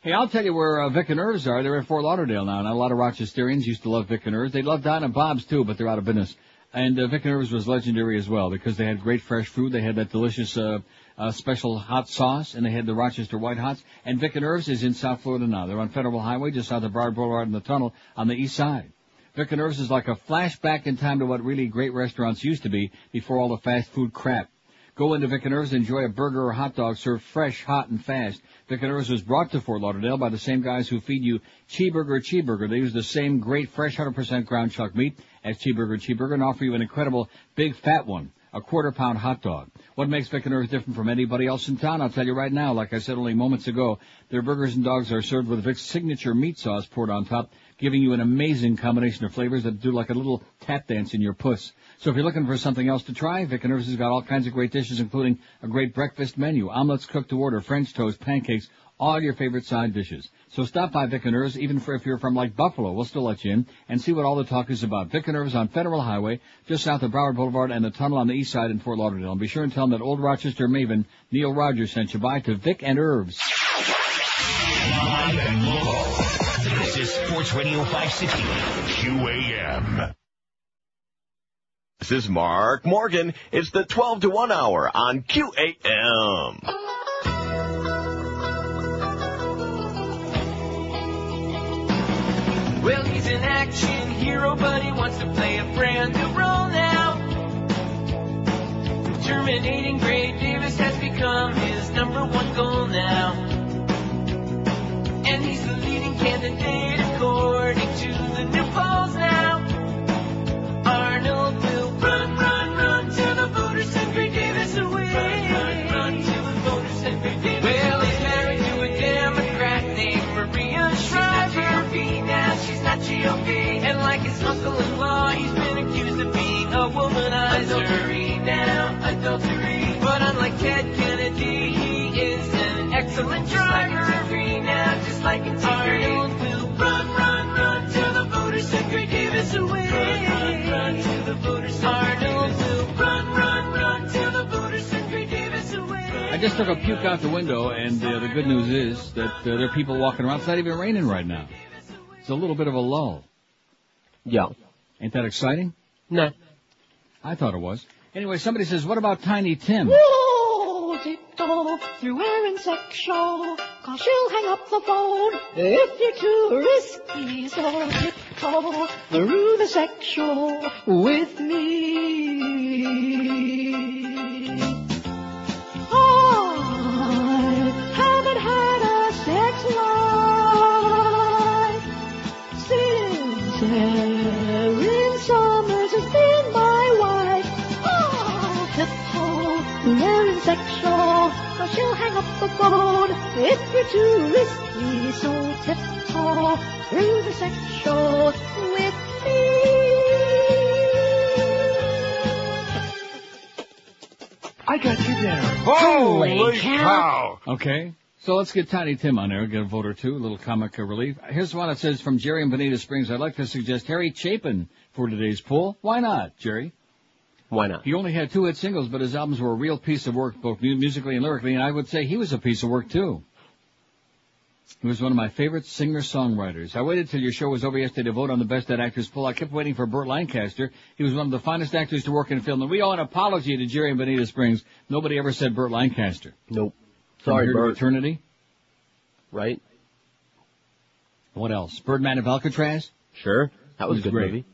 Speaker 2: Hey, I'll tell you where uh, Vic and Irv's are. They're in Fort Lauderdale now, and a lot of Rochesterians used to love Vic and Irv's. They loved Don and Bob's too, but they're out of business. And uh, Vic and Irv's was legendary as well because they had great fresh food. They had that delicious uh, uh, special hot sauce, and they had the Rochester White Hots. And Vic and Irv's is in South Florida now. They're on Federal Highway, just south of Broward Boulevard and the tunnel on the east side. Vic and Irv's is like a flashback in time to what really great restaurants used to be before all the fast food crap. Go into Vic and Irv's, enjoy a burger or hot dog served fresh, hot, and fast. Vic and Irv's was brought to Fort Lauderdale by the same guys who feed you Cheeburger Cheeburger. They use the same great, fresh, 100% ground chuck meat as Cheeburger Cheeburger and offer you an incredible big fat one, a quarter pound hot dog. What makes Vic and Irv's different from anybody else in town? I'll tell you right now, like I said only moments ago, their burgers and dogs are served with Vic's signature meat sauce poured on top, giving you an amazing combination of flavors that do like a little tap dance in your puss. So if you're looking for something else to try, Vic and Irv's has got all kinds of great dishes, including a great breakfast menu, omelets cooked to order, French toast, pancakes, all your favorite side dishes. So stop by Vic and Irv's, even for if you're from like Buffalo, we'll still let you in and see what all the talk is about. Vic and Irv's on Federal Highway, just south of Broward Boulevard and the tunnel on the east side in Fort Lauderdale. And be sure and tell them that old Rochester maven Neil Rogers sent you by to Vic and Irv's.
Speaker 10: Live and local. This is Sports Radio 560 QAM.
Speaker 14: This is Mark Morgan. It's the 12 to 1 hour on QAM.
Speaker 31: Well, he's an action hero, but he wants to play a brand new role now. Terminating Gray Davis has become his number one goal now. And he's the leading candidate according to the new polls now. Arnold will run, run, run till the voters send Gray Davis away. Run, run, run till the voters send Gray Davis well, away. he's married to a Democrat named Maria Shriver. Now she's not GOP, and like his uncle-in-law, he's been accused of being a womanizer. Adultery now, adultery. But unlike Ted Kennedy, he is an excellent driver. Adultery now, just like a Arnold will run, run, run till the voters send Gray Davis away. Run, run, run till the voters send Arnold will run, run, run till the voters send Gray Davis away.
Speaker 2: I just took a puke out the window, and uh, the good news is that uh, there are people walking around. It's not even raining right now. It's a little bit of a lull.
Speaker 3: Yeah.
Speaker 2: Ain't that exciting?
Speaker 3: No.
Speaker 2: I thought it was. Anyway, somebody says, what about Tiny Tim?
Speaker 6: Roll-de-doll through air and sexual, cause she'll hang up the phone if you're too risky, so tiptoe through the sexual with me. I haven't had a sex life since Erin Summers has been my wife. I'll tiptoe through air and sexual, or she'll hang up the phone if you're too risky. So tiptoe through the sexual with me.
Speaker 2: I got you down.
Speaker 6: Holy Holy cow.
Speaker 2: Okay. So let's get Tiny Tim on there, get a vote or two, a little comic uh, relief. Here's one that says from Jerry in Bonita Springs, I'd like to suggest Harry Chapin for today's poll. Why not, Jerry?
Speaker 3: Why not?
Speaker 2: He only had two hit singles, but his albums were a real piece of work, both mu- musically and lyrically, and I would say he was a piece of work too. He was one of my favorite singer-songwriters. I waited till your show was over yesterday to vote on the best dead actors poll. I kept waiting for Burt Lancaster. He was one of the finest actors to work in film, and we owe an apology to Jerry in Bonita Springs. Nobody ever said Burt Lancaster.
Speaker 3: Nope.
Speaker 2: From
Speaker 3: Sorry,
Speaker 2: Here to
Speaker 3: Bert.
Speaker 2: Eternity.
Speaker 3: Right?
Speaker 2: What else? Birdman of Alcatraz?
Speaker 3: Sure. That was a good
Speaker 2: great.
Speaker 3: movie.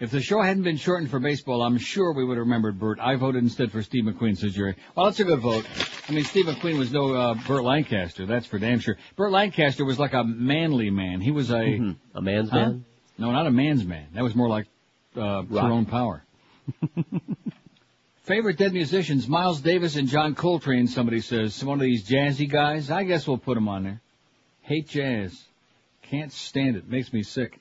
Speaker 2: If the show hadn't been shortened for baseball, I'm sure we would have remembered Bert. I voted instead for Steve McQueen, says Jerry. Well, that's a good vote. I mean, Steve McQueen was no uh, Burt Lancaster. That's for damn sure. Burt Lancaster was like a manly man. He was a
Speaker 3: Mm-hmm. A man's
Speaker 2: Huh?
Speaker 3: man?
Speaker 2: No, not a man's man. That was more like uh, Tyrone Power. Favorite dead musicians: Miles Davis and John Coltrane. Somebody says one of these jazzy guys. I guess we'll put him on there. Hate jazz. Can't stand it. Makes me sick.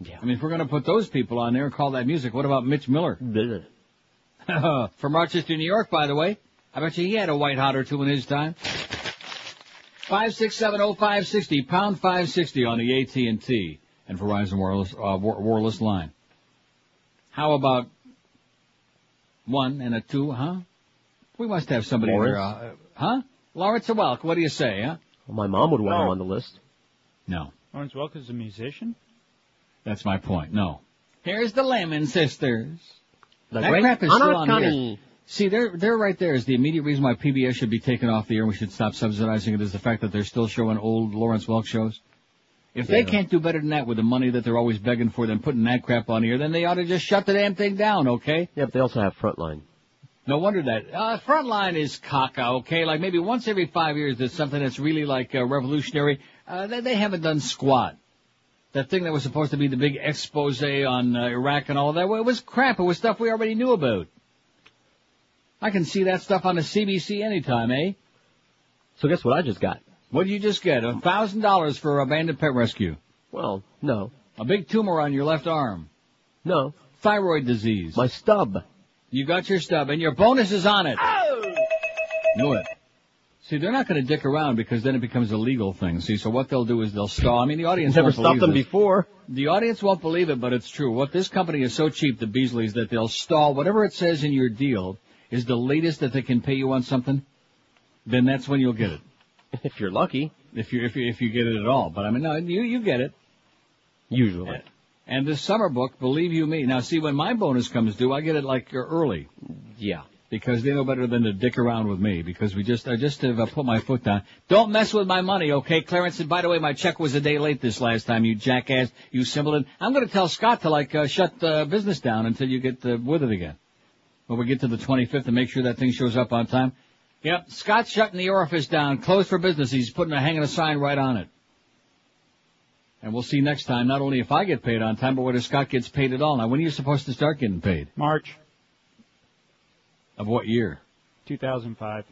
Speaker 2: Yeah. I mean, if we're gonna put those people on there and call that music, what about Mitch Miller? From Rochester, New York, by the way. I bet you he had a white hot or two in his time. Five six seven oh five sixty pound five sixty on the AT and T and Verizon wireless uh, war, warless line. How about one and a two? Huh? We must have somebody there. Uh,
Speaker 3: Lawrence?
Speaker 2: huh? Lawrence Welk. What do you say? Huh?
Speaker 3: Well, my mom would want him on the list.
Speaker 2: No,
Speaker 23: Lawrence Welk is a musician.
Speaker 2: that's my point. No. Here's the Lemon Sisters. that
Speaker 23: great
Speaker 2: crap is still on the
Speaker 23: Anarkani.
Speaker 2: air. See, they're, they're right there is the immediate reason why PBS should be taken off the air and we should stop subsidizing it is the fact that they're still showing old Lawrence Welk shows. If they
Speaker 1: Yeah.
Speaker 2: can't do better than that with the money that they're always begging for, then putting that crap on the air, then they ought to just shut the damn thing down, okay?
Speaker 3: Yeah, but they also have Frontline.
Speaker 2: No wonder that. Uh, Frontline is caca, okay? Like maybe once every five years there's something that's really like uh, revolutionary. Uh, they, they haven't done squat. That thing that was supposed to be the big expose on uh, Iraq and all that, well, it was crap. It was stuff we already knew about. I can see that stuff on the CBC anytime, eh?
Speaker 3: So guess what I just got?
Speaker 2: What did you just get? A thousand dollars for abandoned pet rescue.
Speaker 3: Well, no.
Speaker 2: A big tumor on your left arm.
Speaker 3: No.
Speaker 2: Thyroid disease.
Speaker 3: My stub.
Speaker 2: You got your stub, and your bonus is on it. Knew it. See, they're not going to dick around because then it becomes a legal thing. See, so what they'll do is they'll stall. I mean, the audience
Speaker 3: Never
Speaker 2: won't
Speaker 3: stopped
Speaker 2: believe
Speaker 3: them
Speaker 2: this.
Speaker 3: before.
Speaker 2: The audience won't believe it, but it's true. What this company is so cheap, the Beasleys, that they'll stall whatever it says in your deal is the latest that they can pay you on something. Then that's when you'll get it.
Speaker 3: If you're lucky.
Speaker 2: If you if you if you get it at all, but I mean, no, you you get it. Usually. And this summer book, believe you me. Now, see, when my bonus comes due, I get it like early.
Speaker 3: Yeah.
Speaker 2: Because they know better than to dick around with me. Because we just, I just have uh, put my foot down. Don't mess with my money, okay, Clarence? And by the way, my check was a day late this last time, you jackass, you simpleton. I'm going to tell Scott to like uh, shut the business down until you get uh, with it again. When we get to the 25th and make sure that thing shows up on time. Yep, Scott's shutting the orifice down, closed for business. He's putting a hanging a sign right on it. And we'll see next time not only if I get paid on time, but whether Scott gets paid at all. Now, when are you supposed to start getting paid?
Speaker 23: March.
Speaker 2: Of what year?
Speaker 23: 2005.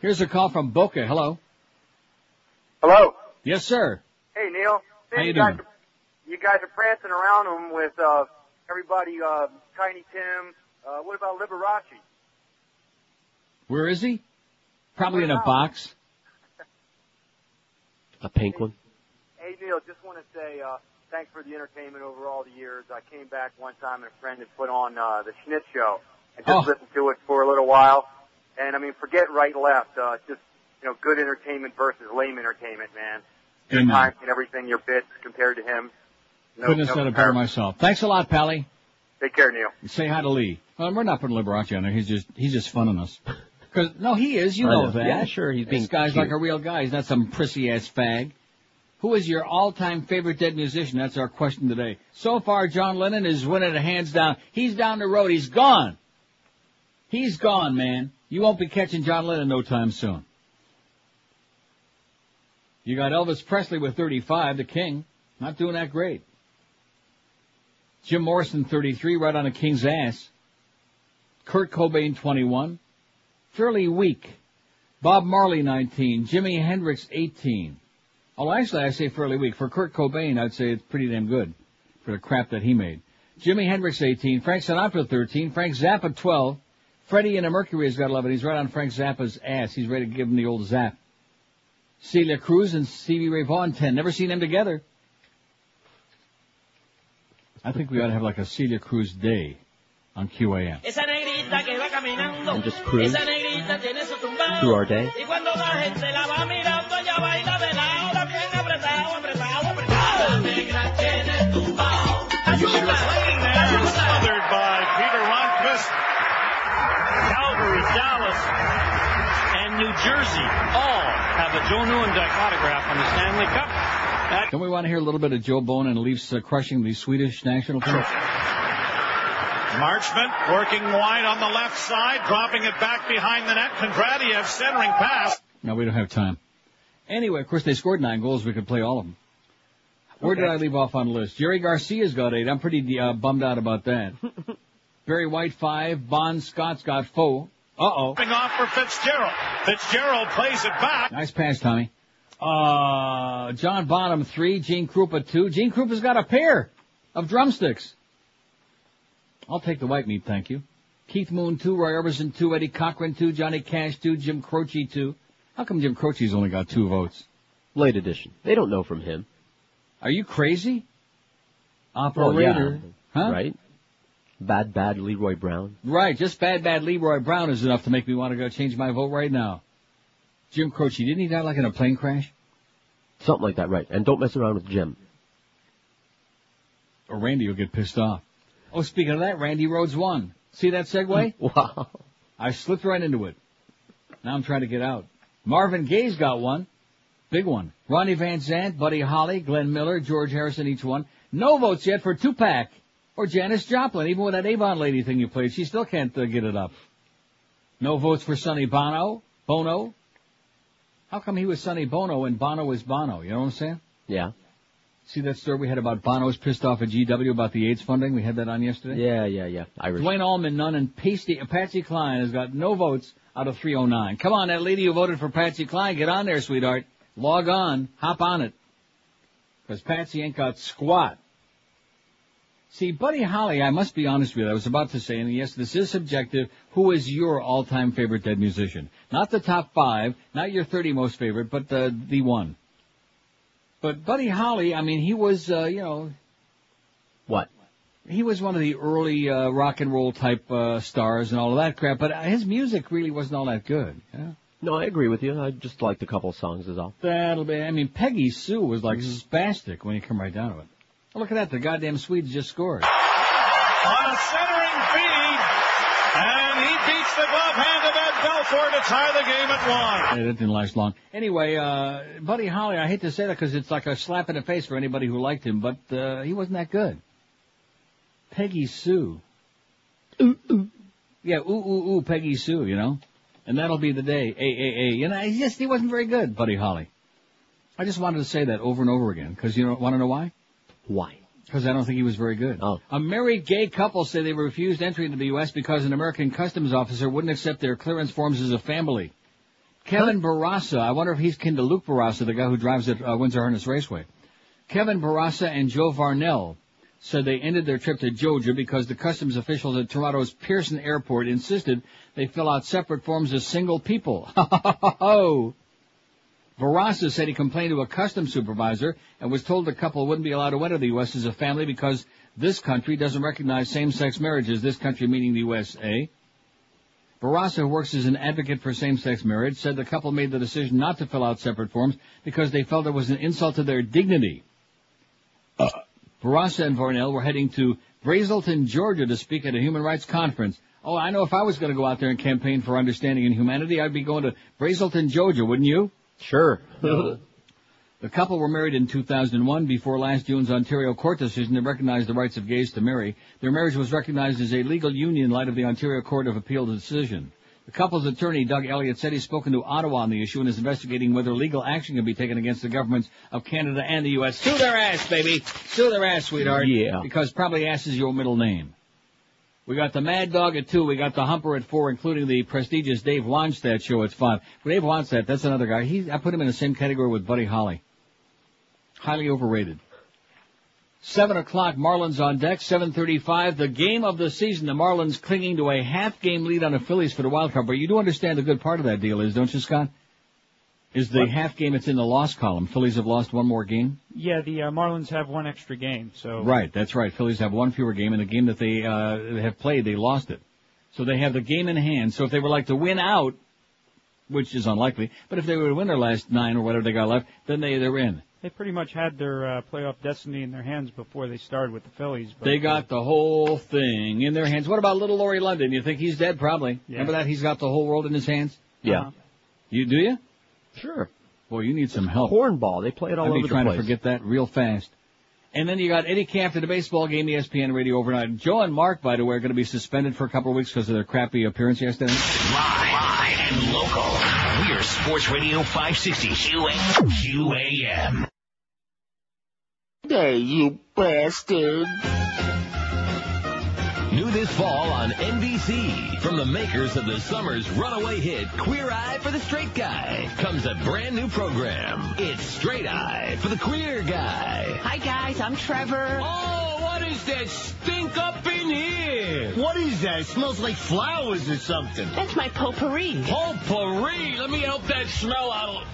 Speaker 2: Here's a call from Boca. Hello.
Speaker 4: Hello.
Speaker 2: Yes, sir.
Speaker 4: Hey, Neil.
Speaker 2: How you
Speaker 4: guys,
Speaker 2: doing?
Speaker 4: you guys are prancing around him with uh, everybody, uh, Tiny Tim. Uh, what about Liberace?
Speaker 2: Where is he? Probably in a box.
Speaker 3: A pink one.
Speaker 4: Hey, Neil, just want to say uh, thanks for the entertainment over all the years. I came back one time and a friend had put on uh, the Schnitz show and
Speaker 2: Oh.
Speaker 4: just listened to it for a little while. And I mean, forget right and left. Uh, just you know, good entertainment versus lame entertainment, man. Your time and everything, your bits compared to him. No,
Speaker 2: Couldn't have said
Speaker 4: no
Speaker 2: it better
Speaker 4: comparison.
Speaker 2: myself. Thanks a lot, Pally.
Speaker 4: Take care, Neil.
Speaker 2: Say hi to Lee. Well, Um, we're not putting Liberace on there. He's just he's just funning us. Cause no, he is. You
Speaker 3: I
Speaker 2: know,
Speaker 3: know.
Speaker 2: that.
Speaker 3: Yeah, sure, he's
Speaker 2: this
Speaker 3: being
Speaker 2: guy's
Speaker 3: cute.
Speaker 2: like a real guy. He's not some prissy ass fag. Who is your all-time favorite dead musician? That's our question today. So far, John Lennon is winning it hands down. He's down the road. He's gone. He's gone, man. You won't be catching John Lennon no time soon. You got Elvis Presley with 35, the king. Not doing that great. Jim Morrison, 33, right on a king's ass. Kurt Cobain, 21. Fairly weak. Bob Marley, 19. Jimi Hendrix, 18. Well, actually, I say fairly weak. For Kurt Cobain, I'd say it's pretty damn good for the crap that he made. Jimi Hendrix, 18. Frank Sinatra, 13. Frank Zappa, 12. Freddie and the Mercury has got 11. He's right on Frank Zappa's ass. He's ready to give him the old zap. Celia Cruz and Stevie Ray Vaughan, 10. Never seen them together. I think we ought to have like a Celia Cruz day on QAM.
Speaker 17: Esa negrita que va caminando.
Speaker 2: And just cruise
Speaker 17: Esa negrita tiene su tumbao.
Speaker 2: through our day.
Speaker 17: Y cuando la gente la va mirando, ella baila de lado, bien apretado, apretado, apretado. La negra tiene tumbao.
Speaker 7: Smothered by Peter Ronquist, Calgary, Dallas, and New Jersey all have the Joe Newell dichotograph on the Stanley Cup.
Speaker 2: Don't we want to hear a little bit of Joe Bone and Leafs uh, crushing the Swedish national team?
Speaker 7: Marchment working wide on the left side, dropping it back behind the net. Kondratiev centering pass.
Speaker 2: No, we don't have time. Anyway, of course, they scored nine goals. We could play all of them. Where did I leave off on the list? Jerry Garcia's got eight. I'm pretty uh, bummed out about that. Barry White five. Bond Scott's got four. Uh oh.
Speaker 5: Coming off for Fitzgerald. Fitzgerald plays it back.
Speaker 2: Nice pass, Tommy. Uh, John Bottom three. Gene Krupa two. Gene Krupa's got a pair of drumsticks. I'll take the white meat, thank you. Keith Moon two. Roy Orbison two. Eddie Cochran two. Johnny Cash two. Jim Croce two. How come Jim Croce's only got two votes?
Speaker 3: Late edition. They don't know from him.
Speaker 2: Are you crazy? Uh,
Speaker 3: Well, Oh, yeah.
Speaker 2: Operator. Huh?
Speaker 3: Right? Bad, bad Leroy Brown.
Speaker 2: Right, just bad, bad Leroy Brown is enough to make me want to go change my vote right now. Jim Croce, didn't he die like in a plane crash?
Speaker 3: Something like that, right. And don't mess around with Jim.
Speaker 2: Or Randy will get pissed off. Oh, speaking of that, Randy Rhodes won. See that segue?
Speaker 3: wow.
Speaker 2: I slipped right into it. Now I'm trying to get out. Marvin Gaye's got one. Big one. Ronnie Van Zant, Buddy Holly, Glenn Miller, George Harrison, each one. No votes yet for Tupac or Janis Joplin. Even with that Avon lady thing you played, she still can't uh, get it up. No votes for Sonny Bono. Bono. How come he was Sonny Bono and Bono was Bono? You know what I'm saying?
Speaker 3: Yeah.
Speaker 2: See that story we had about Bono's pissed off at GW about the AIDS funding? We had that on yesterday.
Speaker 3: Yeah, yeah, yeah. Irish.
Speaker 2: Dwayne Allman, Nunn, and Pasty, Patsy Cline has got no votes out of 309. Come on, that lady who voted for Patsy Cline, get on there, sweetheart. Log on, hop on it. Because Patsy ain't got squat. See, Buddy Holly, I must be honest with you. I was about to say, and yes, this is subjective. Who is your all-time favorite dead musician? Not the top five, not your 30 most favorite, but the the one. But Buddy Holly, I mean, he was, uh, you know,
Speaker 3: What?
Speaker 2: he was one of the early uh, rock and roll type uh, stars and all of that crap. But his music really wasn't all that good. Yeah.
Speaker 3: No, I agree with you. I just liked a couple of songs is all.
Speaker 2: That'll be. I mean, Peggy Sue was like spastic when you come right down to it. Oh, Mm-hmm. look at that! The goddamn Swedes just scored.
Speaker 5: On a centering feed. And he beats the glove hand of Ed Belfour to tie the game at one.
Speaker 2: Yeah, that didn't last long. Anyway, uh, Buddy Holly, I hate to say that because it's like a slap in the face for anybody who liked him, but uh, he wasn't that good. Peggy Sue. Ooh, ooh. Yeah, ooh, ooh, ooh, Peggy Sue, you know? And that'll be the day. A, A, A. You know, he just, he wasn't very good, Buddy Holly. I just wanted to say that over and over again, because you know, want to know why?
Speaker 3: Why?
Speaker 2: Because I don't think he was very good.
Speaker 3: Oh.
Speaker 2: A married gay couple say they were refused entry into the U.S. because an American customs officer wouldn't accept their clearance forms as a family. Kevin Barassa, I wonder if he's kin to Luke Barassa, the guy who drives at uh, Windsor Harness Raceway. Kevin Barassa and Joe Varnell said they ended their trip to Georgia because the customs officials at Toronto's Pearson Airport insisted they fill out separate forms as single people. Oh. Barassa said he complained to a customs supervisor and was told the couple wouldn't be allowed to enter the U.S. as a family because this country doesn't recognize same-sex marriages, this country meaning the USA. Barassa, who works as an advocate for same-sex marriage, said the couple made the decision not to fill out separate forms because they felt it was an insult to their dignity. Barassa and Varnell were heading to Brazelton, Georgia to speak at a human rights conference. Oh, I know if I was going to go out there and campaign for understanding and humanity, I'd be going to Brazelton, Georgia, wouldn't you?
Speaker 3: Sure.
Speaker 2: The couple were married in 2001 before last June's Ontario court decision that recognized the rights of gays to marry. Their marriage was recognized as a legal union in light of the Ontario Court of Appeal decision. The couple's attorney, Doug Elliott, said he's spoken to Ottawa on the issue and is investigating whether legal action can be taken against the governments of Canada and the U.S. Sue their ass, baby! Sue their ass, sweetheart!
Speaker 3: Yeah.
Speaker 2: Because probably ass is your middle name. We got the Mad Dog at two. We got the Humper at four, including the prestigious Dave Wonstadt show at five. Dave Wonstadt, that's another guy. He, I put him in the same category with Buddy Holly. Highly overrated. Seven o'clock, Marlins on deck. Seven thirty-five, the game of the season. The Marlins clinging to a half-game lead on the Phillies for the wild card. But you do understand the good part of that deal is, don't you, Scott? Is the half game it's in the loss column. Phillies have lost one more game.
Speaker 23: Yeah, the uh, Marlins have one extra game,
Speaker 12: Oh.
Speaker 23: so
Speaker 2: Right, that's right. Phillies have one fewer game, and the game that they uh, have played, they lost it. So they have the game in hand. So if they were like to win out, which is unlikely, but if they were to win their last nine or whatever they got left, then they they're in.
Speaker 23: they pretty much had their uh, playoff destiny in their hands before they started with the Phillies. But
Speaker 2: They got the whole thing in their hands. What about little Laurie London? You think he's dead? Probably. Remember that he's got the whole world in his hands.
Speaker 3: Yeah.
Speaker 2: You do you?
Speaker 3: Sure.
Speaker 2: Boy, you need some help.
Speaker 3: Cornball. They play it all
Speaker 2: I'd be
Speaker 3: over the
Speaker 2: trying
Speaker 3: place.
Speaker 2: to forget that real fast. And then you got Eddie Camp to the baseball game, E ESPN radio overnight. Joe and Mark, by the way, are going to be suspended for a couple of weeks because of their crappy appearance yesterday.
Speaker 15: Live and local. We are Sports Radio 560 QA QAM.
Speaker 21: day, you bastard.
Speaker 5: New this fall on NBC, from the makers of the summer's runaway hit Queer Eye for the Straight Guy, comes a brand new program. It's Straight Eye for the Queer Guy.
Speaker 6: Hi guys, I'm Trevor.
Speaker 14: Oh, what is that stink up in here?
Speaker 10: What is that? It smells like flowers or something.
Speaker 6: That's my potpourri.
Speaker 14: Potpourri. Let me help that smell out.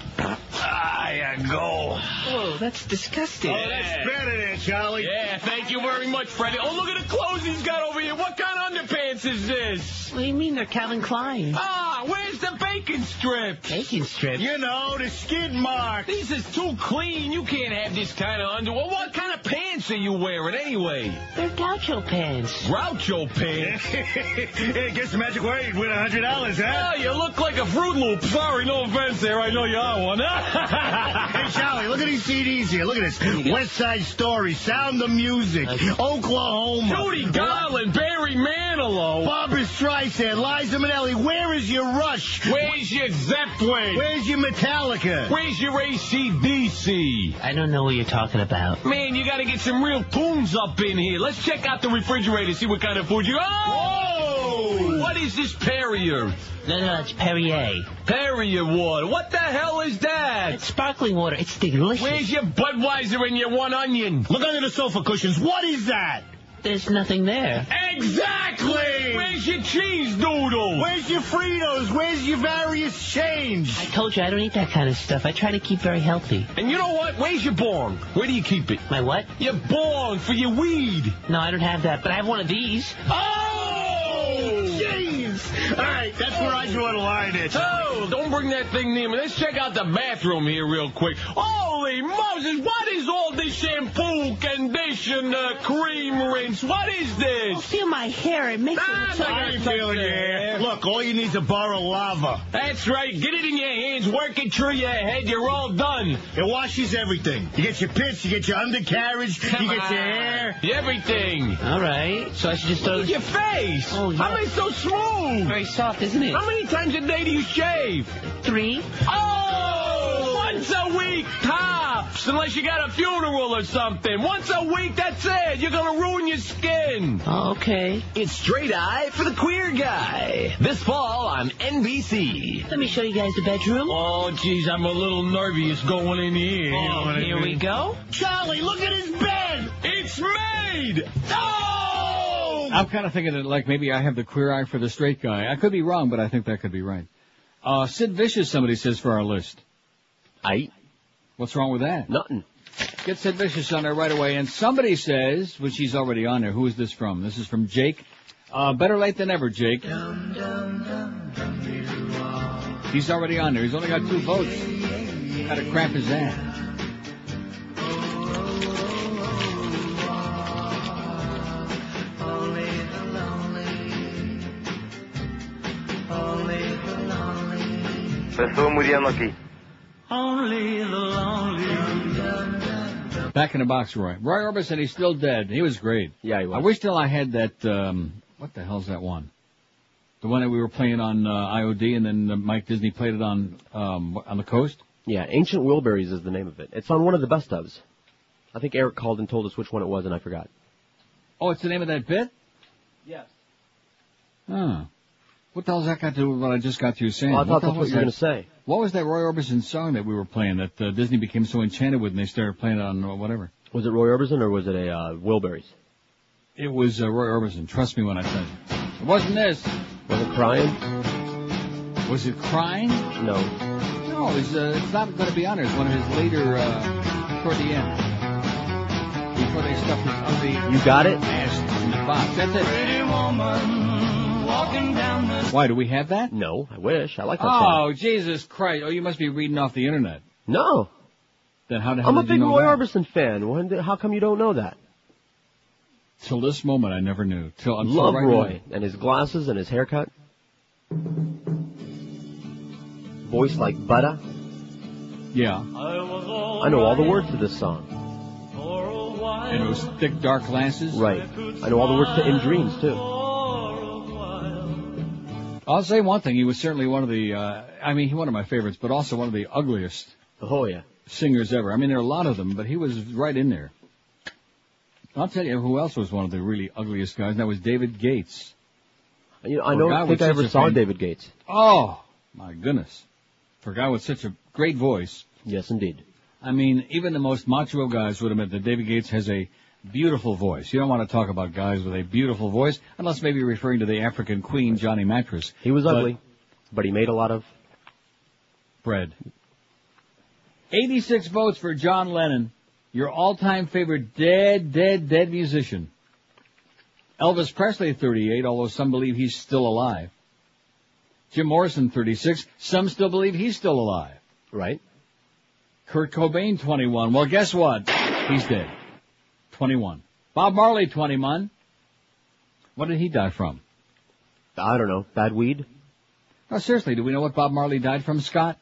Speaker 14: Ah, you go.
Speaker 6: Oh, that's disgusting.
Speaker 10: Oh, that's better there, Charlie.
Speaker 14: Yeah, thank you very much, Freddie. Oh, look at the clothes he's got over here. What kind of underpants is this?
Speaker 6: What do you mean they're Calvin Klein?
Speaker 14: Ah, where's the bacon strip?
Speaker 6: Bacon strip?
Speaker 10: You know, the skid mark.
Speaker 14: This is too clean. You can't have this kind of underwear. What kind of pants are you wearing anyway?
Speaker 6: They're gaucho pants.
Speaker 14: Groucho pants?
Speaker 10: hey, guess the magic word, you'd win $100, huh?
Speaker 14: Oh, you look like a Fruit Loop. Sorry, no offense there. I know you are one.
Speaker 10: hey, Charlie, look at these CDs here. Look at this. West Side Story, Sound of Music, Oklahoma.
Speaker 14: Judy Garland, Barry Manilow.
Speaker 10: Barbara Streisand, Liza Minnelli. Where is your Rush?
Speaker 14: Where's your Zeppelin?
Speaker 10: Where's your Metallica?
Speaker 14: Where's your ACDC?
Speaker 6: I don't know what you're talking about.
Speaker 14: Man, you gotta get some real tunes up in here. Let's check out the refrigerator, see what kind of food you... Oh! Whoa! What is this Perrier?
Speaker 6: No, no, it's Perrier.
Speaker 14: Perrier water. What the hell is that?
Speaker 6: It's sparkling water. It's delicious.
Speaker 14: Where's your Budweiser and your one onion?
Speaker 10: Look under the sofa cushions. What is that?
Speaker 6: There's nothing there.
Speaker 14: Exactly! Where's your cheese doodle?
Speaker 10: Where's your Fritos? Where's your various change?
Speaker 6: I told you I don't eat that kind of stuff. I try to keep very healthy.
Speaker 14: And you know what? Where's your bong? Where do you keep it?
Speaker 6: My what?
Speaker 14: Your bong for your weed.
Speaker 6: No, I don't have that, but I have one of these.
Speaker 14: Oh!
Speaker 10: Jeez! All right, that's where I draw the line at.
Speaker 14: Oh, don't bring that thing near me. Let's check out the bathroom here real quick. Holy Moses, what is all this shampoo, conditioner, cream rinse? What is
Speaker 6: I
Speaker 14: this?
Speaker 6: Oh, feel my hair. It makes
Speaker 14: Ah,
Speaker 6: it look
Speaker 14: my
Speaker 6: like...
Speaker 10: I ain't feeling it. Look, all you need is a bar of lava.
Speaker 14: That's right. Get it in your hands, work it through your head. You're all done.
Speaker 10: It washes everything. You get your pits, you get your undercarriage,
Speaker 14: Come
Speaker 10: you get your hair.
Speaker 14: Everything.
Speaker 6: All right. So I should just throw
Speaker 14: Look at
Speaker 6: this...
Speaker 14: your face.
Speaker 6: Oh, yeah.
Speaker 14: How is it so smooth?
Speaker 6: Very soft, isn't it?
Speaker 14: How many times a day do you shave?
Speaker 6: Three.
Speaker 14: Oh, once a week tops, unless you got a funeral or something. Once a week, that's it. You're gonna ruin your skin.
Speaker 6: Oh, okay.
Speaker 5: It's Straight Eye for the Queer Guy. This fall on NBC.
Speaker 6: Let me show you guys the bedroom.
Speaker 14: Oh, geez, I'm a little nervous going in here.
Speaker 6: Oh, here we go.
Speaker 10: Charlie, look at his bed.
Speaker 14: It's made. Oh!
Speaker 2: I'm kind of thinking that like maybe I have the queer eye for the straight guy. I could be wrong, but I think that could be right. Uh, Sid Vicious, somebody says for our list.
Speaker 3: I
Speaker 2: What's wrong with that?
Speaker 3: nothing.
Speaker 2: Get Sid Vicious on there right away. And somebody says, which he's already on there. Who is this from? This is from Jake. Uh, better late than ever, Jake. He's already on there. He's only got two votes. How to crap is that?
Speaker 26: Estuvo muy bien aquí.
Speaker 2: Back in the box, Roy. Roy Orbison, he's still dead. He was great.
Speaker 3: Yeah, he was.
Speaker 2: I wish till I had that. Um, what the hell's that one? The one that we were playing on uh, IOD, and then uh, Mike Disney played it on um, on the coast.
Speaker 3: Yeah, Ancient Wilburys is the name of it. It's on one of the best ofs. I think Eric called and told us which one it was, and I forgot.
Speaker 2: Oh, it's the name of that bit.
Speaker 3: Yes.
Speaker 2: Huh. What the hell's that got to do with what I just got through saying?
Speaker 3: Well, Oh, I
Speaker 2: what
Speaker 3: thought that's
Speaker 2: the hell
Speaker 3: what
Speaker 2: was
Speaker 3: you were going
Speaker 2: that-
Speaker 3: to say.
Speaker 2: What was that Roy Orbison song that we were playing that uh, Disney became so enchanted with, and they started playing it on uh, whatever?
Speaker 3: Was it Roy Orbison or was it a uh, Wilburys?
Speaker 2: It was uh, Roy Orbison. Trust me when I tell you. It wasn't this.
Speaker 3: Was it Crying?
Speaker 2: Was it crying?
Speaker 3: No.
Speaker 2: No, it's, uh, it's not going to be on there. It's one of his later, uh, toward the end. Before they stuffed his ugly
Speaker 3: You got it?
Speaker 2: ass in the box. That's it. Why, do we have that?
Speaker 3: No. I wish. I like that song.
Speaker 2: Oh, Jesus Christ. Oh, you must be reading off the internet.
Speaker 3: No.
Speaker 2: Then how the hell
Speaker 3: I'm a
Speaker 2: did you
Speaker 3: big
Speaker 2: know
Speaker 3: Roy
Speaker 2: that?
Speaker 3: Orbison fan. When did, how come you don't know that?
Speaker 2: Till this moment, I never knew. Till I'm
Speaker 3: Love
Speaker 2: right
Speaker 3: Roy and his glasses and his haircut. Voice like butter.
Speaker 2: now. Yeah.
Speaker 3: I know all the words to this song.
Speaker 2: And those thick, dark glasses.
Speaker 3: Right. I know all the words to In Dreams too.
Speaker 2: I'll say one thing. He was certainly one of the, uh, I mean, he one of my favorites, but also one of the ugliest
Speaker 3: Oh yeah.
Speaker 2: singers ever. I mean, there are a lot of them, but he was right in there. I'll tell you who else was one of the really ugliest guys. and That was David Gates.
Speaker 3: You know, I
Speaker 2: For a
Speaker 3: don't
Speaker 2: guy
Speaker 3: think
Speaker 2: with
Speaker 3: I
Speaker 2: such
Speaker 3: ever
Speaker 2: a
Speaker 3: saw
Speaker 2: fan-
Speaker 3: David Gates.
Speaker 2: Oh my goodness, for a guy with such a great voice.
Speaker 3: Yes, indeed.
Speaker 2: I mean, even the most macho guys would admit that David Gates has a beautiful voice. You don't want to talk about guys with a beautiful voice unless maybe you're referring to the African Queen Johnny Mattress.
Speaker 3: He was
Speaker 2: But-
Speaker 3: ugly, but he made a lot of
Speaker 2: bread. 86 votes for John Lennon, your all-time favorite dead, dead, dead musician. Elvis Presley, 38, although some believe he's still alive. Jim Morrison, 36, some still believe he's still alive.
Speaker 3: Right.
Speaker 2: Kurt Cobain, 21. Well, guess what? He's dead. 21. Bob Marley, 21. What did he die from?
Speaker 3: I don't know. Bad weed?
Speaker 2: No, seriously, do we know what Bob Marley died from, Scott?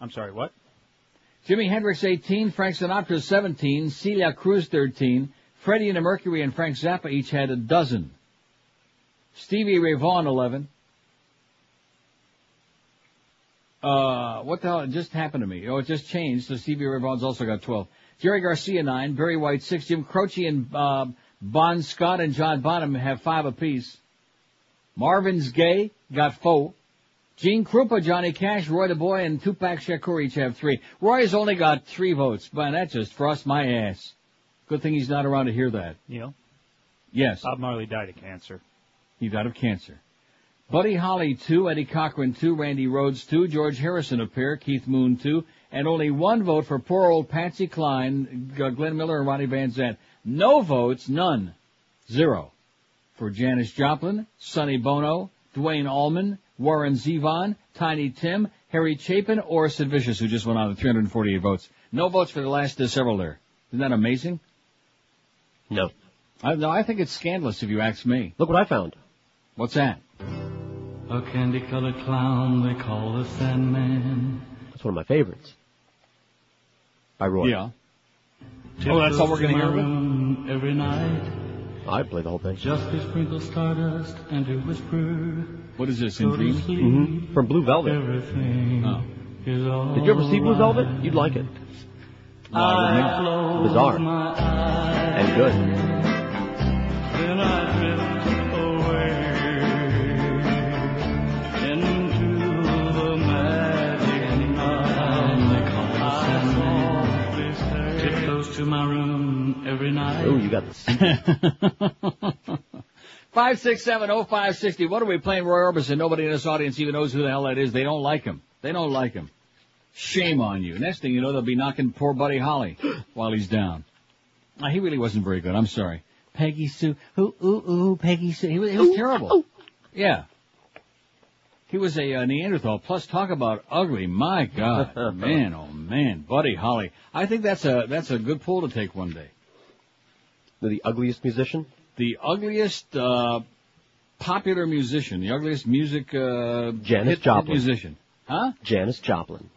Speaker 23: I'm sorry, what?
Speaker 2: Jimi Hendrix 18, Frank Sinatra 17, Celia Cruz 13, Freddie and the Mercury and Frank Zappa each had a dozen. Stevie Ray Vaughan 11. Uh, what the hell it just happened to me? Oh, it just changed. So Stevie Ray Vaughan's also got 12. Jerry Garcia 9, Barry White 6, Jim Croce and uh, Bon Scott and John Bonham have 5 apiece. Marvin's Gaye got 4. Gene Krupa, Johnny Cash, Roy the Boy, and Tupac Shakur each have three. Roy's only got three votes, but that just frost my ass. Good thing he's not around to hear that.
Speaker 23: Neil?
Speaker 2: Yes.
Speaker 23: Bob Marley died of cancer.
Speaker 2: He died of cancer. Buddy Holly, two. Eddie Cochran, two. Randy Rhodes, two. George Harrison, a pair. Keith Moon, two. And only one vote for poor old Patsy Cline, G- uh, Glenn Miller, and Ronnie Van Zant. No votes, none. Zero. For Janis Joplin, Sonny Bono, Dwayne Allman, Warren Zevon, Tiny Tim, Harry Chapin, or Sid Vicious, who just went on with 348 votes. No votes for the last uh, several there. Isn't that amazing?
Speaker 3: No.
Speaker 2: I, no, I think it's scandalous if you ask me.
Speaker 3: Look what I found.
Speaker 2: What's that?
Speaker 9: A candy colored clown they call the Sandman.
Speaker 3: That's one of my favorites. By Roy.
Speaker 2: Yeah. Oh, that's all we're gonna hear of it?
Speaker 9: room Every night,
Speaker 3: I play the whole thing.
Speaker 9: just to sprinkle stardust and to whisper.
Speaker 2: What is this, Mm-hmm.
Speaker 9: in dreams?
Speaker 3: hmm From Blue Velvet.
Speaker 9: Oh.
Speaker 3: Did you ever see Blue Velvet? You'd like it.
Speaker 9: I close
Speaker 3: Bizarre.
Speaker 9: my eyes,
Speaker 3: And good.
Speaker 9: then I drift away into the magic night. They call the Sandman. Tiptoes to my room every night.
Speaker 3: Oh, you got the
Speaker 2: Five six seven oh five sixty. What are we playing, Roy Orbison? Nobody in this audience even knows who the hell that is. They don't like him. They don't like him. Shame on you. Next thing you know, they'll be knocking poor Buddy Holly while he's down. Uh, he really wasn't very good. I'm sorry. Peggy Sue. Ooh ooh ooh. Peggy Sue. He was, he was terrible. Yeah. He was a uh, Neanderthal. Plus, talk about ugly. My God, man, oh man, Buddy Holly. I think that's a that's a good poll to take one day.
Speaker 3: The ugliest musician.
Speaker 2: The ugliest uh, popular musician. The ugliest music. Uh,
Speaker 3: Janis
Speaker 2: hit- hit
Speaker 3: Joplin.
Speaker 2: musician. Huh?
Speaker 3: Janis Joplin.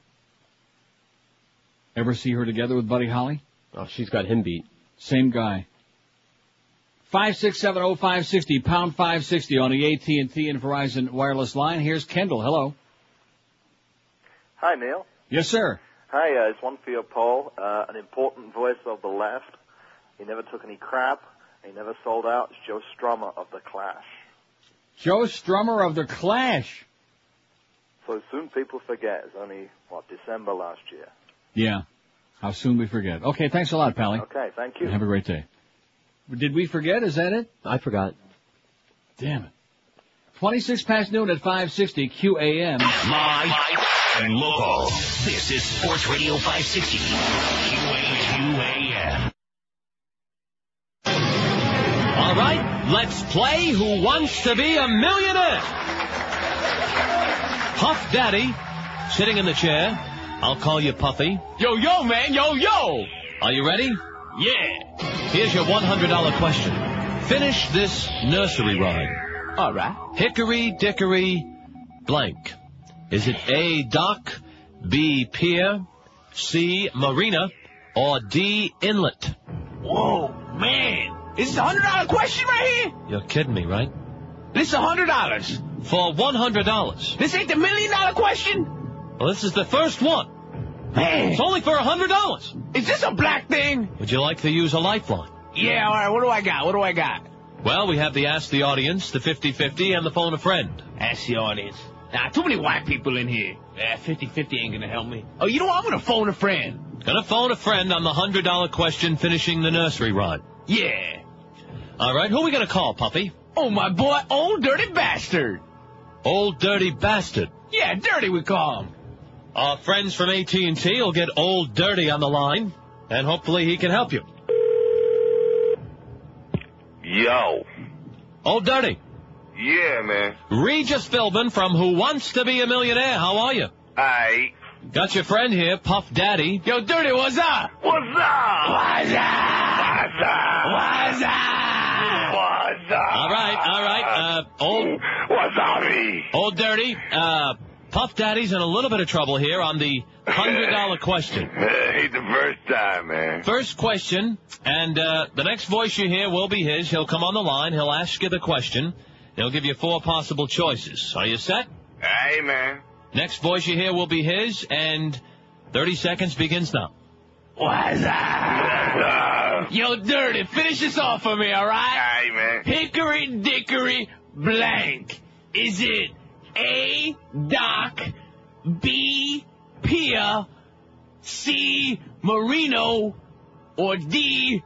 Speaker 2: Ever see her together with Buddy Holly?
Speaker 3: Oh, she's got him beat.
Speaker 2: Same guy. Five six seven oh five sixty pound five sixty on the AT and T and Verizon wireless line. Here's Kendall. Hello.
Speaker 18: Hi, Neil.
Speaker 2: Yes, sir.
Speaker 18: Hi, uh, it's one for your poll. Uh, an important voice of the left. He never took any crap. He never sold out. It's Joe Strummer of The Clash.
Speaker 2: Joe Strummer of the Clash.
Speaker 18: So soon people forget. It's only, what, December last year.
Speaker 2: Yeah. How soon we forget. Okay, thanks a lot, Pally.
Speaker 18: Okay, thank you.
Speaker 2: Have a great day. Did we forget? Is that it?
Speaker 3: I forgot.
Speaker 2: Damn it. 26 past noon at 560 QAM.
Speaker 21: Live and local. This is Sports Radio 560. QAQAM.
Speaker 5: All right, let's play Who Wants to Be a Millionaire? Puff Daddy, sitting in the chair. I'll call you Puffy. Yo, yo, man, yo, yo! Are you ready? Yeah. Here's your $100 question. Finish this nursery rhyme. All right. Hickory dickory blank. Is it A, dock, B, pier, C, marina, or D, inlet?
Speaker 21: Whoa, man. Is this a $100 question right here?
Speaker 5: You're kidding me, right?
Speaker 21: This is a $100.
Speaker 5: For $100.
Speaker 21: This ain't the million dollar question?
Speaker 5: Well, this is the first one.
Speaker 21: Man.
Speaker 5: It's only for $100.
Speaker 21: Is this a black thing?
Speaker 5: Would you like to use a lifeline?
Speaker 6: Yeah, all right. What do I got? What do I got?
Speaker 5: Well, we have the Ask the Audience, the 50-50, and the Phone a Friend.
Speaker 6: Ask the audience. Nah, too many white people in here. Yeah, 50-50 ain't gonna help me. Oh, you know what? I'm gonna phone a friend.
Speaker 5: Gonna phone a friend on the $100 question finishing the nursery rhyme.
Speaker 6: Yeah.
Speaker 5: All right, who we gonna call, Puppy?
Speaker 6: Oh, my boy, old dirty bastard.
Speaker 5: Old Dirty Bastard.
Speaker 6: Yeah, dirty we call him.
Speaker 5: Our friends from AT&T will get Old Dirty on the line, and hopefully he can help you.
Speaker 10: Yo.
Speaker 5: Old Dirty,
Speaker 10: Yeah, man.
Speaker 5: Regis Philbin from Who Wants to Be a Millionaire. How are you?
Speaker 10: Aight.
Speaker 5: Got your friend here, Puff Daddy.
Speaker 6: Yo, Dirty, what's up?
Speaker 10: What's up?
Speaker 6: What's up?
Speaker 10: What's up?
Speaker 6: What's up?
Speaker 10: What's up?
Speaker 5: All right, all right. Uh, old,
Speaker 10: What's up, E? me?
Speaker 5: old Dirty, uh, Puff Daddy's in a little bit of trouble here on the $100 question.
Speaker 10: Ain't the first time, man.
Speaker 5: First question, and uh, the next voice you hear will be his. He'll come on the line. He'll ask you the question. He'll give you four possible choices. Are you set?
Speaker 10: Hey, man.
Speaker 5: Next voice you hear will be his, and 30 seconds begins now.
Speaker 6: What's up? Yo, Dirty, finish this off for me, all right?
Speaker 10: Hey, man.
Speaker 6: Hickory dickory blank. Is it A, Doc, B, Pia, C, Marino, or D,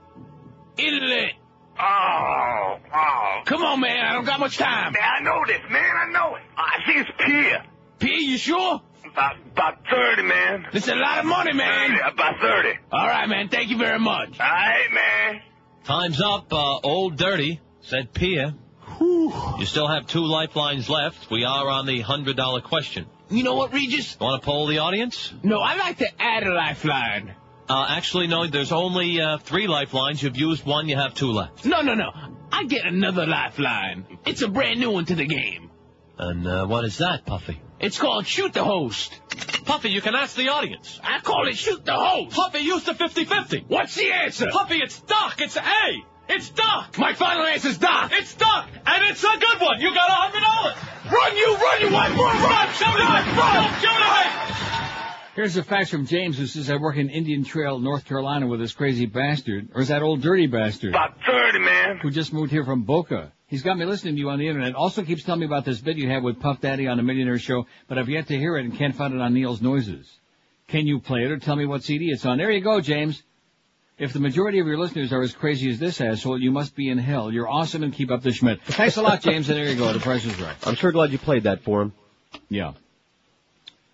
Speaker 6: Inlet?
Speaker 10: Oh, oh.
Speaker 6: Come on, man, I don't got much time.
Speaker 10: Man, I know this, man. I know it. I think it's Pia.
Speaker 6: Pia, you sure?
Speaker 10: About, about 30, man.
Speaker 6: This is a lot of money, man.
Speaker 10: 30, about 30.
Speaker 6: All right, man, thank you very much.
Speaker 10: Aight, man.
Speaker 5: Time's up. Uh, old Dirty said Pia. You still have two lifelines left. We are on the $100 question.
Speaker 6: You know what, Regis?
Speaker 5: Want to poll the audience?
Speaker 6: No, I like to add a lifeline.
Speaker 5: Uh, actually, no, there's only uh, three lifelines. You've used one, you have two left.
Speaker 6: No, no, no. I get another lifeline. It's a brand new one to the game.
Speaker 5: And uh, what is that, Puffy?
Speaker 6: It's called Shoot the Host.
Speaker 5: Puffy, you can ask the audience.
Speaker 6: I call it Shoot the Host.
Speaker 5: Puffy, use the 50-50.
Speaker 6: What's the answer?
Speaker 5: Puffy, it's Doc. It's A. It's Doc.
Speaker 6: My final answer's Doc.
Speaker 5: It's Doc. And it's a good one. You got a $100.
Speaker 6: Run, you, run, you, white boy, run! Somebody, run!
Speaker 2: Here's a fax from James who says I work in Indian Trail, North Carolina with this crazy bastard, or is that old dirty bastard,
Speaker 10: About 30, man.
Speaker 2: who just moved here from Boca. He's got me listening to you on the internet. Also keeps telling me about this bit you had with Puff Daddy on the Millionaire Show, but I've yet to hear it and can't find it on Neil's Noises. Can you play it or tell me what CD it's on? There you go, James. If the majority of your listeners are as crazy as this asshole, you must be in hell. You're awesome and keep up the schmidt. Thanks a lot, James, and there you go. The price is right.
Speaker 3: I'm sure glad you played that for him.
Speaker 2: Yeah.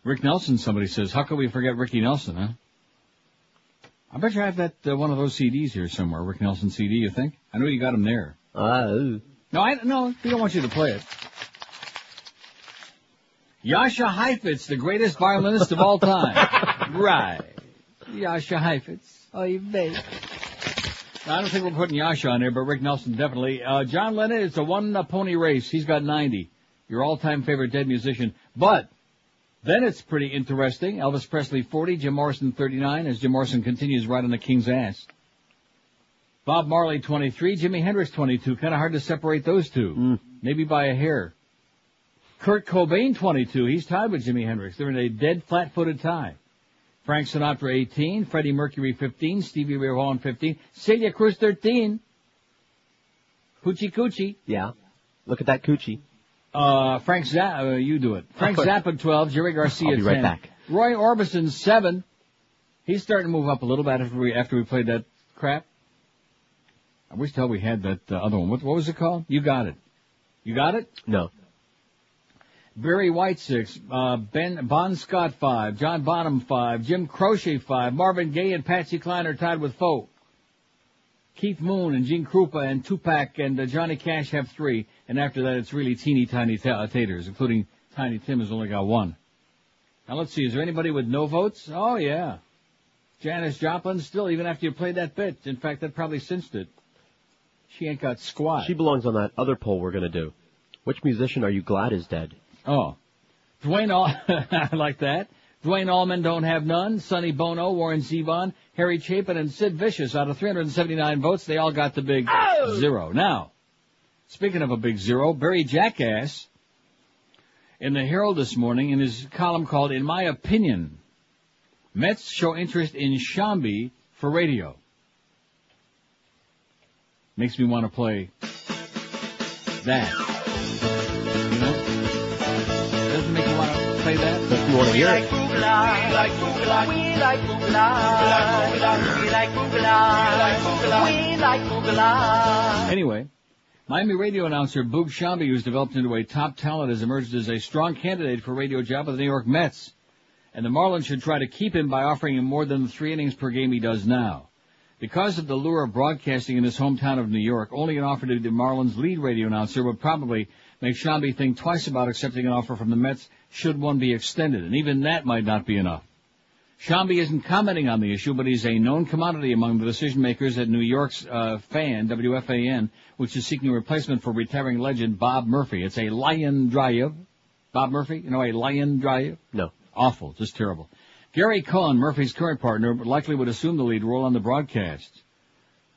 Speaker 2: Rick Nelson, somebody says, how could we forget Ricky Nelson, huh? I bet you I have that uh, one of those CDs here somewhere, Rick Nelson CD. You think? I know you got him there.
Speaker 3: Uh,
Speaker 2: No, I no, we don't want you to play it. Yasha Heifetz, the greatest violinist of all time. right. Yasha Heifetz. Oh, you bet. I don't think we're putting Yasha on there, but Rick Nelson definitely. Uh, John Lennon, it's a one uh, pony race. He's got 90. Your all-time favorite dead musician. But, then it's pretty interesting. Elvis Presley 40, Jim Morrison 39, as Jim Morrison continues right on the king's ass. Bob Marley 23, Jimi Hendrix 22. Kind of hard to separate those two. Maybe by a hair. Kurt Cobain 22. He's tied with Jimi Hendrix. They're in a dead flat-footed tie. Frank Sinatra 18, Freddie Mercury 15, Stevie Ray Vaughan 15, Celia Cruz 13. Hoochie Coochie.
Speaker 3: yeah. Look at that coochie.
Speaker 2: Uh, Frank Zappa, uh, you do it. Frank
Speaker 3: Okay.
Speaker 2: Zappa 12, Jerry Garcia
Speaker 3: I'll be right
Speaker 2: 10.
Speaker 3: back.
Speaker 2: Roy Orbison 7. He's starting to move up a little bit after we, after we played that crap. I wish hell we had that uh, other one. What, what was it called? You got it. You got it?
Speaker 3: No.
Speaker 2: Barry White six, uh, Ben Bon Scott five, John Bonham five, Jim Croce five, Marvin Gaye and Patsy Cline are tied with four. Keith Moon and Gene Krupa and Tupac and uh, Johnny Cash have three, and after that it's really teeny tiny ta- uh, taters, including Tiny Tim has only got one. Now let's see, is there anybody with no votes? Oh yeah, Janis Joplin still, even after you played that bit. In fact, that probably cinched it. She ain't got squat.
Speaker 3: She belongs on that other poll we're gonna do. Which musician are you glad is dead?
Speaker 2: Oh. Dwayne All I like that. Dwayne Allman don't have none. Sonny Bono, Warren Zevon, Harry Chapin, and Sid Vicious out of 379 votes, they all got the big zero. Now, speaking of a big zero, Barry Jackass in the Herald this morning in his column called "In My Opinion," Mets show interest in Shambi for radio. makes me want to play that. You know? Doesn't make you want to play that, but you want to hear it. Anyway, Miami radio announcer Boog Shambi, who's developed into a top talent, has emerged as a strong candidate for a radio job with the New York Mets. And the Marlins should try to keep him by offering him more than the three innings per game he does now. Because of the lure of broadcasting in his hometown of New York, only an offer to the Marlins lead radio announcer would probably make Shambi think twice about accepting an offer from the Mets should one be extended, and even that might not be enough. Shambi isn't commenting on the issue, but he's a known commodity among the decision makers at New York's uh, fan, WFAN, which is seeking a replacement for retiring legend Bob Murphy. It's a lion drive. Bob Murphy? You know a lion drive? No. Awful. Just terrible. Gary Cohen, Murphy's current partner, likely would assume the lead role on the broadcast.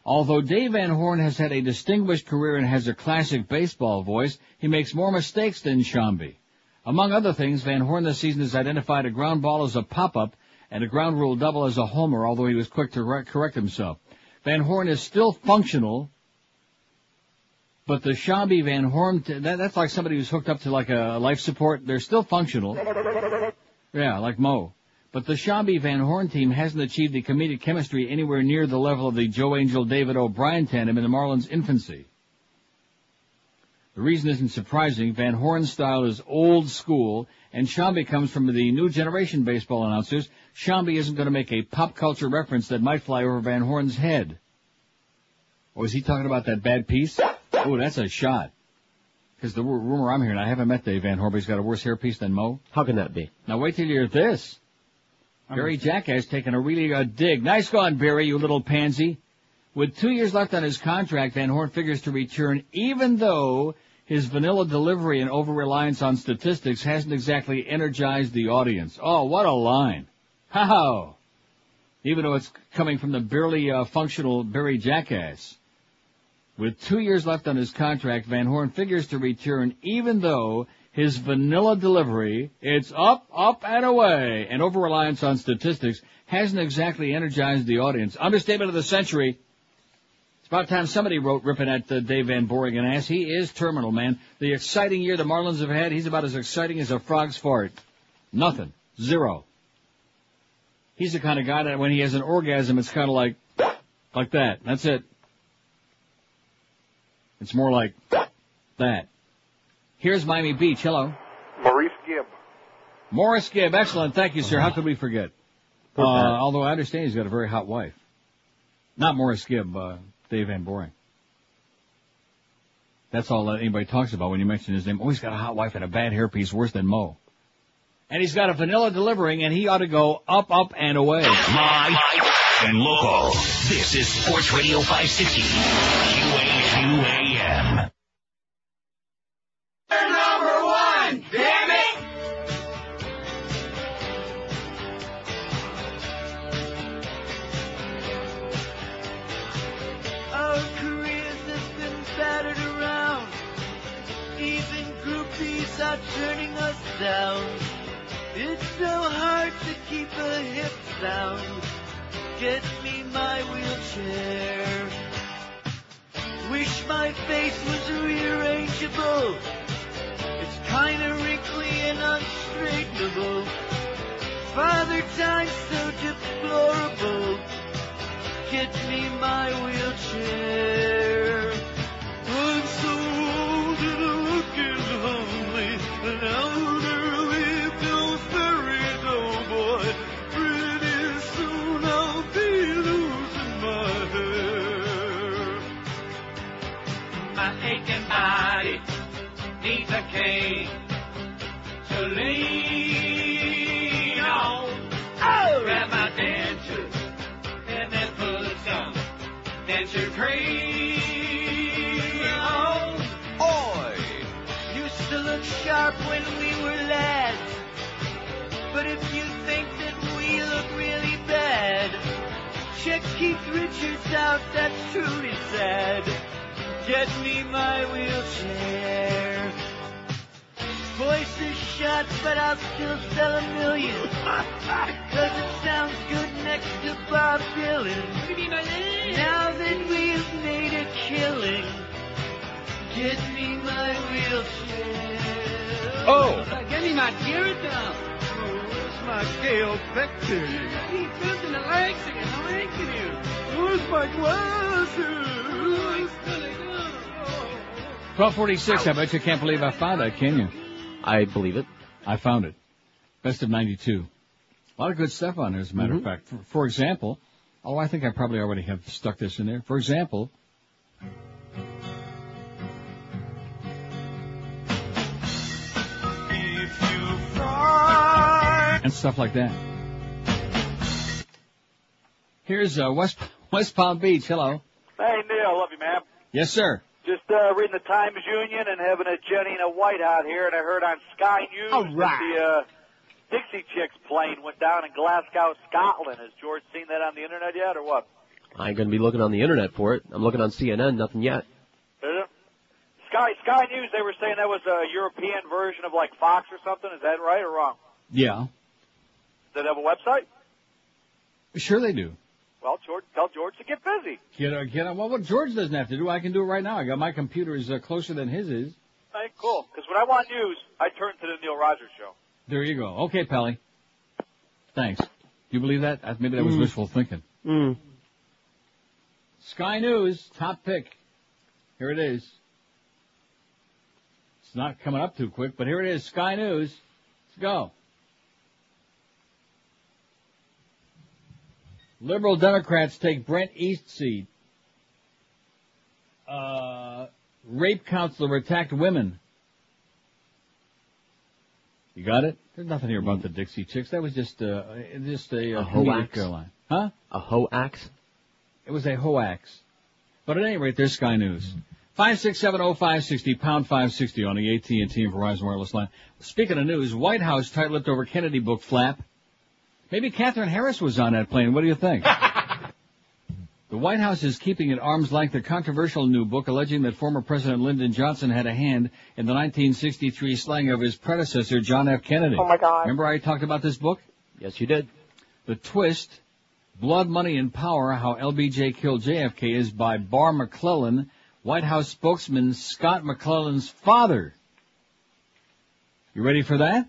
Speaker 2: Although Dave Van Horn has had a distinguished career and has a classic baseball voice, he makes more mistakes than Shambi. Among other things, Van Horn this season has identified a ground ball as a pop-up and a ground rule double as a homer, although he was quick to re- correct himself. Van Horn is still functional, but the Shambi Van Horn, t- that, that's like somebody who's hooked up to like a life support. They're still functional. Yeah, like Mo. But the Shambi Van Horn team hasn't achieved the comedic chemistry anywhere near the level of the Joe Angel David O'Brien tandem in the Marlins' infancy. The reason isn't surprising. Van Horn's style is old school, and Shambi comes from the new generation baseball announcers. Shambi isn't going to make a pop culture reference that might fly over Van Horn's head. Or is he talking about that bad piece? Oh, that's a shot. Because the ru- rumor I'm hearing, I haven't met Dave Van Horn, but he's got a worse hairpiece than Mo. How can that be? Now wait till you hear this. Barry Jack has taken a really good dig. Nice going, Barry, you little pansy. With two years left on his contract, Van Horn figures to return even though his vanilla delivery and over-reliance on statistics hasn't exactly energized the audience. Oh, what a line. How? Even though it's coming from the barely uh, functional Barry Jackass. With two years left on his contract, Van Horn figures to return even though his vanilla delivery, it's up, up, and away, and over-reliance on statistics hasn't exactly energized the audience. Understatement of the century. It's about time somebody wrote ripping at uh, Dave Van Boring an ass. He is terminal, man. The exciting year the Marlins have had, he's about as exciting as a frog's fart. Nothing. Zero. He's the kind of guy that when he has an orgasm, it's kind of like, like that. That's it. It's more like that. Here's Miami Beach. Hello.
Speaker 32: Maurice Gibb.
Speaker 2: Morris Gibb. Excellent. Thank you, sir. How could we forget? Uh, although I understand he's got a very hot wife. Not Morris Gibb, uh, Dave Van Boring. That's all that anybody talks about when you mention his name. Oh, he's got a hot wife and a bad hairpiece worse than Mo. And he's got a vanilla delivering and he ought to go up, up, and away.
Speaker 33: Live and local. This is Sports Radio 560. QAQAM.
Speaker 10: Number one, damn it!
Speaker 6: Our careers have been battered around. Even groupies are turning us down. It's so hard to keep a hip sound. Get me my wheelchair. Wish my face was rearrangeable. It's kinda wrinkly and unstraightenable. Father time's so deplorable. Get me my wheelchair. I'm so old and looking lonely. An elderly Pillsbury doughboy. Pretty soon I'll be losing my hair.
Speaker 10: My aching body needs a cane to lean on. Oh! Grab my dentures and then put some denture cream on. Oi!
Speaker 6: Used to look sharp when we were lads. But if you think that we look really bad, check Keith Richards out, that's truly sad. Get me my wheelchair. Voice is shot, but I'll still sell a million. Cause it sounds good next to Bob Dylan. Now that we've made it
Speaker 10: killing. Get me my wheelchair.
Speaker 17: Oh.
Speaker 10: Get me my gear down. Where's my Gale Vector? He's building an accident. I'm asking you. Where's my glasses?
Speaker 2: Twelve forty-six. I bet you can't believe I found that, can you?
Speaker 3: I believe it.
Speaker 2: I found it. Best of ninety-two. A lot of good stuff on there, as a
Speaker 3: Mm-hmm.
Speaker 2: matter of fact. For, for example, oh, I think I probably already have stuck this in there. For example, and stuff like that. Here's uh, West West Palm Beach. Hello.
Speaker 12: Hey, Neil, love you, man.
Speaker 2: Yes, sir.
Speaker 12: Just uh, reading the Times Union and having a Jenny and a White out here, and I heard on Sky News
Speaker 17: All right.
Speaker 12: that the uh, Dixie Chicks plane went down in Glasgow, Scotland. Has George seen that on the internet yet, or what?
Speaker 3: I ain't gonna be looking on the internet for it. I'm looking on CNN, nothing yet.
Speaker 12: Is it? Sky Sky News, they were saying that was a European version of like Fox or something. Is that right or wrong?
Speaker 2: Yeah.
Speaker 12: Does it have a website?
Speaker 2: Sure they do.
Speaker 12: Well, George, tell George to get busy.
Speaker 2: Get a, get a, well, what George doesn't have to do, I can do it right now. I got my computer is uh, closer than his is.
Speaker 12: Hey, cool. Because when I want news, I turn to the Neil Rogers show.
Speaker 2: There you go. Okay, Pally. Thanks. Do you believe that? Uh, Maybe that was
Speaker 3: Mm.
Speaker 2: wishful thinking.
Speaker 17: Hmm.
Speaker 3: Mm.
Speaker 2: Sky News, top pick. Here it is. It's not coming up too quick, but here it is. Sky News. Let's go. Liberal Democrats take Brent East seat. Uh, rape counselor attacked women. You got it? There's nothing here about the Dixie Chicks. That was just uh, just a, uh,
Speaker 3: A
Speaker 2: comedic,
Speaker 3: hoax.
Speaker 2: uh, line. Huh?
Speaker 3: A hoax?
Speaker 2: It was a hoax. But at any rate, there's Sky News. Five six seven oh five sixty pound five sixty on the AT and T and Verizon wireless line. Speaking of news, White House tight-lipped over Kennedy book flap. Maybe Catherine Harris was on that plane. What do you think? the White House is keeping at arm's length the controversial new book alleging that former President Lyndon Johnson had a hand in the 1963 slaying of his predecessor John F. Kennedy.
Speaker 16: Oh, my God.
Speaker 2: Remember I talked about this book?
Speaker 3: Yes, you did.
Speaker 2: The twist Blood, Money, and Power, How LBJ Killed JFK is by Barr McClellan, White House spokesman Scott McClellan's father. You ready for that?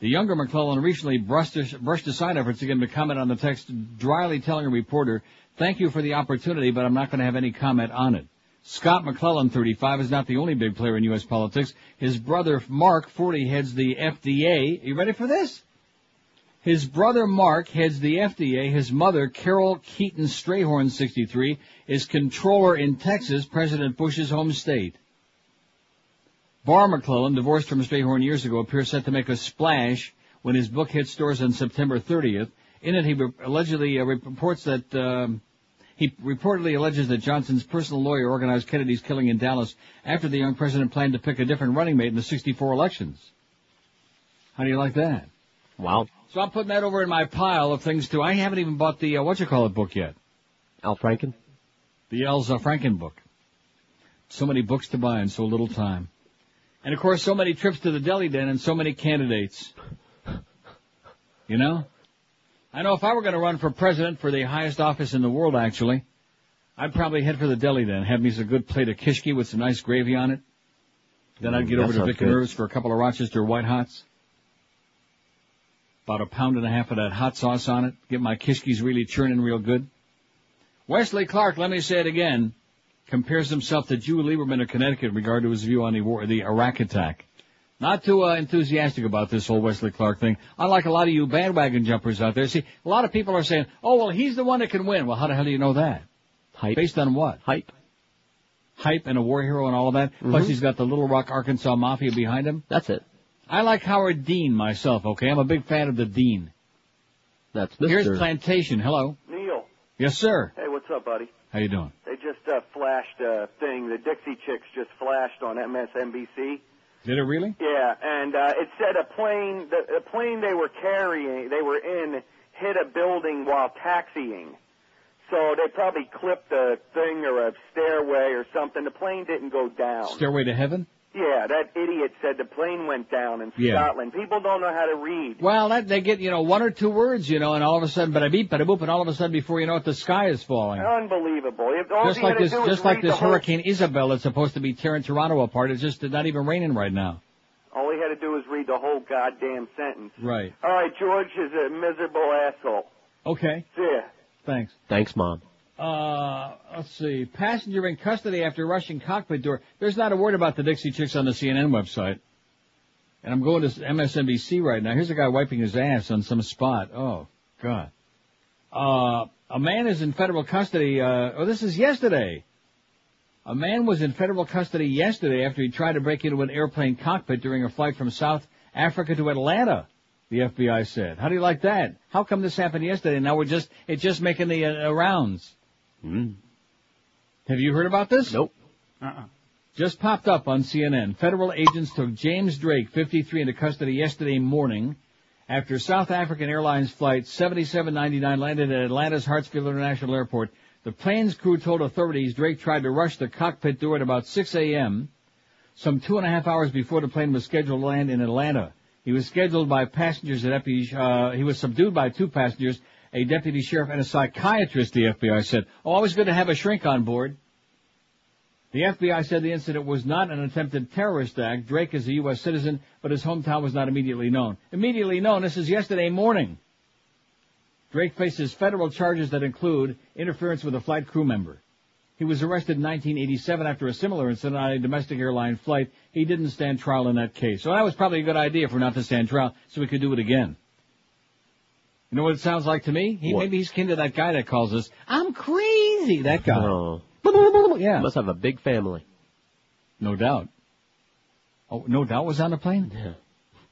Speaker 2: the younger McClellan recently brushed, brushed aside efforts to get him to comment on the text, dryly telling a reporter, thank you for the opportunity, but I'm not going to have any comment on it. Scott McClellan, 35, is not the only big player in U.S. politics. His brother, Mark, 40, heads the FDA. you ready for this? His brother Mark heads the FDA. His mother, Carol Keaton Strayhorn, 63, is controller in Texas, President Bush's home state. Barr McClellan, divorced from Strayhorn years ago, appears set to make a splash when his book hits stores on September 30th. In it, he re- allegedly uh, reports that um, he reportedly alleges that Johnson's personal lawyer organized Kennedy's killing in Dallas after the young president planned to pick a different running mate in the 64 elections. How do you like that?
Speaker 3: Wow.
Speaker 2: So I'm putting that over in my pile of things too. I haven't even bought the uh, what you call it book yet.
Speaker 3: Al Franken.
Speaker 2: The Elsa Franken book. So many books to buy in so little time, and of course so many trips to the deli den and so many candidates. You know, I know if I were going to run for president for the highest office in the world, actually, I'd probably head for the deli den, have me a good plate of kishki with some nice gravy on it. Then I'd get
Speaker 3: Mm, that
Speaker 2: over to
Speaker 3: sounds
Speaker 2: Vic
Speaker 3: good.
Speaker 2: Nerves for a couple of Rochester White Hots. About a pound and a half of that hot sauce on it. Get my kishkis really churning real good. Wesley Clark, let me say it again, compares himself to Jew Lieberman of Connecticut in regard to his view on the war, the Iraq attack. Not too uh, enthusiastic about this whole Wesley Clark thing. Unlike a lot of you bandwagon jumpers out there, see, a lot of people are saying, "Oh well, he's the one that can win." Well, how the hell do you know that?
Speaker 3: Hype.
Speaker 2: Based on what?
Speaker 3: Hype. Mm-hmm.
Speaker 2: Hype and a war hero and all of that. Plus, he's got the Little Rock, Arkansas mafia behind him.
Speaker 3: That's it.
Speaker 2: I like Howard Dean myself. Okay, I'm a big fan of the Dean.
Speaker 3: That's
Speaker 2: Here's
Speaker 3: Mr..
Speaker 2: Plantation. Hello.
Speaker 12: Neil.
Speaker 2: Yes, sir.
Speaker 12: Hey, what's up, buddy?
Speaker 2: How you doing?
Speaker 12: They just uh, flashed a thing. The Dixie Chicks just flashed on MSNBC.
Speaker 2: Did it really?
Speaker 12: Yeah, and uh, it said a plane, the, the plane they were carrying, they were in, hit a building while taxiing. So they probably clipped a thing or a stairway or something. The plane didn't go down.
Speaker 2: Stairway to Heaven.
Speaker 12: Yeah, that idiot said the plane went down in
Speaker 2: Yeah.
Speaker 12: Scotland. People don't know how to read.
Speaker 2: Well, that they get you know one or two words, you know, and all of a sudden, bada beep, bada boop, and all of a sudden, before you know it, the sky is falling.
Speaker 12: Unbelievable. If all
Speaker 2: just
Speaker 12: you
Speaker 2: like
Speaker 12: gotta
Speaker 2: this,
Speaker 12: do is
Speaker 2: just like
Speaker 12: read the
Speaker 2: this
Speaker 12: whole-
Speaker 2: Hurricane Isabel that's supposed to be tearing Toronto apart. It's just not even raining right now.
Speaker 12: All he had to do was read the whole goddamn sentence.
Speaker 2: Right.
Speaker 12: All right, George is a miserable asshole.
Speaker 2: Okay.
Speaker 12: See ya.
Speaker 2: Thanks.
Speaker 3: Thanks, Mom.
Speaker 2: Uh, let's see. Passenger in custody after Russian cockpit door. There's not a word about the Dixie Chicks on the CNN website. And I'm going to MSNBC right now. Here's a guy wiping his ass on some spot. Oh, God. Uh, a man is in federal custody. Uh, oh, this is yesterday. A man was in federal custody yesterday after he tried to break into an airplane cockpit during a flight from South Africa to Atlanta. The FBI said. How do you like that? How come this happened yesterday? And now we're just it's just making the uh, rounds. Have you heard about this? Nope.
Speaker 23: Uh-uh.
Speaker 2: Just popped up on CNN. Federal agents took James Drake, 53, into custody yesterday morning after South African Airlines Flight 7799 landed at Atlanta's Hartsfield International Airport. The plane's crew told authorities Drake tried to rush the cockpit door at about 6 a.m., some two and a half hours before the plane was scheduled to land in Atlanta. He was scheduled by passengers at deputy, uh, he was subdued by two passengers, a deputy sheriff and a psychiatrist, the FBI said. Oh, Always good to have a shrink on board. The FBI said the incident was not an attempted terrorist act. Drake is a U.S. citizen, but his hometown was not immediately known. Immediately known, this is yesterday morning. Drake faces federal charges that include interference with a flight crew member. He was arrested in 1987 after a similar incident on a domestic airline flight. He didn't stand trial in that case. So that was probably a good idea for not to stand trial so we could do it again. You know what it sounds like to me? He, maybe he's kin to that guy that calls us, I'm crazy, that guy.
Speaker 3: Oh.
Speaker 2: Yeah.
Speaker 3: Must have a big family.
Speaker 2: No doubt. Oh, no doubt was on the plane?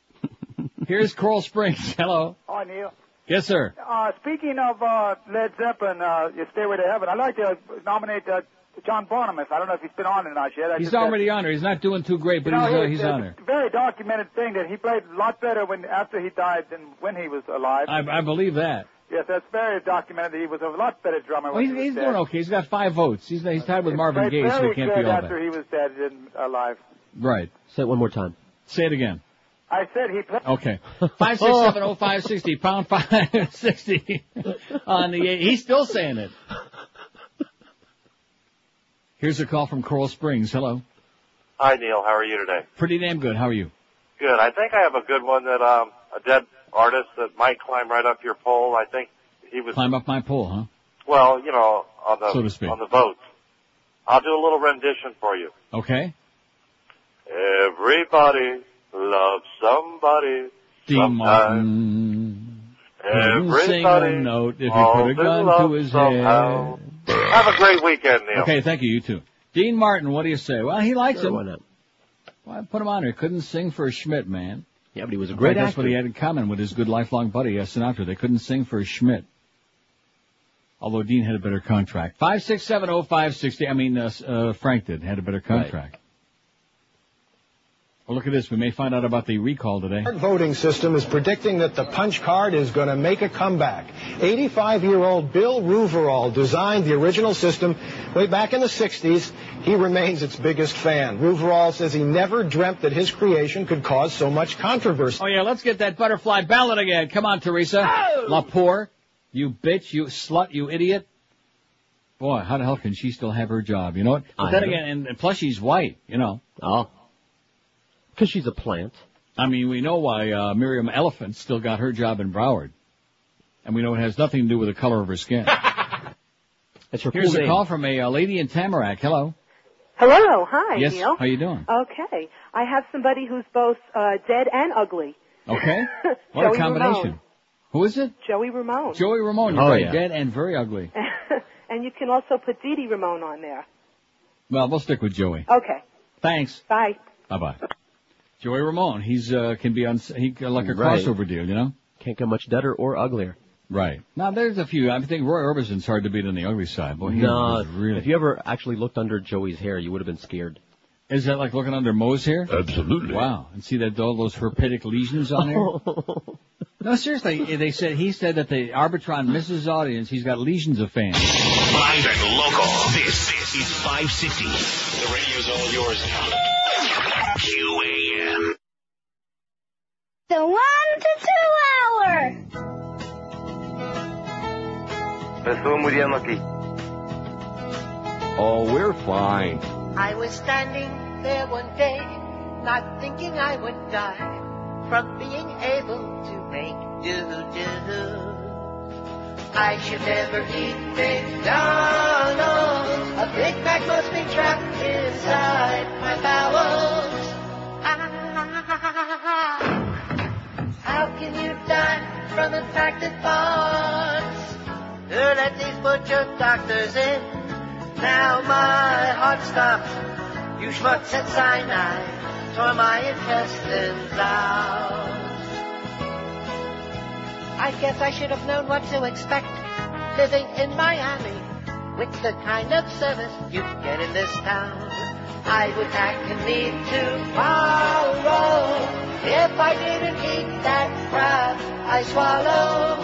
Speaker 2: Here's Coral Springs. Hello.
Speaker 16: Hi, Neil.
Speaker 2: Yes, sir.
Speaker 16: Uh, speaking of uh, Led Zeppelin, uh, your Stairway to Heaven, I'd like to nominate uh, John Barnum. I don't know if he's been on or not yet. I
Speaker 2: He's
Speaker 16: just-
Speaker 2: already on there. He's not doing too great, but
Speaker 16: You know,
Speaker 2: he's, uh,
Speaker 16: it-
Speaker 2: he's
Speaker 16: it's
Speaker 2: on there.
Speaker 16: a Very documented thing that he played a lot better when after he died than when he was alive.
Speaker 2: I, I believe that.
Speaker 16: yes, that's very documented. that He was a lot better drummer.
Speaker 2: Well,
Speaker 16: when
Speaker 2: he's
Speaker 16: he was
Speaker 2: he's
Speaker 16: dead.
Speaker 2: doing okay. He's got five votes. He's, he's tied with Marvin
Speaker 16: Played
Speaker 2: Gaye, so
Speaker 16: very
Speaker 2: he can't
Speaker 16: good
Speaker 2: be all
Speaker 16: after
Speaker 2: that.
Speaker 16: he was dead than alive.
Speaker 2: Right.
Speaker 3: Say it one more time.
Speaker 2: Say it again.
Speaker 16: I said he played.
Speaker 2: Okay. Five six seven oh five sixty pound five sixty on the eight. Uh, He's still saying it. Here's a call from Coral Springs. Hello.
Speaker 19: Hi, Neil. How are you today?
Speaker 2: Pretty damn good. How are you?
Speaker 19: Good. I think I have a good one that um, a dead artist that might climb right up your pole. I think he was
Speaker 2: Climb up my pole, huh?
Speaker 19: well, you know, on the
Speaker 2: So to speak.
Speaker 19: on the votes. I'll do a little rendition for you.
Speaker 2: Okay.
Speaker 19: Everybody loves somebody.
Speaker 2: Dean Martin. Couldn't sing a
Speaker 19: Everybody
Speaker 2: note if you
Speaker 19: falls
Speaker 2: put a
Speaker 19: in
Speaker 2: gun
Speaker 19: love
Speaker 2: to his
Speaker 19: somehow.
Speaker 2: head.
Speaker 19: Have a great weekend, Neil.
Speaker 2: Okay, thank you. You too. Dean Martin, what do you say? Well, he likes
Speaker 19: Sure,
Speaker 2: him.
Speaker 19: why
Speaker 3: not?
Speaker 2: Why put him on here? Couldn't sing for a Schmidt, man.
Speaker 3: Yeah, but he was a
Speaker 2: That's what he had in common with his good lifelong buddy uh, Sinatra. They couldn't sing for a Schmidt. Although Dean had a better contract. Five six seven oh five sixty. I mean, uh, s- uh, Frank did had a better contract. Well, look at this. We may find out about the recall today.
Speaker 8: Our voting system is predicting that the punch card is going to make a comeback. 85-year-old Bill Ruverall designed the original system way back in the 60s. He remains its biggest fan. Ruverall says he never dreamt that his creation could cause so much controversy.
Speaker 2: Oh yeah, let's get that butterfly ballot again. Come on, Teresa. Lapore, you bitch, you slut, you idiot. Boy, how the hell can she still have her job? You know what? But
Speaker 3: I
Speaker 2: then
Speaker 3: know.
Speaker 2: again, and, and plus she's white. You know.
Speaker 3: Oh. Because she's a plant.
Speaker 2: I mean, we know why uh, Miriam Elephant still got her job in Broward, and we know it has nothing to do with the color of her skin.
Speaker 3: That's her
Speaker 2: Here's
Speaker 3: cool
Speaker 2: a
Speaker 3: name.
Speaker 2: call from a uh, lady in Tamarack. Hello.
Speaker 24: Hello, hi,
Speaker 2: yes.
Speaker 24: Neil.
Speaker 2: How you doing?
Speaker 24: Okay, I have somebody who's both uh, dead and ugly.
Speaker 2: Okay. What
Speaker 24: Joey
Speaker 2: a combination.
Speaker 24: Ramone.
Speaker 2: Who is it?
Speaker 24: Joey Ramone.
Speaker 2: Joey Ramone.
Speaker 3: Oh,
Speaker 2: You're
Speaker 3: yeah.
Speaker 2: Dead and very ugly.
Speaker 24: and you can also put Dee Dee Ramone on there.
Speaker 2: Well, we'll stick with Joey.
Speaker 24: Okay,
Speaker 2: Thanks.
Speaker 24: bye.
Speaker 2: Bye bye. Joey Ramone, he's uh, can be on he uh, like a
Speaker 3: Right.
Speaker 2: crossover deal, you know.
Speaker 3: Can't get much deader or uglier.
Speaker 2: Right. Now there's a few. I think Roy Orbison's hard to beat on the ugly side. Boy, he
Speaker 3: no,
Speaker 2: was really.
Speaker 3: if you ever actually looked under Joey's hair, you would have been scared.
Speaker 2: Is that like looking under Moe's hair? Absolutely. Wow. And see that all those herpetic lesions on there. no, seriously. They said he said that the Arbitron misses audience. He's got legions of fans.
Speaker 21: Live and local. This is 560. The radio's all yours now.
Speaker 10: QAM.
Speaker 6: The one to two hour.
Speaker 34: They're so muy unlucky.
Speaker 35: Oh, we're fine.
Speaker 6: I was standing there one day, not thinking I would die from being able to make do do. I should never eat McDonald's. A Big Mac must be trapped inside my bowels. Ah, how can you die from infected thoughts? Who let these butcher doctors in? Now my heart stops. You schmutz at Sinai tore my intestines out. I guess I should have known what to expect living in Miami with the kind of service you get in this town. I would act and need tomorrow if I didn't eat that crab I swallowed.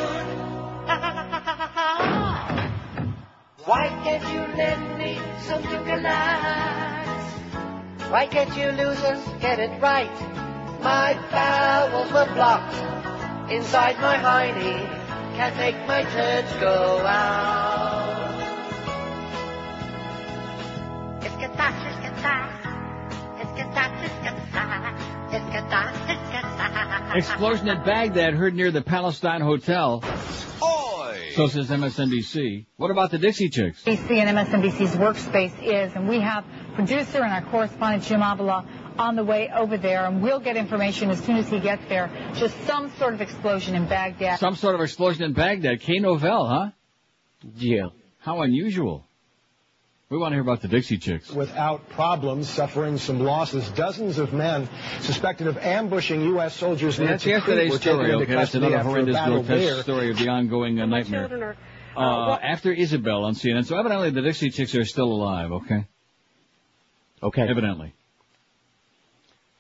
Speaker 6: Why can't you lend me some glass? Why can't you losers get it right? My bowels were blocked inside my hiney. Can't make my turds go out. It's kata, it's kata, it's kata, it's kata, it's kata, it's kata.
Speaker 2: Explosion at Baghdad heard near the Palestine Hotel. So says MSNBC. What about the Dixie Chicks?
Speaker 7: ABC and MSNBC's workspace is, and we have producer and our correspondent Jim Avila on the way over there, and we'll get information as soon as he gets there. Just some sort of explosion in Baghdad.
Speaker 2: Some sort of explosion in Baghdad. K Novell, huh?
Speaker 3: Yeah.
Speaker 2: How unusual. We want to hear about the Dixie Chicks.
Speaker 14: without problems, suffering some losses. Dozens of men suspected of ambushing U.S. soldiers near
Speaker 2: That's
Speaker 14: Tikrit
Speaker 2: yesterday's
Speaker 14: were
Speaker 2: story.
Speaker 14: taken into
Speaker 2: Okay, that's
Speaker 14: custody
Speaker 2: another
Speaker 14: after a
Speaker 2: horrendous,
Speaker 14: battle there.
Speaker 2: grotesque story of the ongoing uh,
Speaker 36: Children
Speaker 2: nightmare.
Speaker 36: are-
Speaker 2: Uh, after Isabel on CNN. So evidently the Dixie Chicks are still alive. Okay.
Speaker 3: Okay.
Speaker 2: Evidently.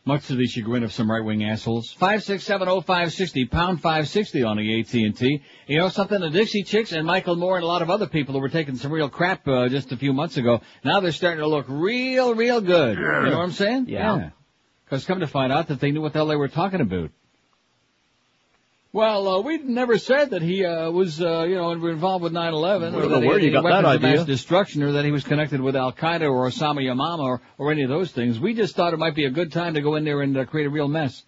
Speaker 2: Much to the chagrin of some right-wing assholes. Five six seven oh five sixty pound five sixty on the AT and T. You know something? The Dixie Chicks and Michael Moore and a lot of other people who were taking some real crap uh, just a few months ago. Now they're starting to look real, real good. You know what I'm saying?
Speaker 3: Yeah.
Speaker 2: Because come to find out that they knew what the hell they were talking about. Well, uh, we never said that he uh, was, uh, you know, involved with 9/11,
Speaker 3: I
Speaker 2: or
Speaker 3: don't know
Speaker 2: that he
Speaker 3: where
Speaker 2: had
Speaker 3: you
Speaker 2: any
Speaker 3: got that
Speaker 2: weapons of mass
Speaker 3: idea.
Speaker 2: destruction, or that he was connected with Al Qaeda or Osama Yamama or, or any of those things. We just thought it might be a good time to go in there and uh, create a real mess.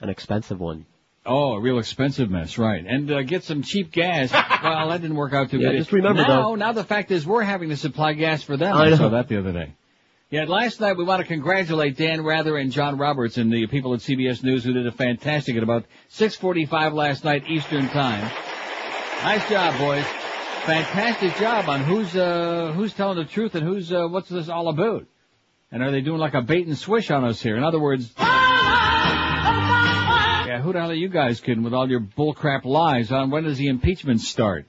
Speaker 3: An expensive one.
Speaker 2: Oh, a real expensive mess, right? And uh, get some cheap gas. well, that didn't work out too
Speaker 3: Yeah,
Speaker 2: good.
Speaker 3: just remember,
Speaker 2: now,
Speaker 3: though-
Speaker 2: now the fact is we're having to supply gas for them.
Speaker 3: I know.
Speaker 2: saw that the other day. Yeah, last night we want to congratulate Dan Rather and John Roberts and the people at CBS News who did a fantastic at about 6:45 last night Eastern Time. Nice job, boys. Fantastic job on who's uh who's telling the truth and who's uh what's this all about. And are they doing like a bait and swish on us here? In other words, yeah, who the hell are you guys kidding with all your bullcrap lies on when does the impeachment start?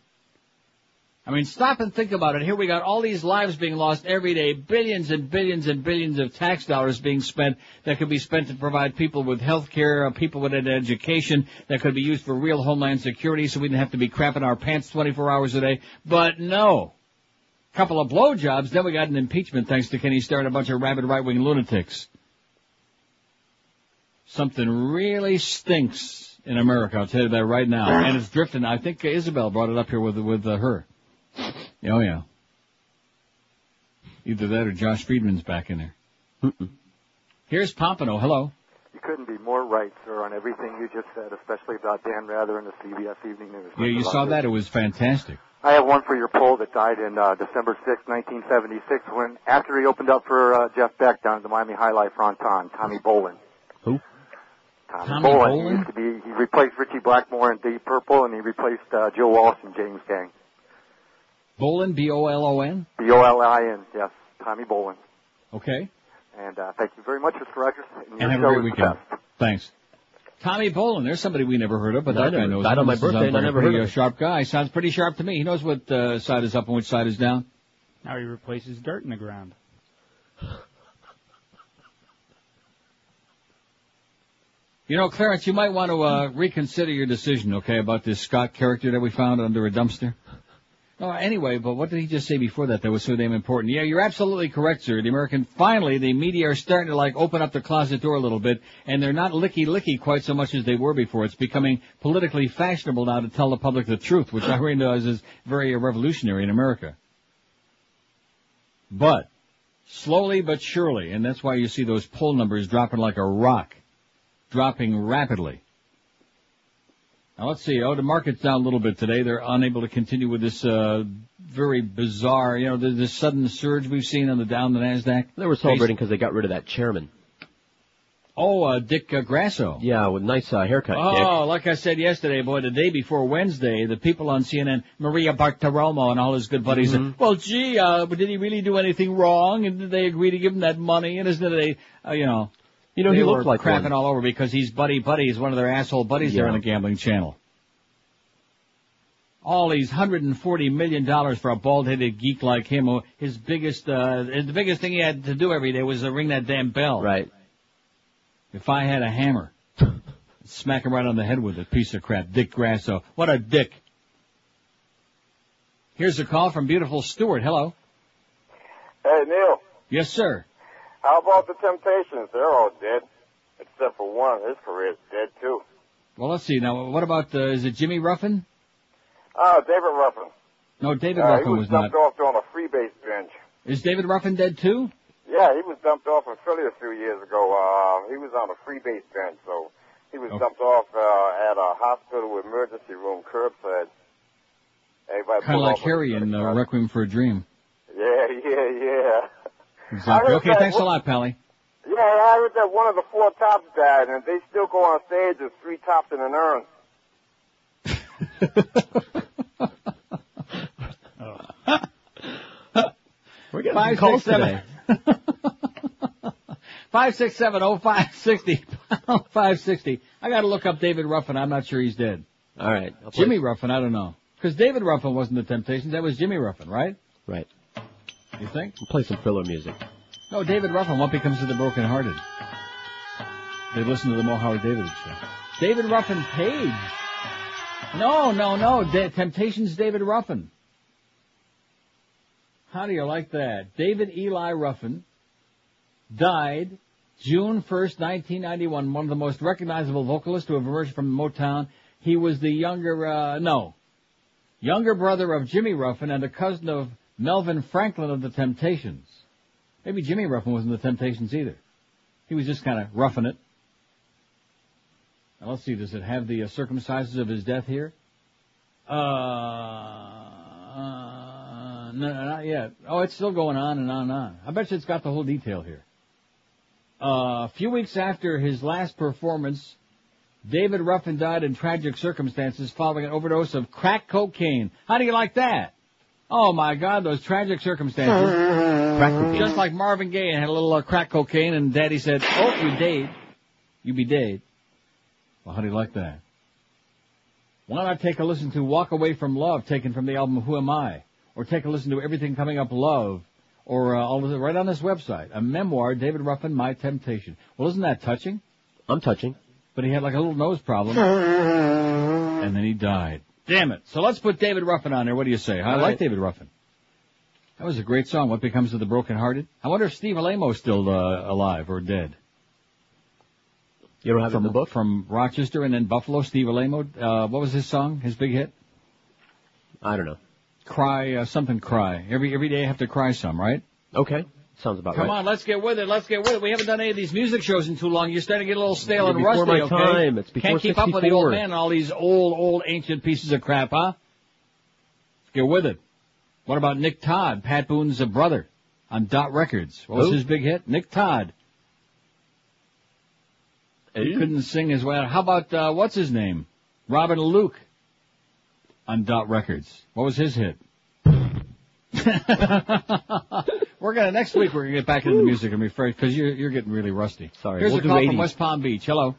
Speaker 2: I mean, stop and think about it. Here we got all these lives being lost every day, billions and billions and billions of tax dollars being spent that could be spent to provide people with health care, uh, people with an education that could be used for real homeland security so we didn't have to be crapping our pants 24 hours a day. But no. Couple of blowjobs, then we got an impeachment thanks to Kenny Starr and a bunch of rabid right-wing lunatics. Something really stinks in America. I'll tell you that right now, and it's drifting. I think uh, Isabel brought it up here with with uh, her. Yeah, Oh yeah. Either that or Josh Friedman's back in there. Here's Pompano. Hello.
Speaker 4: You couldn't be more right, sir, on everything you just said, especially about Dan Rather and the CBS Evening News.
Speaker 2: Yeah, you saw that. It was fantastic.
Speaker 4: I have one for your poll that died in uh, December sixth, 1976, when after he opened up for uh, Jeff Beck down at the Miami High Life Fronton, Tommy Bolin.
Speaker 3: Who?
Speaker 4: Tommy,
Speaker 3: Tommy
Speaker 4: Bolin.
Speaker 3: Bolin?
Speaker 4: He used to be. He replaced Richie Blackmore in Deep Purple, and he replaced uh, Joe Walsh in James Gang.
Speaker 2: Bolin, B-O-L-O-N.
Speaker 4: B O L I N. Yes, Tommy Bolin.
Speaker 2: Okay.
Speaker 4: And uh, thank you very much, Mr. Rogers. And, your
Speaker 2: And have a
Speaker 4: show
Speaker 2: great
Speaker 4: is the
Speaker 2: weekend.
Speaker 4: best.
Speaker 2: Thanks. Tommy Bolin. There's somebody we never heard of, but
Speaker 3: No, I
Speaker 2: that guy
Speaker 3: never-
Speaker 2: knows.
Speaker 3: died
Speaker 2: him.
Speaker 3: on my
Speaker 2: This is
Speaker 3: birthday, and I
Speaker 2: a
Speaker 3: never
Speaker 2: pretty,
Speaker 3: heard of
Speaker 2: uh,
Speaker 3: him.
Speaker 2: Sharp guy. Sounds pretty sharp to me. He knows what uh, side is up and which side is down.
Speaker 1: Now he replaces dirt in the ground.
Speaker 2: You know, Clarence, you might want to uh, reconsider your decision, okay, about this Scott character that we found under a dumpster. No, anyway, but what did he just say before that that was so damn important? Yeah, you're absolutely correct, sir. The American, finally, the media are starting to like open up the closet door a little bit, and they're not licky licky quite so much as they were before. It's becoming politically fashionable now to tell the public the truth, which I realize is very revolutionary in America. But, slowly but surely, and that's why you see those poll numbers dropping like a rock, dropping rapidly. Now let's see. Oh, the market's down a little bit today. They're unable to continue with this uh, very bizarre, you know, the, the sudden surge we've seen on the down the Nasdaq.
Speaker 3: They were celebrating because they got rid of that chairman.
Speaker 2: Oh, uh, Dick uh, Grasso.
Speaker 3: Yeah, with nice uh, haircut.
Speaker 2: Oh, like I said yesterday, boy, the day before Wednesday, the people on CNN, Maria Bartiromo and all his good buddies, said, well, gee, uh, but did he really do anything wrong? And did they agree to give him that money? And isn't it a, uh, you know,
Speaker 3: You know,
Speaker 2: they
Speaker 3: he
Speaker 2: were
Speaker 3: looked like
Speaker 2: crapping
Speaker 3: one.
Speaker 2: all over because he's buddy buddy. He's one of their asshole buddies there
Speaker 3: Yeah.
Speaker 2: on the gambling channel. All these hundred and forty million dollars for a bald-headed geek like him. who- His biggest, uh, the biggest thing he had to do every day was to ring that damn bell.
Speaker 3: Right.
Speaker 2: If I had a hammer, smack him right on the head with it. Piece of crap, Dick Grasso. What a dick. Here's a call from beautiful Stewart. Hello.
Speaker 4: Hey, Neil,
Speaker 2: Yes, sir.
Speaker 4: how about the Temptations? They're all dead. Except for one. His career's dead, too.
Speaker 2: Well, let's see now. What about uh, is it Jimmy Ruffin?
Speaker 4: Oh, David Ruffin.
Speaker 2: No, David
Speaker 4: Uh, he
Speaker 2: Ruffin
Speaker 4: was,
Speaker 2: was not.
Speaker 4: dumped off on a freebase bench.
Speaker 2: Is David Ruffin dead too?
Speaker 4: Yeah, he was dumped off in Philly a few years ago. Uh, he was on a freebase bench, so he
Speaker 8: Oh.
Speaker 4: was dumped off uh, at a hospital emergency room curbside. Everybody
Speaker 2: Kind
Speaker 4: pulled
Speaker 2: of like
Speaker 4: off.
Speaker 2: Harry in uh, Requiem for a Dream.
Speaker 4: Yeah, yeah, yeah.
Speaker 2: Exactly.
Speaker 4: heard
Speaker 2: Okay,
Speaker 4: that.
Speaker 2: thanks a
Speaker 4: What-
Speaker 2: lot, Pally.
Speaker 4: Yeah, I heard that one of the four tops died, and they still go on stage as three tops in an urn.
Speaker 3: We're
Speaker 4: getting
Speaker 2: five,
Speaker 3: some calls
Speaker 2: six, seven. five six seven oh five sixty five sixty. I got to look up David Ruffin. I'm not sure he's dead.
Speaker 3: All right. I'll play-
Speaker 2: Jimmy Ruffin, I don't know, because David Ruffin wasn't the Temptations. That was Jimmy Ruffin, right?
Speaker 3: Right.
Speaker 2: You think?
Speaker 3: We'll play some filler music.
Speaker 2: No, David Ruffin. What becomes of the brokenhearted? They listen to the Mo Howard David show. David Ruffin Page. No, no, no. Da- Temptations. David Ruffin. How do you like that? David Eli Ruffin died June 1st, 1991. One of the most recognizable vocalists to have emerged from Motown. He was the younger, uh, no, younger brother of Jimmy Ruffin and a cousin of Melvin Franklin of the Temptations. Maybe Jimmy Ruffin wasn't the Temptations either. He was just kind of roughing it. Now let's see, does it have the uh, circumstances of his death here? Uh, uh, no, not yet. Oh, it's still going on and on and on. I bet you it's got the whole detail here. Uh, a few weeks after his last performance, David Ruffin died in tragic circumstances following an overdose of crack cocaine. How do you like that? Oh my God, those tragic circumstances.
Speaker 3: Crack cocaine.
Speaker 2: Just like Marvin Gaye had a little uh, crack cocaine, and Daddy said, "Oh, you dead, you be dead." Well, how do you like that? Why not take a listen to "Walk Away from Love," taken from the album "Who Am I," or take a listen to "Everything Coming Up Love," or uh, all of it right on this website, a memoir, David Ruffin, "My Temptation." Well, isn't that touching?
Speaker 3: I'm touching.
Speaker 2: But he had like a little nose problem, and then he died. Damn it! So let's put David Ruffin on there. What do you say? I
Speaker 3: All
Speaker 2: like
Speaker 3: right.
Speaker 2: David Ruffin. That was a great song. What becomes of the brokenhearted? I wonder if Steve Alamo's still uh, alive or dead.
Speaker 3: You don't have
Speaker 2: from
Speaker 3: it in the book?
Speaker 2: from Rochester and then Buffalo. Steve Alamo. Uh, what was his song? His big hit?
Speaker 3: I don't know.
Speaker 2: Cry uh, something. Cry every every day. I have to cry some, right?
Speaker 3: Okay, sounds about
Speaker 2: Come
Speaker 3: right.
Speaker 2: on, let's get with it. Let's get with it. We haven't done any of these music shows in too long. You're starting to get a little stale
Speaker 3: It's
Speaker 2: and
Speaker 3: before
Speaker 2: rusty.
Speaker 3: my
Speaker 2: okay?
Speaker 3: time. It's before
Speaker 2: Can't keep up with the
Speaker 3: 64.
Speaker 2: old man and all these old, old, ancient pieces of crap, huh? Get with it. What about Nick Todd, Pat Boone's uh, brother, on Dot Records? What was
Speaker 3: Who?
Speaker 2: his big hit? Nick Todd. He couldn't sing as well. How about uh, what's his name? Robin Luke on Dot Records. What was his hit? we're gonna next week we're gonna get back into the music and refresh because you're you're getting really rusty. Sorry. Here's
Speaker 13: we'll
Speaker 2: a
Speaker 13: do
Speaker 2: call from
Speaker 13: 80s.
Speaker 2: West Palm Beach. Hello.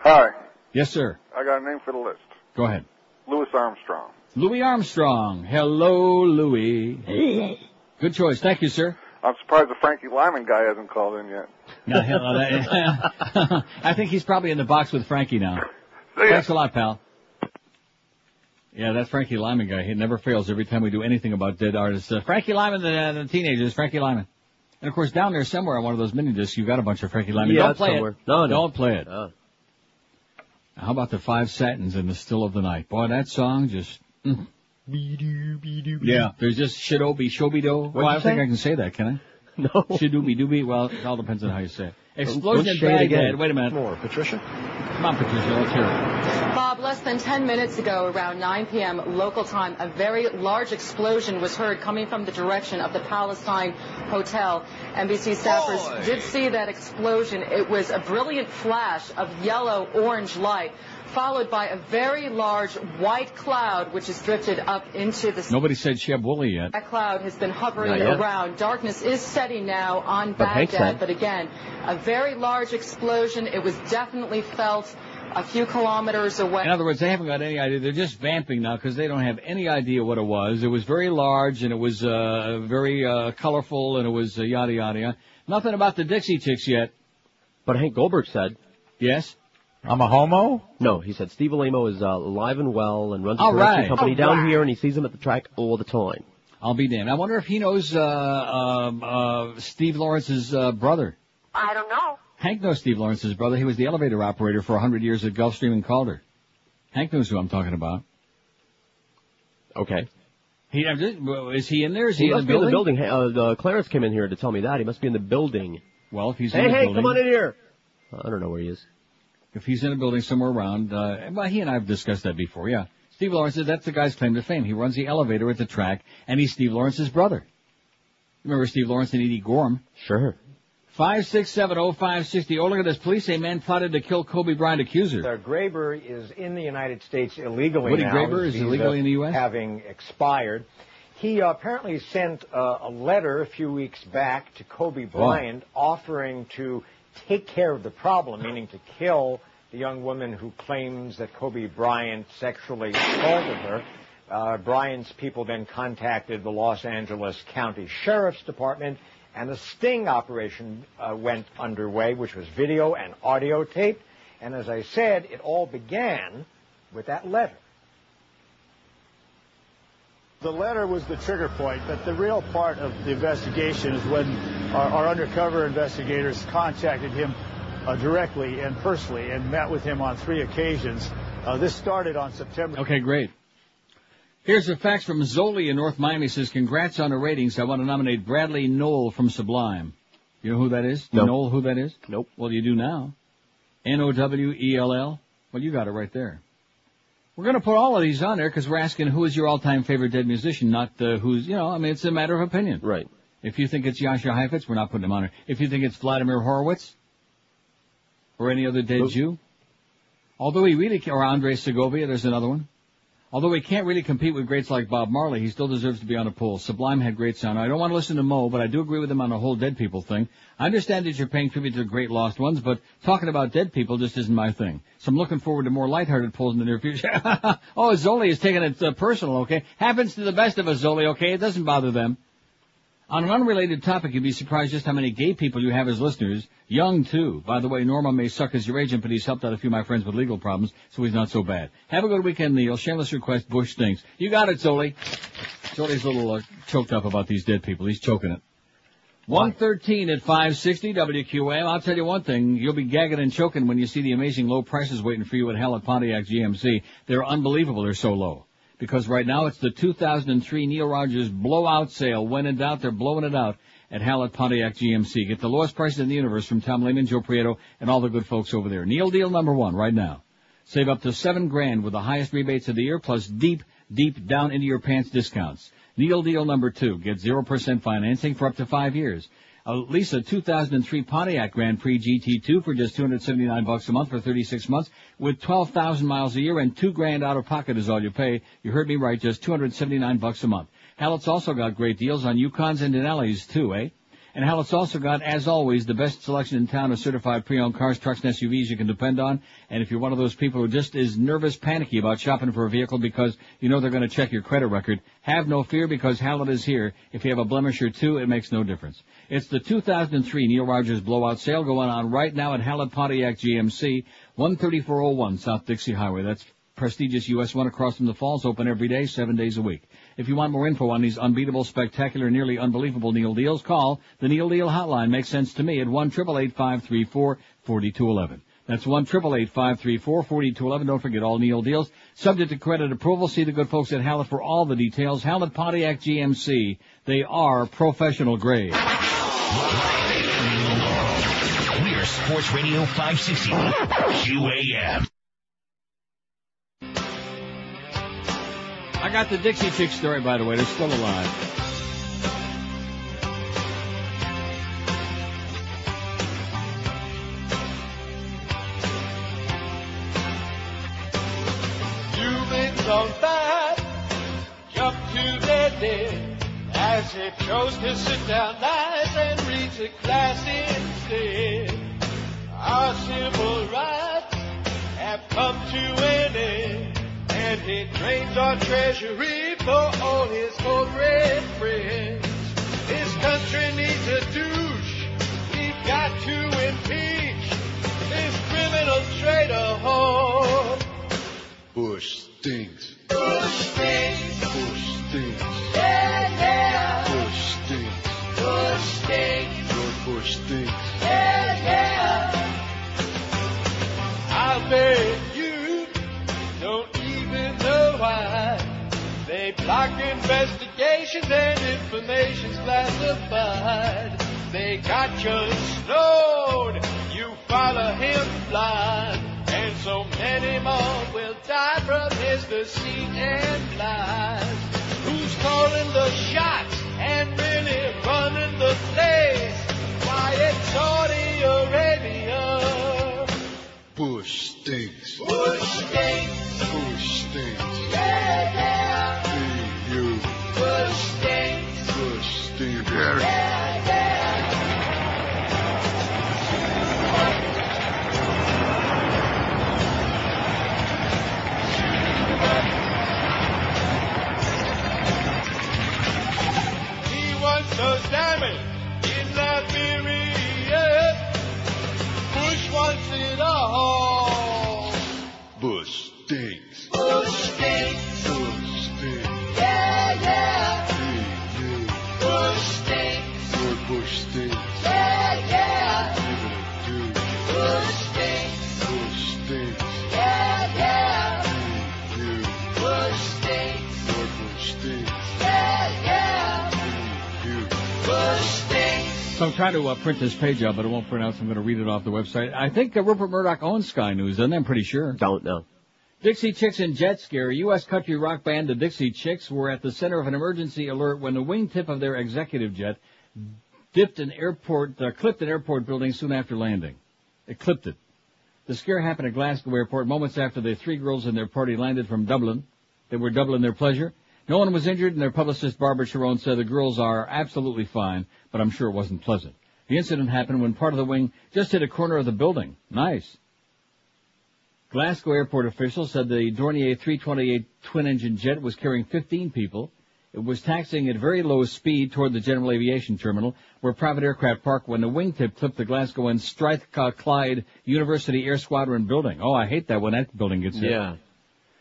Speaker 13: Hi,
Speaker 2: Yes, sir.
Speaker 13: I got a name for the list.
Speaker 2: Go ahead.
Speaker 13: Louis Armstrong.
Speaker 2: Louis Armstrong. Hello, Louis. Good choice. Thank you, sir.
Speaker 13: I'm surprised the Frankie Lyman guy hasn't called in yet.
Speaker 2: No, hell, no, that- I think he's probably in the box with Frankie now. Thanks a lot, pal. Yeah, that Frankie Lyman guy, he never fails every time we do anything about dead artists. Uh, Frankie Lyman, the, uh, the teenagers, Frankie Lyman. And of course, down there somewhere on one of those mini discs, you got a bunch of Frankie Lyman.
Speaker 3: Yeah,
Speaker 2: Don't play
Speaker 3: somewhere.
Speaker 2: it.
Speaker 3: No, no.
Speaker 2: Don't play it. How about the Five Satins in the Still of the Night? Boy, that song just. mm. Yeah, there's just shidobi shobido. Well, I don't
Speaker 3: you
Speaker 2: think
Speaker 3: say?
Speaker 2: I can say that, can I?
Speaker 3: No.
Speaker 2: Shidooby dooby. Well, it all depends on how you say it.
Speaker 3: Don't-
Speaker 2: Explosion
Speaker 3: don't
Speaker 2: in
Speaker 3: say it again.
Speaker 2: Baghdad. Wait a minute. More, Patricia. Come on, Patricia. Let's hear it.
Speaker 5: Bob, less than 10 minutes ago, around 9 p.m. local time, a very large explosion was heard coming from the direction of the Palestine Hotel. NBC staffers did see that explosion. It was a brilliant flash of yellow-orange light, followed by a very large white cloud, which has drifted up into the sky.
Speaker 2: Nobody said Sheb Woolley yet.
Speaker 5: That cloud has been hovering
Speaker 2: Not yet.
Speaker 5: around. Darkness is setting now on
Speaker 2: But Hank
Speaker 5: Baghdad,
Speaker 2: said-
Speaker 5: but again, a very large explosion. It was definitely felt a few kilometers away.
Speaker 2: In other words, they haven't got any idea. They're just vamping now because they don't have any idea what it was. It was very large and it was uh, very uh, colorful and it was uh, yada yada yada. Nothing about the Dixie Chicks yet.
Speaker 3: But Hank Goldberg said.
Speaker 2: Yes.
Speaker 3: I'm a homo? No, he said Steve Alamo is uh, alive and well and runs a
Speaker 2: All
Speaker 3: production
Speaker 2: right.
Speaker 3: company
Speaker 2: All
Speaker 3: down
Speaker 2: right.
Speaker 3: here and he sees him at the track all the time.
Speaker 2: I'll be damned. I wonder if he knows uh, um, uh, Steve Lawrence's uh, brother.
Speaker 9: I don't know.
Speaker 2: Hank knows Steve Lawrence's brother. He was the elevator operator for 100 years at Gulfstream and Calder. Hank knows who I'm talking about.
Speaker 3: Okay.
Speaker 2: He I'm just- well, is he in there? Is he, in
Speaker 3: must
Speaker 2: the
Speaker 3: be in
Speaker 2: building?
Speaker 3: the building. Hey, Uh, uh, Clarence came in here to tell me that. He must be in the building.
Speaker 2: Well, if he's
Speaker 3: hey,
Speaker 2: in the
Speaker 3: hey,
Speaker 2: building,
Speaker 3: come on in here. I don't know where he is.
Speaker 2: If he's in a building somewhere around, uh, well, he and I have discussed that before. Yeah, Steve Lawrence said that's the guy's claim to fame. He runs the elevator at the track, and he's Steve Lawrence's brother. Remember Steve Lawrence and Edie Gorm?
Speaker 3: Sure.
Speaker 2: Five six seven oh five sixty. Oh, look at this! Police say man plotted to kill Kobe Bryant accuser.
Speaker 14: Uh, Graber is in the United States illegally
Speaker 2: Woody
Speaker 14: now.
Speaker 2: Graber
Speaker 14: His
Speaker 2: is
Speaker 14: visa
Speaker 2: illegally in the U.S.?
Speaker 14: Having expired. He uh, apparently sent uh, a letter a few weeks back to Kobe
Speaker 2: Oh.
Speaker 14: Bryant offering to take care of the problem, meaning to kill the young woman who claims that Kobe Bryant sexually assaulted her. Uh, Bryant's people then contacted the Los Angeles County Sheriff's Department, and a sting operation uh, went underway, which was video and audio taped. And as I said, it all began with that letter.
Speaker 15: The letter was the trigger point, but the real part of the investigation is when our, our undercover investigators contacted him uh, directly and personally and met with him on three occasions. Uh, this started on September.
Speaker 2: Okay, great. Here's a fax from Zoli in North Miami. Says, congrats on the ratings. I want to nominate Bradley Knoll from Sublime. You know who that is?
Speaker 3: No.
Speaker 2: Knoll, who that is?
Speaker 3: Nope.
Speaker 2: Well, you do now. N-O-W-E-L-L. E Well, you got it right there. We're going to put all of these on there because we're asking who is your all-time favorite dead musician, not uh, who's, you know, I mean, it's a matter of opinion.
Speaker 3: Right.
Speaker 2: If you think it's Yasha Heifetz, we're not putting him on there. If you think it's Vladimir Horowitz or any other dead Jew, although he really, ca- or Andre Segovia, there's another one. Although he can't really compete with greats like Bob Marley, he still deserves to be on a poll. Sublime had great sound. I don't want to listen to Mo, but I do agree with him on the whole dead people thing. I understand that you're paying tribute to the great lost ones, but talking about dead people just isn't my thing. So I'm looking forward to more lighthearted polls in the near future. oh, Zoli is taking it uh, personal, okay? Happens to the best of us, Zoli, okay? It doesn't bother them. On an unrelated topic, you'd be surprised just how many gay people you have as listeners. Young, too. By the way, Norma may suck as your agent, but he's helped out a few of my friends with legal problems, so he's not so bad. Have a good weekend, Neil. Shameless request, Bush stinks. You got it, Zoli. Zoli's a little uh, choked up about these dead people. He's choking it. 113 at 560 WQM. I'll tell you one thing. You'll be gagging and choking when you see the amazing low prices waiting for you at Hell at Pontiac GMC. They're unbelievable. They're so low. Because right now it's the 2003 Neil Rogers blowout sale. When in doubt, they're blowing it out at Hallett Pontiac GMC. Get the lowest prices in the universe from Tom Lehman, Joe Prieto, and all the good folks over there. Neil deal number one right now. Save up to seven grand with the highest rebates of the year plus deep, deep down into your pants discounts. Neil deal number two. Get 0% financing for up to five years. Uh, At least a 2003 Pontiac Grand Prix GT2 for just 279 bucks a month for 36 months with 12,000 miles a year and two grand out of pocket is all you pay. You heard me right, just 279 bucks a month. Hallett's also got great deals on Yukons and Denali's too, eh? And Hallett's also got, as always, the best selection in town of certified pre-owned cars, trucks, and SUVs you can depend on. And if you're one of those people who just is nervous, panicky about shopping for a vehicle because you know they're going to check your credit record, have no fear because Hallett is here. If you have a blemish or two, it makes no difference. It's the 2003 Neil Rogers blowout sale going on right now at Hallett Pontiac GMC, 13401 South oh Dixie Highway. That's prestigious US1 across from the falls, open every day, seven days a week. If you want more info on these unbeatable, spectacular, nearly unbelievable Neil Deals, call the Neil Deal Hotline. Makes sense to me at one triple eight five three four forty two eleven. That's one triple eight five three four forty two eleven. Don't forget all Neil deals. Subject to credit approval. See the good folks at Hallett for all the details. Hallett Pontiac GMC. They are professional grade.
Speaker 21: We're Sports Radio 560 QAM.
Speaker 2: I got the Dixie Chick story, by the way. They're still alive.
Speaker 6: You've been thrown back, jump to their dead. As it chose to sit down nice and reach a class instead. Our civil rights have come to an end, and it drains our treasury for all his old red friends. This country needs a douche. We've got to impeach this criminal traitor whore.
Speaker 9: Bush stinks.
Speaker 6: Bush stinks.
Speaker 9: Bush stinks.
Speaker 6: Yeah, yeah.
Speaker 9: Bush stinks.
Speaker 6: Bush stinks.
Speaker 9: George Bush stinks.
Speaker 6: Yeah, yeah. I bet you don't even know why they block investigations and information's classified. They got you snowed. You follow him blind. And so many more will die from his deceit and lies. Who's calling the shots and really running the place? Why, it's Saudi Arabia.
Speaker 9: Bush stinks.
Speaker 6: Bush stinks,
Speaker 9: Bush stinks.
Speaker 6: yeah, yeah.
Speaker 9: You.
Speaker 6: Bush stinks,
Speaker 9: Bush stinks.
Speaker 6: yeah, yeah. He wants us damaged in Liberia. Bush wants it all.
Speaker 9: Bush stinks.
Speaker 6: Bush stinks.
Speaker 9: Bush stinks.
Speaker 6: Yeah, yeah.
Speaker 9: You.
Speaker 6: Bush stinks.
Speaker 9: George Bush stinks.
Speaker 6: Yeah, yeah.
Speaker 9: You.
Speaker 6: Bush stinks.
Speaker 9: Bush stinks.
Speaker 6: Yeah, yeah.
Speaker 9: You.
Speaker 6: Bush stinks.
Speaker 9: George Bush stinks.
Speaker 6: Yeah, yeah.
Speaker 9: You.
Speaker 6: Bush stinks.
Speaker 2: So I'm trying to uh, print this page out, but it won't print out, so I'm going to read it off the website. I think uh, Rupert Murdoch owns Sky News, doesn't he? I'm pretty sure.
Speaker 3: Don't know.
Speaker 2: Dixie Chicks and Jet Scare, U.S. country rock band the Dixie Chicks were at the center of an emergency alert when the wingtip of their executive jet dipped an airport, uh, clipped an airport building soon after landing. It clipped it. The scare happened at Glasgow Airport moments after the three girls and their party landed from Dublin. They were doubling their pleasure. No one was injured, and their publicist Barbara Sharon said the girls are absolutely fine, but I'm sure it wasn't pleasant. The incident happened when part of the wing just hit a corner of the building. Nice. Glasgow airport officials said the Dornier 328 twin-engine jet was carrying 15 people. It was taxiing at very low speed toward the General Aviation Terminal, where private aircraft park, when the wingtip clipped the Glasgow and Strathclyde Clyde University Air Squadron building. Oh, I hate that when that building gets hit.
Speaker 3: Yeah.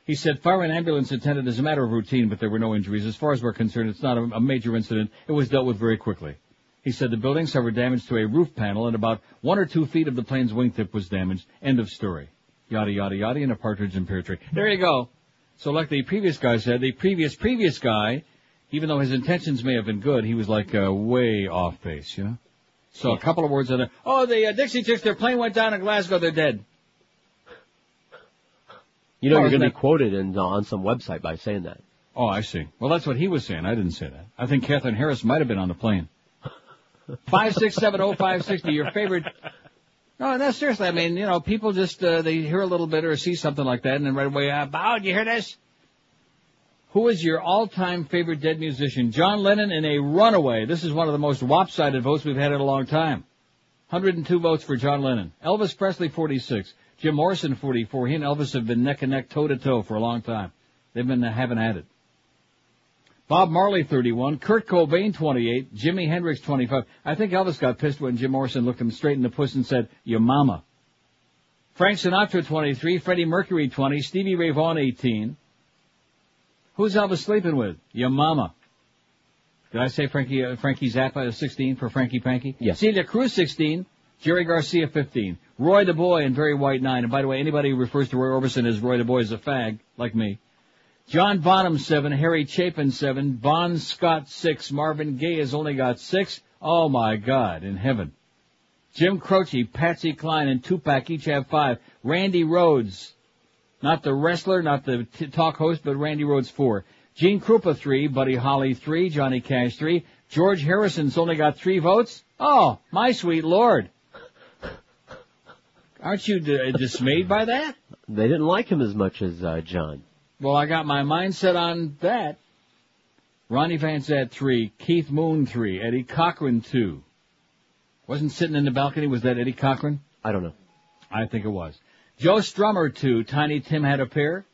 Speaker 2: He said fire and ambulance attended as a matter of routine, but there were no injuries. As far as we're concerned, it's not a, a major incident. It was dealt with very quickly. He said the building suffered damage to a roof panel and about one or two feet of the plane's wingtip was damaged. End of story. Yada, yada, yada, and a partridge in pear tree. There you go. So like the previous guy said, the previous, previous guy, even though his intentions may have been good, he was like, uh, way off base, you know? So a couple of words on there. Oh, the uh, Dixie Chicks, their plane went down in Glasgow, they're dead.
Speaker 3: You know
Speaker 2: Well,
Speaker 3: you're going to
Speaker 2: isn't
Speaker 3: be quoted in, uh, on some website by saying that.
Speaker 2: Oh, I see. Well, that's what he was saying. I didn't say that. I think Catherine Harris might have been on the plane. Five six seven oh five sixty. Your favorite. No, no, seriously. I mean, you know, people just uh, they hear a little bit or see something like that, and then right away, uh, Bow, do you hear this? Who is your all-time favorite dead musician? John Lennon in a runaway. This is one of the most lopsided votes we've had in a long time. 102 votes for John Lennon. Elvis Presley 46. Jim Morrison 44. He and Elvis have been neck and neck, toe to toe for a long time. They've been uh, having at it. Bob Marley 31, Kurt Cobain 28, Jimi Hendrix 25. I think Elvis got pissed when Jim Morrison looked him straight in the puss and said, "Your mama." Frank Sinatra 23, Freddie Mercury 20, Stevie Ray Vaughan 18. Who's Elvis sleeping with? Your mama. Did I say Frankie uh, Frankie Zappa is 16 for Frankie Panky? Yes. Celia Cruz 16, Jerry Garcia 15, Roy the Boy and Very White 9. And by the way, anybody who refers to Roy Orbison as Roy the Boy is a fag, like me. John Bonham 7, Harry Chapin 7, Bon Scott 6, Marvin Gaye has only got 6. Oh my God, in heaven. Jim Croce, Patsy Cline, and Tupac each have 5. Randy Rhodes, not the wrestler, not the t- talk host, but Randy Rhodes 4. Gene Krupa 3, Buddy Holly 3, Johnny Cash 3. George Harrison's only got 3 votes. Oh, my sweet lord. Aren't you d- dismayed by that?
Speaker 3: They didn't like him as much as uh, John.
Speaker 2: Well, I got my mindset on that. Ronnie Van Zant three, Keith Moon three, Eddie Cochran two. Wasn't sitting in the balcony. Was that Eddie Cochran?
Speaker 3: I don't know.
Speaker 2: I think it was. Joe Strummer two, Tiny Tim had a pair.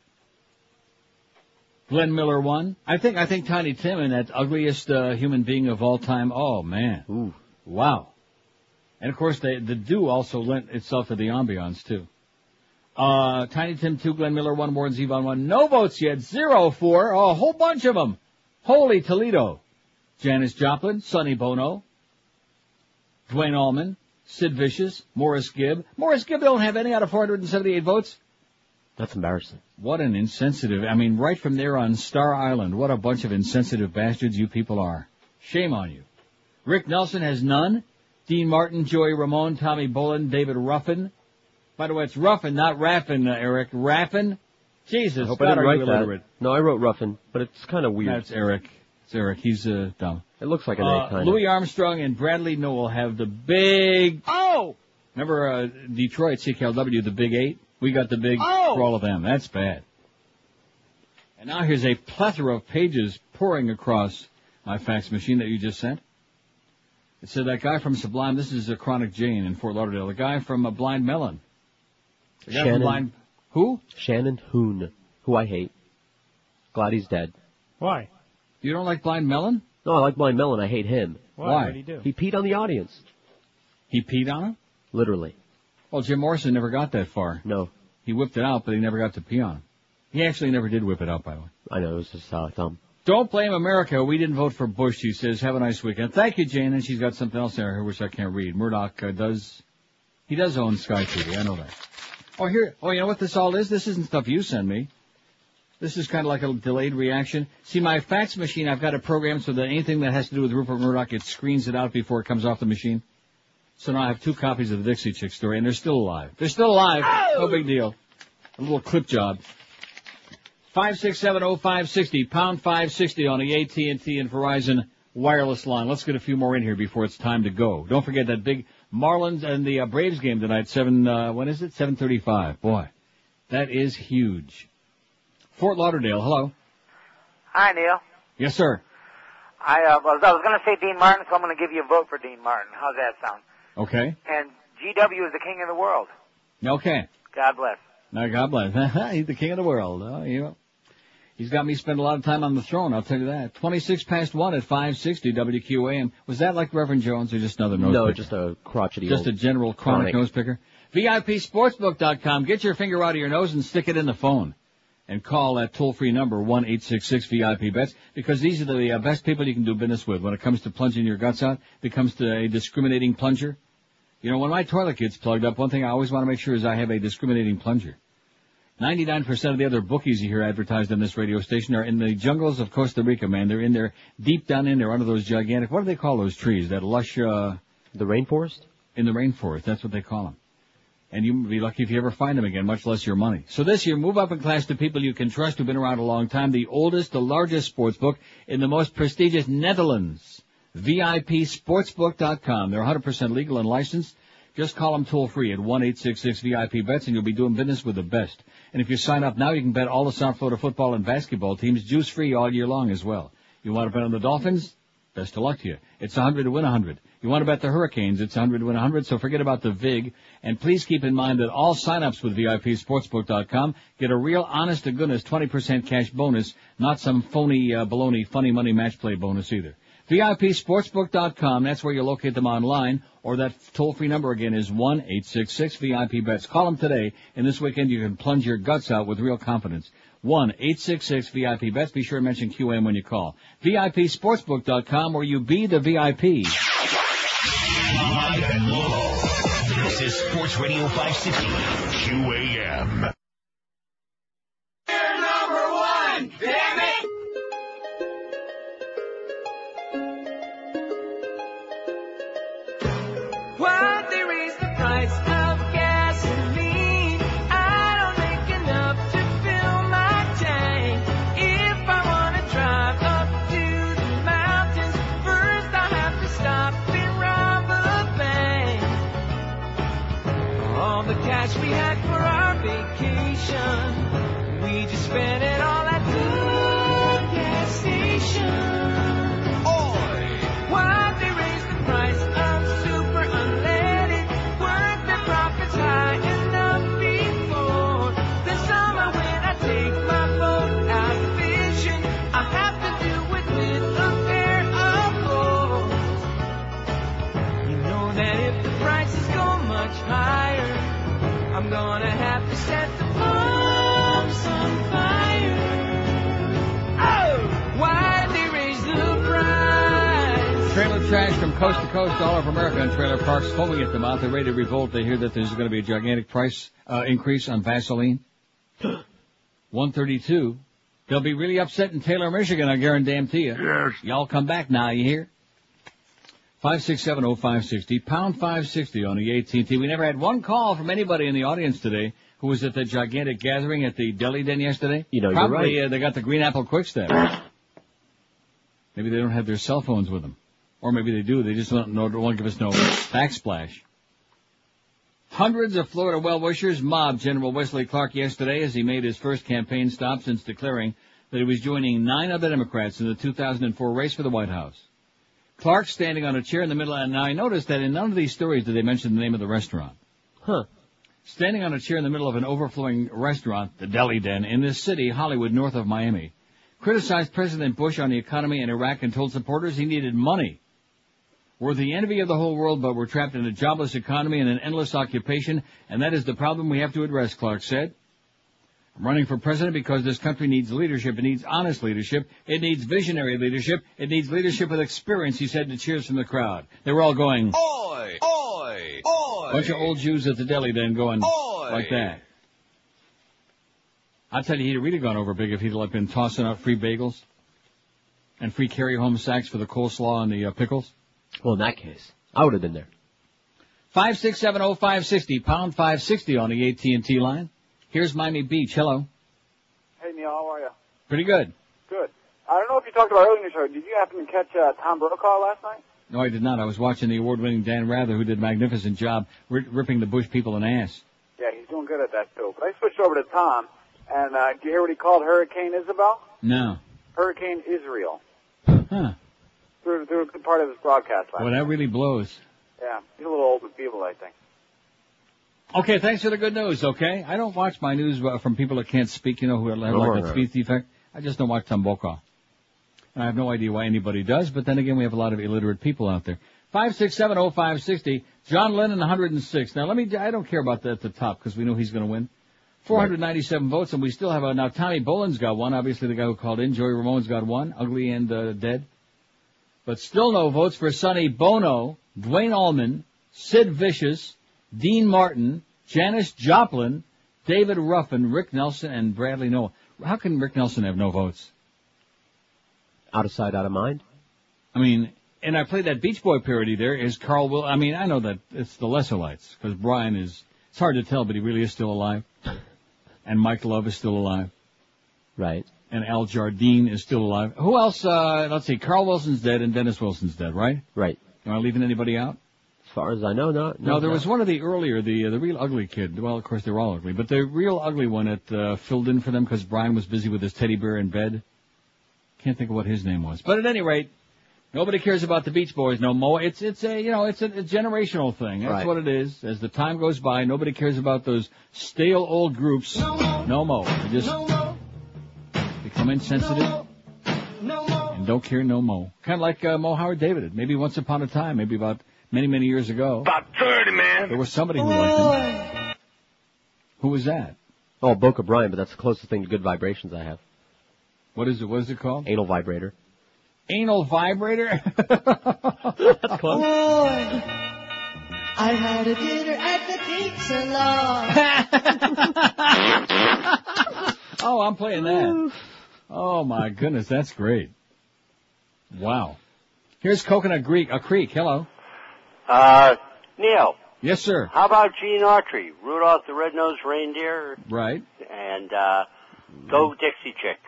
Speaker 2: Glenn Miller one. I think I think Tiny Tim and that ugliest uh, human being of all time. Oh man.
Speaker 3: Ooh.
Speaker 2: Wow. And of course they, the do also lent itself to the ambiance too. Uh, Tiny Tim 2, Glenn Miller 1, Warren Zevon 1. No votes yet. Zero for a whole bunch of them. Holy Toledo. Janis Joplin, Sonny Bono, Dwayne Allman, Sid Vicious, Morris Gibb. Morris Gibb don't have any out of 478 votes.
Speaker 3: That's embarrassing.
Speaker 2: What an insensitive. I mean, right from there on Star Island, what a bunch of insensitive bastards you people are. Shame on you. Rick Nelson has none. Dean Martin, Joey Ramone, Tommy Bolin, David Ruffin, by the way, it's Ruffin, not Raffin, uh, Eric. Raffin? Jesus,
Speaker 3: I hope
Speaker 2: God,
Speaker 3: I didn't
Speaker 2: are
Speaker 3: write
Speaker 2: you
Speaker 3: that.
Speaker 2: illiterate.
Speaker 3: No, I wrote Ruffin, but it's kind of weird.
Speaker 2: That's Eric. It's Eric. He's uh, dumb.
Speaker 3: It looks like an
Speaker 2: Uh,
Speaker 3: A kind
Speaker 2: Louis Armstrong and Bradley Noel have the big... Oh! Remember uh, Detroit, CKLW, the big eight? We got the big
Speaker 1: Oh!
Speaker 2: for all of them. That's bad. And now here's a plethora of pages pouring across my fax machine that you just sent. It said that guy from Sublime, this is a Chronic Jane in Fort Lauderdale, the guy from uh, Blind Melon. The guy
Speaker 3: Shannon.
Speaker 2: from Blind Who?
Speaker 3: Shannon Hoon, who I hate. Glad he's dead.
Speaker 23: Why?
Speaker 2: You don't like Blind Melon?
Speaker 3: No, I like Blind Melon. I hate him.
Speaker 23: Why? Why? What'd he do?
Speaker 3: He peed on the audience.
Speaker 2: He peed on him?
Speaker 3: Literally.
Speaker 2: Well, Jim Morrison never got that far.
Speaker 3: No.
Speaker 2: He whipped it out, but he never got to pee on him. He actually never did whip it out, by the way.
Speaker 3: I know, it was just uh, thumb.
Speaker 2: Don't blame America. We didn't vote for Bush, she says. Have a nice weekend. Thank you, Jane. And she's got something else there, which I can't read. Murdoch uh, does, he does own Sky TV. I know that. Oh, here, oh, you know what this all is? This isn't stuff you send me. This is kind of like a delayed reaction. See, my fax machine, I've got it programmed so that anything that has to do with Rupert Murdoch, it screens it out before it comes off the machine. So now I have two copies of the Dixie Chick story, and they're still alive. They're still alive. No big deal. A little clip job. Five six seven oh five sixty pound five sixty on the AT and T and Verizon wireless line. Let's get a few more in here before it's time to go. Don't forget that big Marlins and the uh, Braves game tonight. Seven uh, when is it? Seven thirty five. Boy, that is huge. Fort Lauderdale. Hello.
Speaker 17: Hi, Neil.
Speaker 2: Yes, sir.
Speaker 17: I, uh, was, I was going to say Dean Martin, so I'm going to give you a vote for Dean Martin. How's that sound?
Speaker 2: Okay.
Speaker 17: And GW is the king of the world.
Speaker 2: Okay.
Speaker 17: God bless.
Speaker 2: Now God bless. He's the king of the world. Oh, you know. He's got me spend a lot of time on the throne, I'll tell you that. 26 past 1 at 560 WQAM. Was that like Reverend Jones or just another nose
Speaker 3: no,
Speaker 2: picker?
Speaker 3: just a crotchety
Speaker 2: Just
Speaker 3: old
Speaker 2: a general chronic,
Speaker 3: chronic.
Speaker 2: nose picker. VIPSportsbook.com. Get your finger out of your nose and stick it in the phone. And call that toll-free number, one eight six six vip bets because these are the uh, best people you can do business with when it comes to plunging your guts out, when it comes to a discriminating plunger. You know, when my toilet gets plugged up, one thing I always want to make sure is I have a discriminating plunger. 99% of the other bookies you hear advertised on this radio station are in the jungles of Costa Rica, man. They're in there, deep down in there, under those gigantic, what do they call those trees? That lush, uh...
Speaker 3: The rainforest?
Speaker 2: In the rainforest, that's what they call them. And you'd be lucky if you ever find them again, much less your money. So this year, move up in class to people you can trust who've been around a long time, the oldest, the largest sports book in the most prestigious Netherlands. VIPsportsbook.com. They're 100% legal and licensed. Just call them toll free at one eight six six vip bets and you'll be doing business with the best. And if you sign up now, you can bet all the South Florida football and basketball teams juice free all year long as well. You want to bet on the Dolphins? Best of luck to you. It's 100 to win 100. You want to bet the Hurricanes? It's 100 to win 100. So forget about the VIG. And please keep in mind that all sign-ups with VIPSportsbook.com get a real honest-to-goodness 20% cash bonus, not some phony, uh, baloney, funny money match play bonus either. VIPSportsbook.com, that's where you locate them online, or that toll-free number again is one eight six six vip bets Call them today, and this weekend you can plunge your guts out with real confidence. one eight six six vip bets Be sure to mention QM when you call. VIPSportsbook.com, where you be the VIP.
Speaker 21: Live and local. This is Sports Radio 560 QAM.
Speaker 1: number one, damn it! Why'd they raise the price of gasoline? I don't make enough to fill my tank. If I wanna drive up to the mountains, first I'll have to stop and rob a bank. All the cash we had for our vacation, we just spent it all at the gas station. Oy! Why'd they raise the price of super unleaded? Weren't the profits high enough before? This summer when I take my boat out fishing, I have to do it with a pair of oars. You know that if the prices go much higher, I'm gonna have to set the pumps on fire. Oh, why they raise the price?
Speaker 2: Trailer trash from coast to coast all over America and trailer parks foaming at the mouth. They're ready to revolt. They hear that there's going to be a gigantic price uh, increase on Vaseline. 132. They'll be really upset in Taylor, Michigan, I guarantee you. Yes. Y'all come back now, you hear? 5670560, pound 560 on the AT&T. We never had one call from anybody in the audience today who was at the gigantic gathering at the deli den yesterday. You know,
Speaker 3: you're
Speaker 2: Probably
Speaker 3: right.
Speaker 2: uh, they got the green apple quick step. maybe they don't have their cell phones with them. Or maybe they do, they just don't, know, won't give us no backsplash. Hundreds of Florida well-wishers mobbed General Wesley Clark yesterday as he made his first campaign stop since declaring that he was joining nine other Democrats in the 2004 race for the White House. Clark standing on a chair in the middle, and now I noticed that in none of these stories did they mention the name of the restaurant. Huh. Standing on a chair in the middle of an overflowing restaurant, the Deli Den, in this city, Hollywood, north of Miami, criticized President Bush on the economy in Iraq and told supporters he needed money. We're the envy of the whole world, but we're trapped in a jobless economy and an endless occupation, and that is the problem we have to address, Clark said. I'm running for president because this country needs leadership. It needs honest leadership. It needs visionary leadership. It needs leadership with experience, he said to cheers from the crowd. They were all going,
Speaker 1: Oi! Oi! Oi!
Speaker 2: bunch of old Jews at the deli then going like that. I tell you, he'd have really gone over big if he'd like been tossing out free bagels and free carry home sacks for the coleslaw and the uh, pickles. Well, in that case, I would have been there. Five six seven oh five sixty pound five sixty on the AT and T line. Here's Miami Beach. Hello,
Speaker 12: Hey Neil, how are you?
Speaker 2: pretty good.
Speaker 12: Good. I don't know if you talked about earlier in the show. Did you happen to catch uh, Tom Brokaw last night?
Speaker 2: No, I did not. I was watching the award-winning Dan Rather, who did a magnificent job ri- ripping the Bush people an ass.
Speaker 12: Yeah, he's doing good at that too. But I switched over to Tom, and uh, do you hear what he called Hurricane Isabel?
Speaker 2: No,
Speaker 12: Hurricane Israel.
Speaker 2: huh?
Speaker 12: Through through a good part of his broadcast last.
Speaker 2: Well, that really blows.
Speaker 12: Yeah, he's a little old and feeble, I think.
Speaker 2: Okay, thanks for the good news, okay? I don't watch my news uh, from people that can't speak, you know, who have like
Speaker 3: Sure.
Speaker 2: a speech defect. I just don't watch Tom Brokaw. And I have no idea why anybody does, but then again, we have a lot of illiterate people out there. 5670560, John Lennon 106. Now let me, I don't care about that at the top because we know he's going to win. 497 votes and we still have a, now Tommy Bolin's got one, obviously the guy who called in. Joey Ramone's got one, ugly and uh, dead. But still no votes for Sonny Bono, Dwayne Allman, Sid Vicious, Dean Martin, Janice Joplin, David Ruffin, Rick Nelson, and Bradley Noah. How can Rick Nelson have no votes? Out of sight, out of mind. I mean, and I played that Beach Boy parody there. Is Carl Will? I mean, I know that it's the lesser lights because Brian is. It's hard to tell, but he really is still alive. and Mike Love is still alive. Right. And Al Jardine is still alive. Who else? Uh, let's see. Carl Wilson's dead and Dennis Wilson's dead, right? Right. Am I leaving anybody out? As far as I know, not. No,
Speaker 3: no,
Speaker 2: there
Speaker 3: no.
Speaker 2: was one of the earlier, the uh, the real ugly kid. Well, of course they were all ugly, but the real ugly one that uh, filled in for them because Brian was busy with his teddy bear in bed. Can't think of what his name was, but at any rate, nobody cares about the Beach Boys no more. It's it's a you know it's a, a generational thing. That's
Speaker 3: Right.
Speaker 2: what it is. As the time goes by, nobody cares about those stale old groups no more. They just become insensitive
Speaker 1: No more.
Speaker 2: and Don't care no mo. Kind of like uh, Mo Howard David. Maybe once upon a time, maybe about many, many years ago. About 30, man. There was somebody who liked him. Who was that?
Speaker 3: Oh, Boca Brian, but that's the closest thing to good vibrations I have.
Speaker 2: What is it? What is it called?
Speaker 3: Anal vibrator.
Speaker 2: Anal vibrator?
Speaker 3: That's
Speaker 1: Lord, I had a dinner at the pizza law.
Speaker 2: oh, I'm playing that. Oh my goodness, that's great. Wow. Here's Coconut Creek, a creek. Hello.
Speaker 16: Uh, Neil,
Speaker 2: Yes, sir.
Speaker 16: how about Gene Autry, Rudolph the Red-Nosed Reindeer,
Speaker 2: Right.
Speaker 16: and uh, Go Dixie Chicks?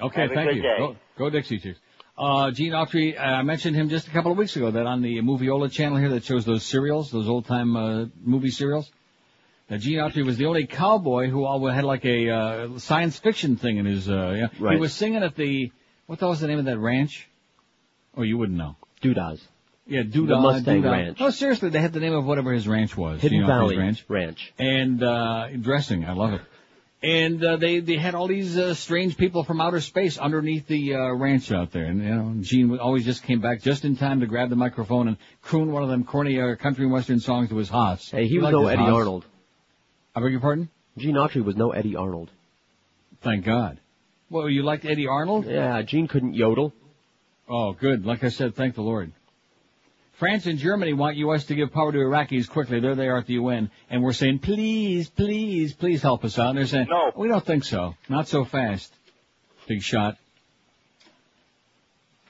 Speaker 2: Okay,
Speaker 16: Have a
Speaker 2: thank
Speaker 16: good
Speaker 2: you. Oh,
Speaker 16: day.
Speaker 2: Go, go Dixie Chicks. Uh, Gene Autry, uh, I mentioned him just a couple of weeks ago that on the Moviola channel here that shows those serials, those old time, uh, movie serials. Now, Gene Autry was the only cowboy who always had like a, uh, science fiction thing in his, uh, yeah. He
Speaker 3: Right.
Speaker 2: was singing at the, what the hell was the name of that ranch? Oh, you wouldn't know.
Speaker 3: Doodahs.
Speaker 2: Yeah, Doodah.
Speaker 3: The Mustang
Speaker 2: Doodah.
Speaker 3: Ranch.
Speaker 2: No, seriously, they had the name of whatever his ranch was.
Speaker 3: Hidden
Speaker 2: Gene Autry's
Speaker 3: Valley
Speaker 2: Ranch.
Speaker 3: Ranch.
Speaker 2: And, uh, dressing, I love it. And uh, they they had all these uh, strange people from outer space underneath the uh, ranch out there, and you know Gene would- always just came back just in time to grab the microphone and croon one of them corny uh, country and western songs to his hoss.
Speaker 3: Hey, he
Speaker 2: You
Speaker 3: was
Speaker 2: like
Speaker 3: no
Speaker 2: his
Speaker 3: Eddie
Speaker 2: hoss?
Speaker 3: Arnold.
Speaker 2: I beg your pardon?
Speaker 3: Gene Autry was no Eddie Arnold.
Speaker 2: Thank God. Well, you liked Eddie Arnold?
Speaker 3: Yeah, Gene couldn't yodel.
Speaker 2: Oh, good. Like I said, thank the Lord. France and Germany want U.S. to give power to Iraqis quickly. There they are at the UN, and we're saying, please, please, please help us out. And they're saying, no, we don't think so. Not so fast. Big shot.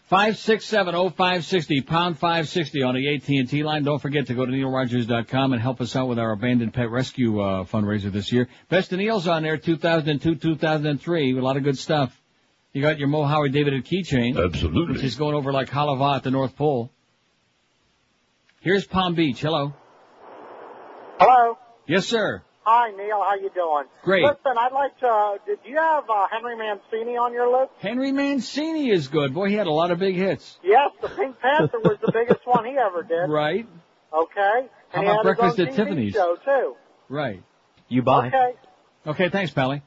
Speaker 2: Five six seven oh five sixty pound five sixty on the AT and T line. Don't forget to go to neilrogers.com and help us out with our abandoned pet rescue uh, fundraiser this year. Best of Neil's on there, 2002, 2003, a lot of good stuff. You got your Mo Howard David at keychain, absolutely, which is going over like halava at the North Pole. Here's Palm Beach. Hello.
Speaker 20: Hello.
Speaker 2: Yes, sir.
Speaker 20: Hi, Neil. How you doing?
Speaker 2: Great.
Speaker 20: Listen, I'd like to. Did you have uh, Henry Mancini on your list?
Speaker 2: Henry Mancini is good. Boy, he had a lot of big hits.
Speaker 20: Yes, the Pink Panther was the biggest one he ever did.
Speaker 2: Right.
Speaker 20: Okay.
Speaker 2: How
Speaker 20: and he
Speaker 2: about
Speaker 20: had his
Speaker 2: Breakfast
Speaker 20: own
Speaker 2: at
Speaker 20: TV
Speaker 2: Tiffany's?
Speaker 20: Show too.
Speaker 2: Right. You
Speaker 20: Okay.
Speaker 2: Okay, thanks, Pally.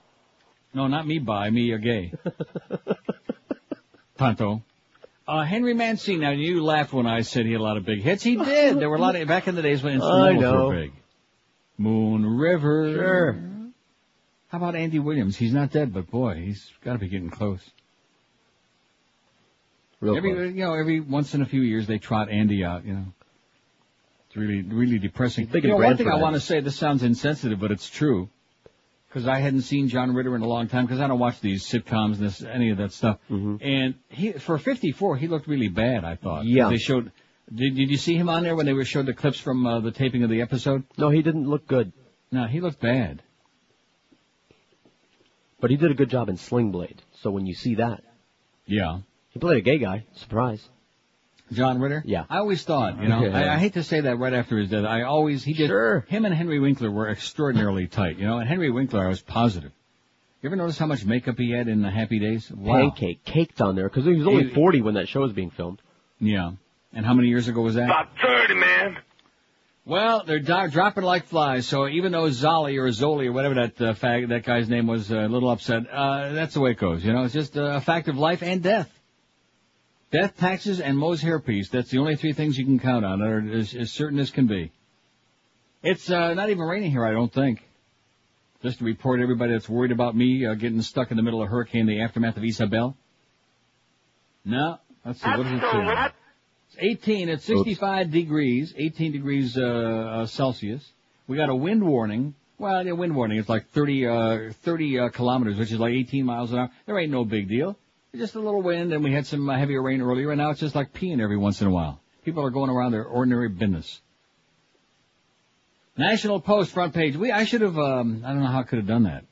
Speaker 2: No, not me buy, me a gay. Tonto. Uh, Henry Mancini, now you laughed when I said he had a lot of big hits. He did. There were a lot of, back in the days when instrumentals
Speaker 3: I know.
Speaker 2: were big. Moon River. Sure. How about Andy Williams? He's not dead, but boy, he's gotta be getting close.
Speaker 3: Real
Speaker 2: every,
Speaker 3: close.
Speaker 2: you know, every once in a few years they trot Andy out, you know. It's really, really depressing.
Speaker 3: Big
Speaker 2: you know,
Speaker 3: in
Speaker 2: one thing I
Speaker 3: Branford,
Speaker 2: want to say, this sounds insensitive, but it's true. Because I hadn't seen John Ritter in a long time, because I don't watch these sitcoms and this, any of that stuff.
Speaker 3: Mm-hmm.
Speaker 2: And he, for 54, he looked really bad, I thought.
Speaker 3: Yeah.
Speaker 2: They showed, did, did you see him on there when they were showed the clips from uh, the taping of the episode?
Speaker 3: No, he didn't look good.
Speaker 2: No, he looked bad.
Speaker 3: But he did a good job in Sling Blade. So when you see that,
Speaker 2: yeah,
Speaker 3: he played a gay guy. Surprise.
Speaker 2: John Ritter? Yeah. I always thought, you know,
Speaker 3: Yeah.
Speaker 2: I, I hate to say that right after his death. I always, he did, sure. him and Henry Winkler were extraordinarily tight, you know, and Henry Winkler, I was positive. You ever notice how much makeup he had in the happy days? Wow.
Speaker 3: Pancake caked on there because he was only
Speaker 2: He-
Speaker 3: 40 when that show was being filmed.
Speaker 2: Yeah. And how many years ago was that? About 30, man. Well, they're di- dropping like flies. So even though Zolly or Zoli or whatever that uh, fag, that guy's name was uh, a little upset, uh, that's the way it goes. You know, it's just uh, a fact of life and death. Death, taxes, and Moe's hairpiece. That's the only three things you can count on, that are as, as certain as can be. It's uh, not even raining here, I don't think. Just to report everybody that's worried about me uh, getting stuck in the middle of a hurricane, in the aftermath of Isabel. No, let's see. What is it? doing? It's 18. It's 65 degrees, 18 degrees uh, uh, Celsius. We got a wind warning. Well, yeah, wind warning. It's like 30, uh, 30 uh, kilometers, which is like 18 miles an hour. There ain't no big deal. It's just a little wind, and we had some uh, heavier rain earlier, and now it's just like peeing every once in a while. People are going around their ordinary business. National Post front page. We I should have. Um, I don't know how I could have done that.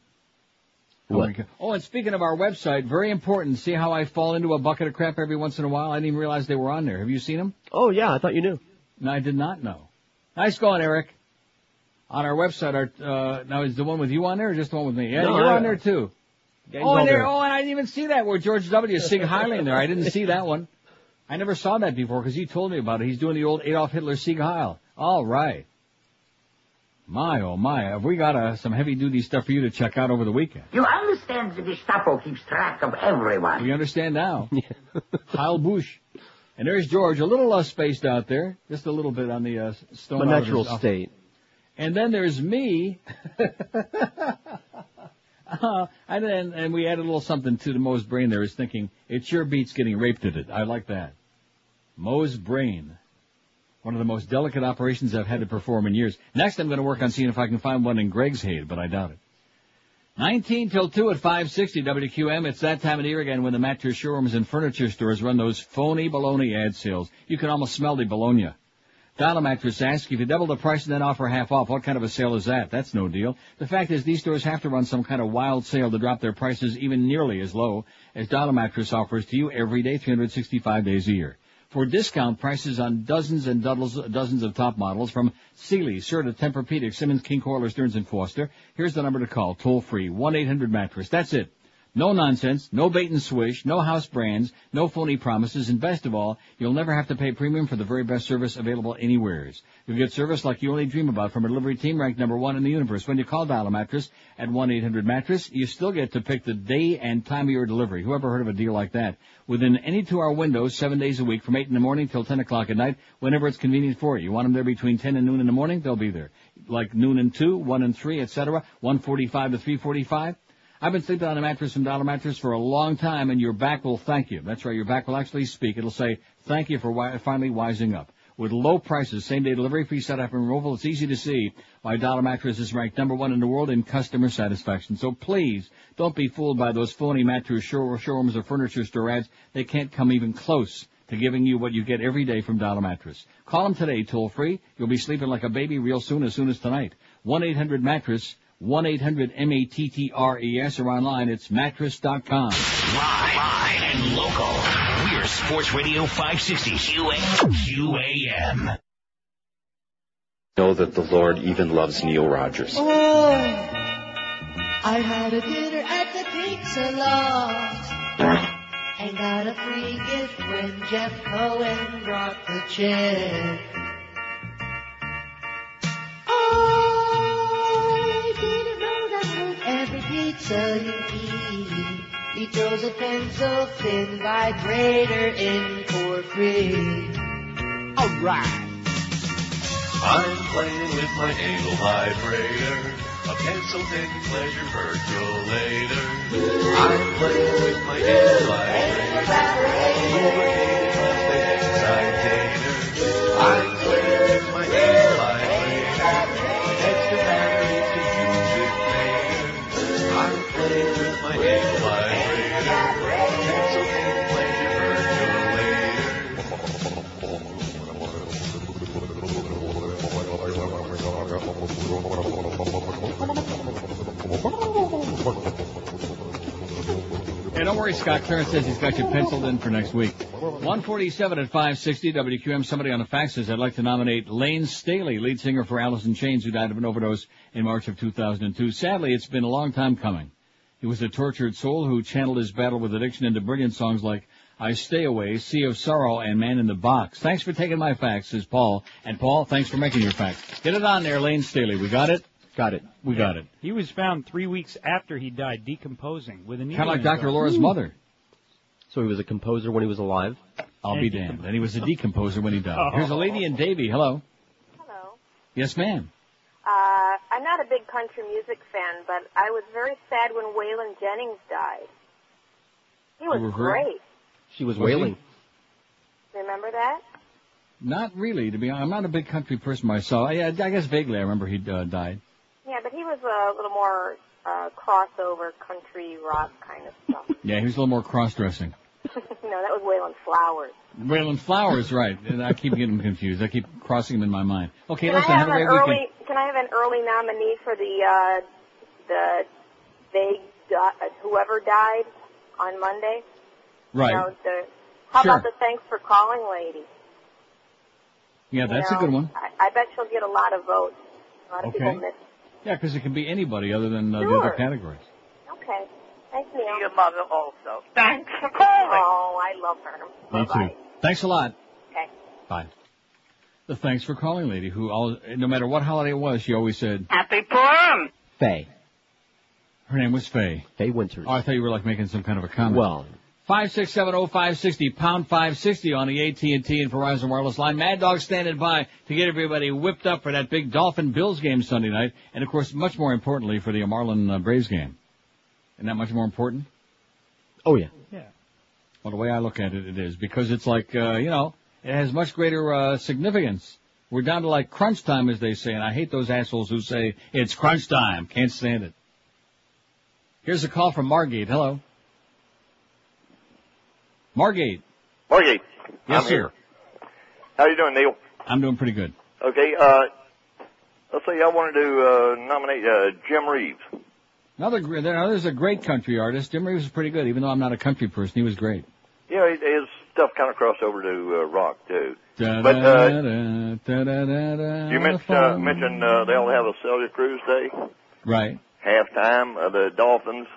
Speaker 3: What?
Speaker 2: Oh, and speaking of our website, very important. See how I fall into a bucket of crap every once in a while? I didn't even realize they were on there. Have you seen them?
Speaker 3: Oh yeah, I thought you knew.
Speaker 2: No, I did not know. Nice going, Eric. On our website, our uh, now is the one with you on there or just the one with me? Yeah,
Speaker 3: No,
Speaker 2: you're
Speaker 3: I-
Speaker 2: on there too. Oh, and there, oh, and I didn't even see that where George W. is Sig Heil in there. I didn't see that one. I never saw that before because he told me about it. He's doing the old Adolf Hitler Sig Heil. All right. My, oh my, have we got uh, some heavy duty stuff for you to check out over the weekend?
Speaker 37: You understand the Gestapo keeps track of everyone.
Speaker 2: We understand now. Heil Busch. And there's George, a little less spaced out there, just a little bit on the uh, s- stone.
Speaker 3: My
Speaker 2: out of
Speaker 3: natural
Speaker 2: his uh, office.
Speaker 3: state.
Speaker 2: And then there's me. Uh, and then and we add a little something to the Moe's brain there is thinking, it sure beats getting raped at it. I like that. Moe's brain. One of the most delicate operations I've had to perform in years. Next I'm going to work on seeing if I can find one in Greg's head, but I doubt it. 19 till 2 at 560 WQM. It's that time of the year again when the mattress showrooms and furniture stores run those phony baloney ad sales. You can almost smell the bologna. Dollar Mattress asks, if you double the price and then offer half off, what kind of a sale is that? That's no deal. The fact is these stores have to run some kind of wild sale to drop their prices even nearly as low as Dollar Mattress offers to you every day, 365 days a year. For discount prices on dozens and dozens, dozens of top models from Sealy, Serta, Tempur-Pedic, Simmons, King Coiler, Stearns and Foster, here's the number to call, toll free, 1-800-MATTRESS. That's it. No nonsense, no bait and swish, no house brands, no phony promises, and best of all, you'll never have to pay premium for the very best service available anywheres. You'll get service like you only dream about from a delivery team ranked number one in the universe. When you call Dial a Mattress at 1-800-Mattress, you still get to pick the day and time of your delivery. Whoever heard of a deal like that? Within any two-hour window, seven days a week, from 8 in the morning till 10 o'clock at night, whenever it's convenient for you. You want them there between 10 and noon in the morning? They'll be there. Like noon and 2, 1 and 3, etc., 145 to 345. I've been sleeping on a mattress from Dollar Mattress for a long time, and your back will thank you. That's right, your back will actually speak. It'll say, thank you for wi- finally wising up. With low prices, same day delivery, free setup and removal, it's easy to see why Dollar Mattress is ranked number one in the world in customer satisfaction. So please, don't be fooled by those phony mattress show- showrooms or furniture store ads. They can't come even close to giving you what you get every day from Dollar Mattress. Call them today, toll free. You'll be sleeping like a baby real soon, as soon as tonight. 1-800-MATTRESS, 1-800-M-A-T-T-R-E-S, E or online, it's mattress.com.
Speaker 1: Live and local. We're Sports Radio 560 QAM.
Speaker 12: Know that the Lord even loves Neil Rogers.
Speaker 6: Oh, I had a dinner at the pizza loft. And got a free gift when Jeff Cohen brought the check. I didn't know that with every pizza you eat, he throws a pencil thin vibrator in for free. Alright.
Speaker 10: I'm playing with my anal vibrator, a pencil thin pleasure percolator. I'm playing with my anal vibrator, lubricated with the excitator. I'm playing with my anal vibrator, extra battery to use it later. I'm playing with my anal vibrator, pencil thin pleasure percolator.
Speaker 2: Hey, don't worry, Scott. Clarence says he's got you penciled in for next week. 147 at 560 WQM. Somebody on the fax says, I'd like to nominate Lane Staley, lead singer for Alice in Chains, who died of an overdose in March of 2002. Sadly, it's been a long time coming. He was a tortured soul who channeled his battle with addiction into brilliant songs like I Stay Away, Sea of Sorrow, and Man in the Box. Thanks for taking my fax, says Paul. And Paul, thanks for making your fax. Get it on there, Lane Staley. We got it? Got it. We got it.
Speaker 38: He was found three weeks after he died, decomposing with a needle.
Speaker 2: Kind of like
Speaker 38: in his
Speaker 2: Dr.
Speaker 38: arm.
Speaker 2: Laura's mother.
Speaker 3: Hmm. So he was a composer when he was alive?
Speaker 2: I'll be damned. And he was a decomposer when he
Speaker 3: Oh.
Speaker 2: died. Here's a lady in Davie. Hello.
Speaker 16: Hello.
Speaker 2: Yes, ma'am.
Speaker 16: Uh, I'm not a big country music fan, but I was very sad when Waylon Jennings died. He was
Speaker 2: You were very-
Speaker 16: great.
Speaker 3: She was
Speaker 2: wailing.
Speaker 16: Remember that?
Speaker 2: Not really, to be honest. I'm not a big country person myself. I, I guess vaguely I remember he uh, died.
Speaker 16: Yeah, but he was a little more uh, crossover country rock kind of stuff.
Speaker 2: Yeah, he was a little more cross-dressing.
Speaker 16: no, that was Waylon Flowers.
Speaker 2: Waylon Flowers, right. And I keep getting him confused. I keep crossing him in my mind. Okay,
Speaker 16: can
Speaker 2: listen,
Speaker 16: I
Speaker 2: have
Speaker 16: have,
Speaker 2: a great
Speaker 16: an early?
Speaker 2: weekend.
Speaker 16: Can I have an early nominee for the uh, the vague di- whoever died on Monday?
Speaker 2: Right.
Speaker 16: You know, the, how
Speaker 2: Sure.
Speaker 16: about the thanks for calling lady?
Speaker 2: Yeah, that's a
Speaker 16: You know,
Speaker 2: good one.
Speaker 16: I, I bet she'll get a lot of votes. A lot of people
Speaker 2: Okay.
Speaker 16: miss.
Speaker 2: Yeah, because it can be anybody other than uh, the
Speaker 16: Sure.
Speaker 2: other categories.
Speaker 16: Okay. Thanks, Neil.
Speaker 39: Your mother also.
Speaker 16: Thanks for calling. Oh, I love her.
Speaker 2: Me too. Thanks a lot.
Speaker 16: Okay.
Speaker 2: Bye. the thanks for calling lady who all, no matter what holiday it was, she always said,
Speaker 7: Happy Purim!
Speaker 3: Faye.
Speaker 2: Her name was Faye.
Speaker 3: Faye Winters.
Speaker 2: Oh, I thought you were like making some kind of a comment.
Speaker 3: Well.
Speaker 2: 5670560, pound 560 on the AT&T and Verizon wireless line. Mad Dog standing by to get everybody whipped up for that big Dolphin Bills game Sunday night. And of course, much more importantly, for the Marlin uh, Braves game. Isn't that much more important?
Speaker 3: Oh yeah.
Speaker 23: Yeah.
Speaker 2: Well, the way I look at it, it is because it's like, uh, you know, it has much greater, uh, significance. We're down to like crunch time as they say, and I hate those assholes who say it's crunch time. Can't stand it. Here's a call from Margate. Hello. Margate.
Speaker 18: Margate. I'm
Speaker 2: Yes, sir.
Speaker 18: here. Oh, How you doing, Neil?
Speaker 2: I'm doing pretty good.
Speaker 18: Okay, uh, let's see, I wanted to, uh, nominate, uh, Jim Reeves.
Speaker 2: Another, gr- there- there's a great country artist. Jim Reeves is pretty good, even though I'm not a country person. He was great.
Speaker 18: Yeah, his- his stuff kind of crossed over to, uh, rock, too.
Speaker 2: Da,
Speaker 18: But, uh,
Speaker 2: da, da, da, da, da, da,
Speaker 18: You mentioned, uh, mentioned, uh, they'll have a Celia Cruz Day,
Speaker 2: Right.
Speaker 18: halftime of the Dolphins.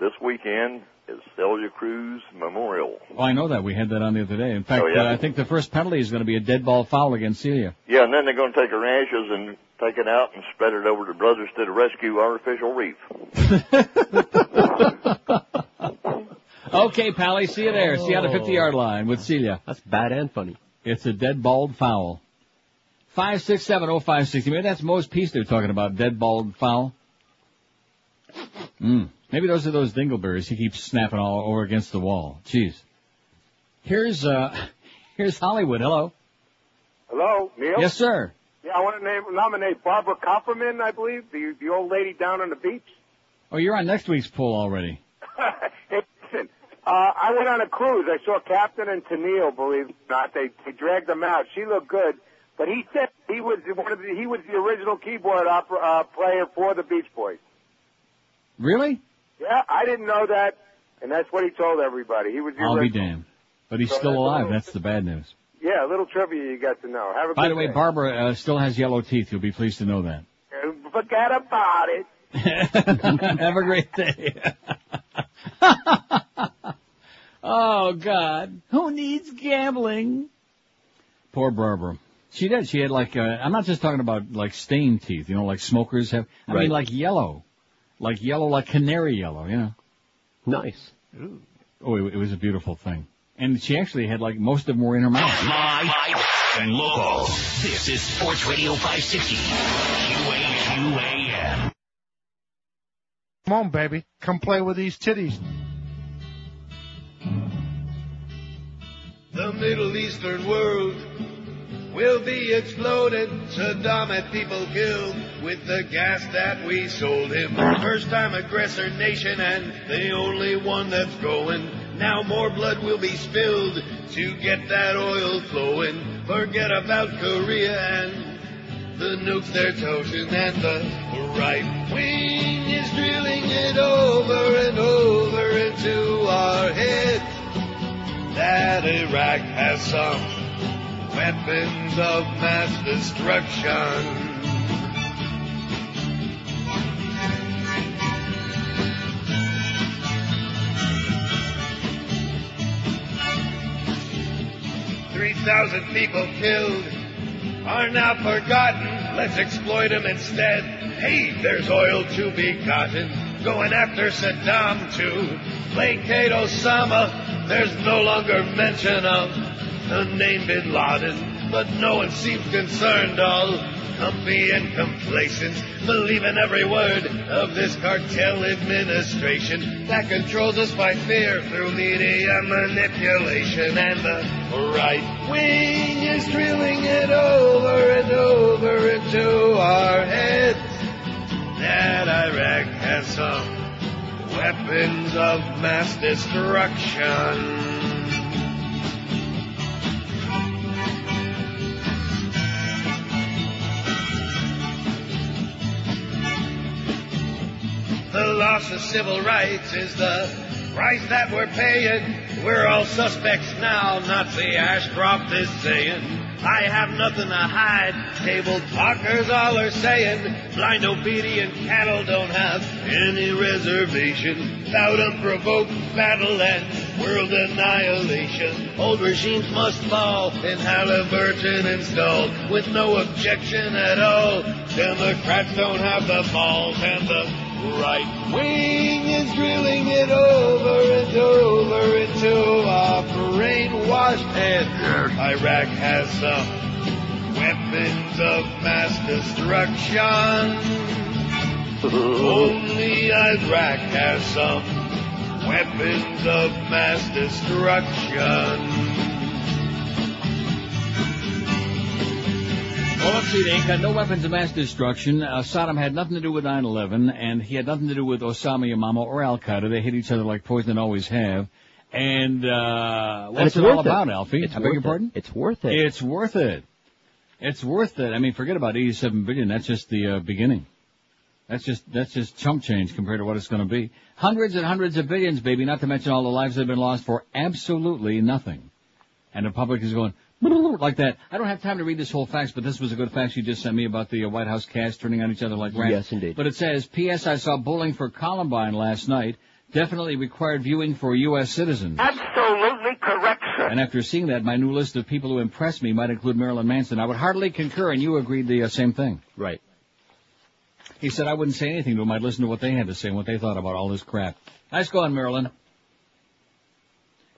Speaker 18: This weekend is Celia Cruz Memorial.
Speaker 2: Well, Oh, I know that. We had that on the other day. In fact,
Speaker 18: Oh, yeah?
Speaker 2: uh, I think the first penalty is going to be a dead ball foul against Celia.
Speaker 18: Yeah, and then they're going to take her ashes and take it out and spread it over to Brothers to the Rescue Artificial Reef.
Speaker 2: Okay, Pally, see you there. See you on the
Speaker 3: Oh.
Speaker 2: 50 yard line with Celia.
Speaker 3: That's bad and funny.
Speaker 2: It's a dead bald foul. 5670560. oh, Maybe that's Mo's piece they're talking about, dead bald foul. Mm. Maybe those are those dingleberries he keeps snapping all over against the wall. Jeez. Here's, uh, here's Hollywood. Hello.
Speaker 8: Hello, Neil.
Speaker 2: Yes, sir.
Speaker 8: Yeah, I want to name, nominate Barbara Copperman, I believe, the the old lady down on the beach.
Speaker 2: Oh, you're on next week's poll already.
Speaker 8: hey, listen, uh, I went on a cruise. I saw Captain and Tennille, believe it or not. They, they dragged them out. She looked good, but he said he was one of the, he was the original keyboard opera, uh, player for the Beach Boys.
Speaker 2: Really?
Speaker 8: Yeah, I didn't know that, and that's what he told everybody. He was the
Speaker 2: I'll be
Speaker 8: original.
Speaker 2: damned. But he's still alive. That's the bad news.
Speaker 8: Yeah, a little trivia you got to know. Have a
Speaker 2: By
Speaker 8: good
Speaker 2: the way,
Speaker 8: day.
Speaker 2: Barbara uh, still has yellow teeth. You'll be pleased to know that.
Speaker 8: Uh, Forget about it.
Speaker 2: Have a great day. oh God, who needs gambling? Poor Barbara. She did. She had like uh, I'm not just talking about like stained teeth, you know, like smokers have. I mean,
Speaker 3: Right.
Speaker 2: like yellow, like yellow, like canary yellow, you know.
Speaker 3: Nice.
Speaker 2: Oh, it, it was a beautiful thing. And she actually had like most of them were in her mouth.
Speaker 21: Live and local. This is Sports Radio 560. QAQAM.
Speaker 25: Come on, baby. Come play with these titties.
Speaker 26: The Middle Eastern world will be exploded. Saddam had people killed with the gas that we sold him. First time aggressor nation and the only one that's going. Now more blood will be spilled to get that oil flowing. Forget about Korea and the nukes they're toting and the right wing is drilling it over and over into our heads that Iraq has some weapons of mass destruction. Three thousand people killed are now forgotten. Let's exploit them instead. Hey, there's oil to be gotten. Going after Saddam to placate Osama. There's no longer mention of the name Bin Laden, but no one seems concerned. All comfy and complacent, believing every word of this cartel administration that controls us by fear through media manipulation and the right wing is drilling it over and over into our heads that Iraq has some weapons of mass destruction. The loss of civil rights is the price that we're paying. We're all suspects now, Nazi Ashcroft is saying. I have nothing to hide. Table talkers all are saying. Blind obedient cattle don't have any reservation. Loud unprovoked battle and world annihilation. Old regimes must fall in Halliburton installed with no objection at all. Democrats don't have the balls and the right wing is drilling it over and over into our brainwashed head. Iraq has some weapons of mass destruction. Only Iraq has some weapons of mass destruction.
Speaker 2: Well, let's see. They ain't got no weapons of mass destruction. Uh, Saddam had nothing to do with 9/11, and he had nothing to do with Osama Yamama or Al Qaeda. They hit each other like poison always have. And uh, what's
Speaker 3: And it's
Speaker 2: it all
Speaker 3: worth it.
Speaker 2: about, Alfie?
Speaker 3: It's
Speaker 2: I beg your
Speaker 3: worth it.
Speaker 2: pardon.
Speaker 3: It's worth it.
Speaker 2: It's worth it. It's worth it. I mean, forget about 87 billion. That's just the uh, beginning. That's just that's just chump change compared to what it's going to be. Hundreds and hundreds of billions, baby. Not to mention all the lives that have been lost for absolutely nothing. And the public is going like that. I don't have time to read this whole fax, but this was a good fax you just sent me about the uh, White House cast turning on each other like rats.
Speaker 3: Yes, indeed.
Speaker 2: But it says, P.S. I saw Bowling for Columbine last night. Definitely required viewing for U.S. citizens.
Speaker 19: Absolutely correct, sir.
Speaker 2: And after seeing that, my new list of people who impressed me might include Marilyn Manson. I would heartily concur, and you agreed the uh, same thing.
Speaker 3: Right.
Speaker 2: He said I wouldn't say anything to him. I'd listen to what they had to say and what they thought about all this crap. Nice going, Marilyn.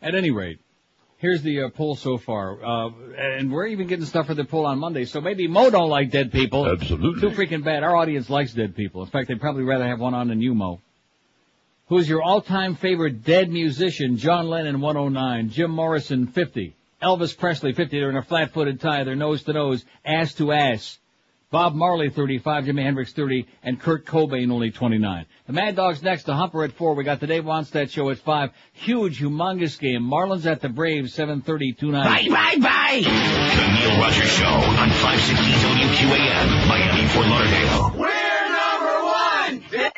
Speaker 2: At any rate, here's the uh, poll so far, uh, and we're even getting stuff for the poll on Monday. So maybe Mo don't like dead people. Absolutely. Too freaking bad. Our audience likes dead people. In fact, they'd probably rather have one on than you, Mo. Who's your all-time favorite dead musician? John Lennon, 109. Jim Morrison, 50. Elvis Presley, 50. They're in a flat-footed tie. They're nose to nose, ass to ass. Bob Marley, 35. Jimi Hendrix, 30. And Kurt Cobain, only 29. The Mad Dog's next. The Humper at 4. We got the Dave Wonstadt show at 5. Huge, humongous game. Marlins at the Braves, 7.30 tonight.
Speaker 21: Bye, bye, bye. The Neil Rogers Show on 560 WQAM, Miami, Fort Lauderdale.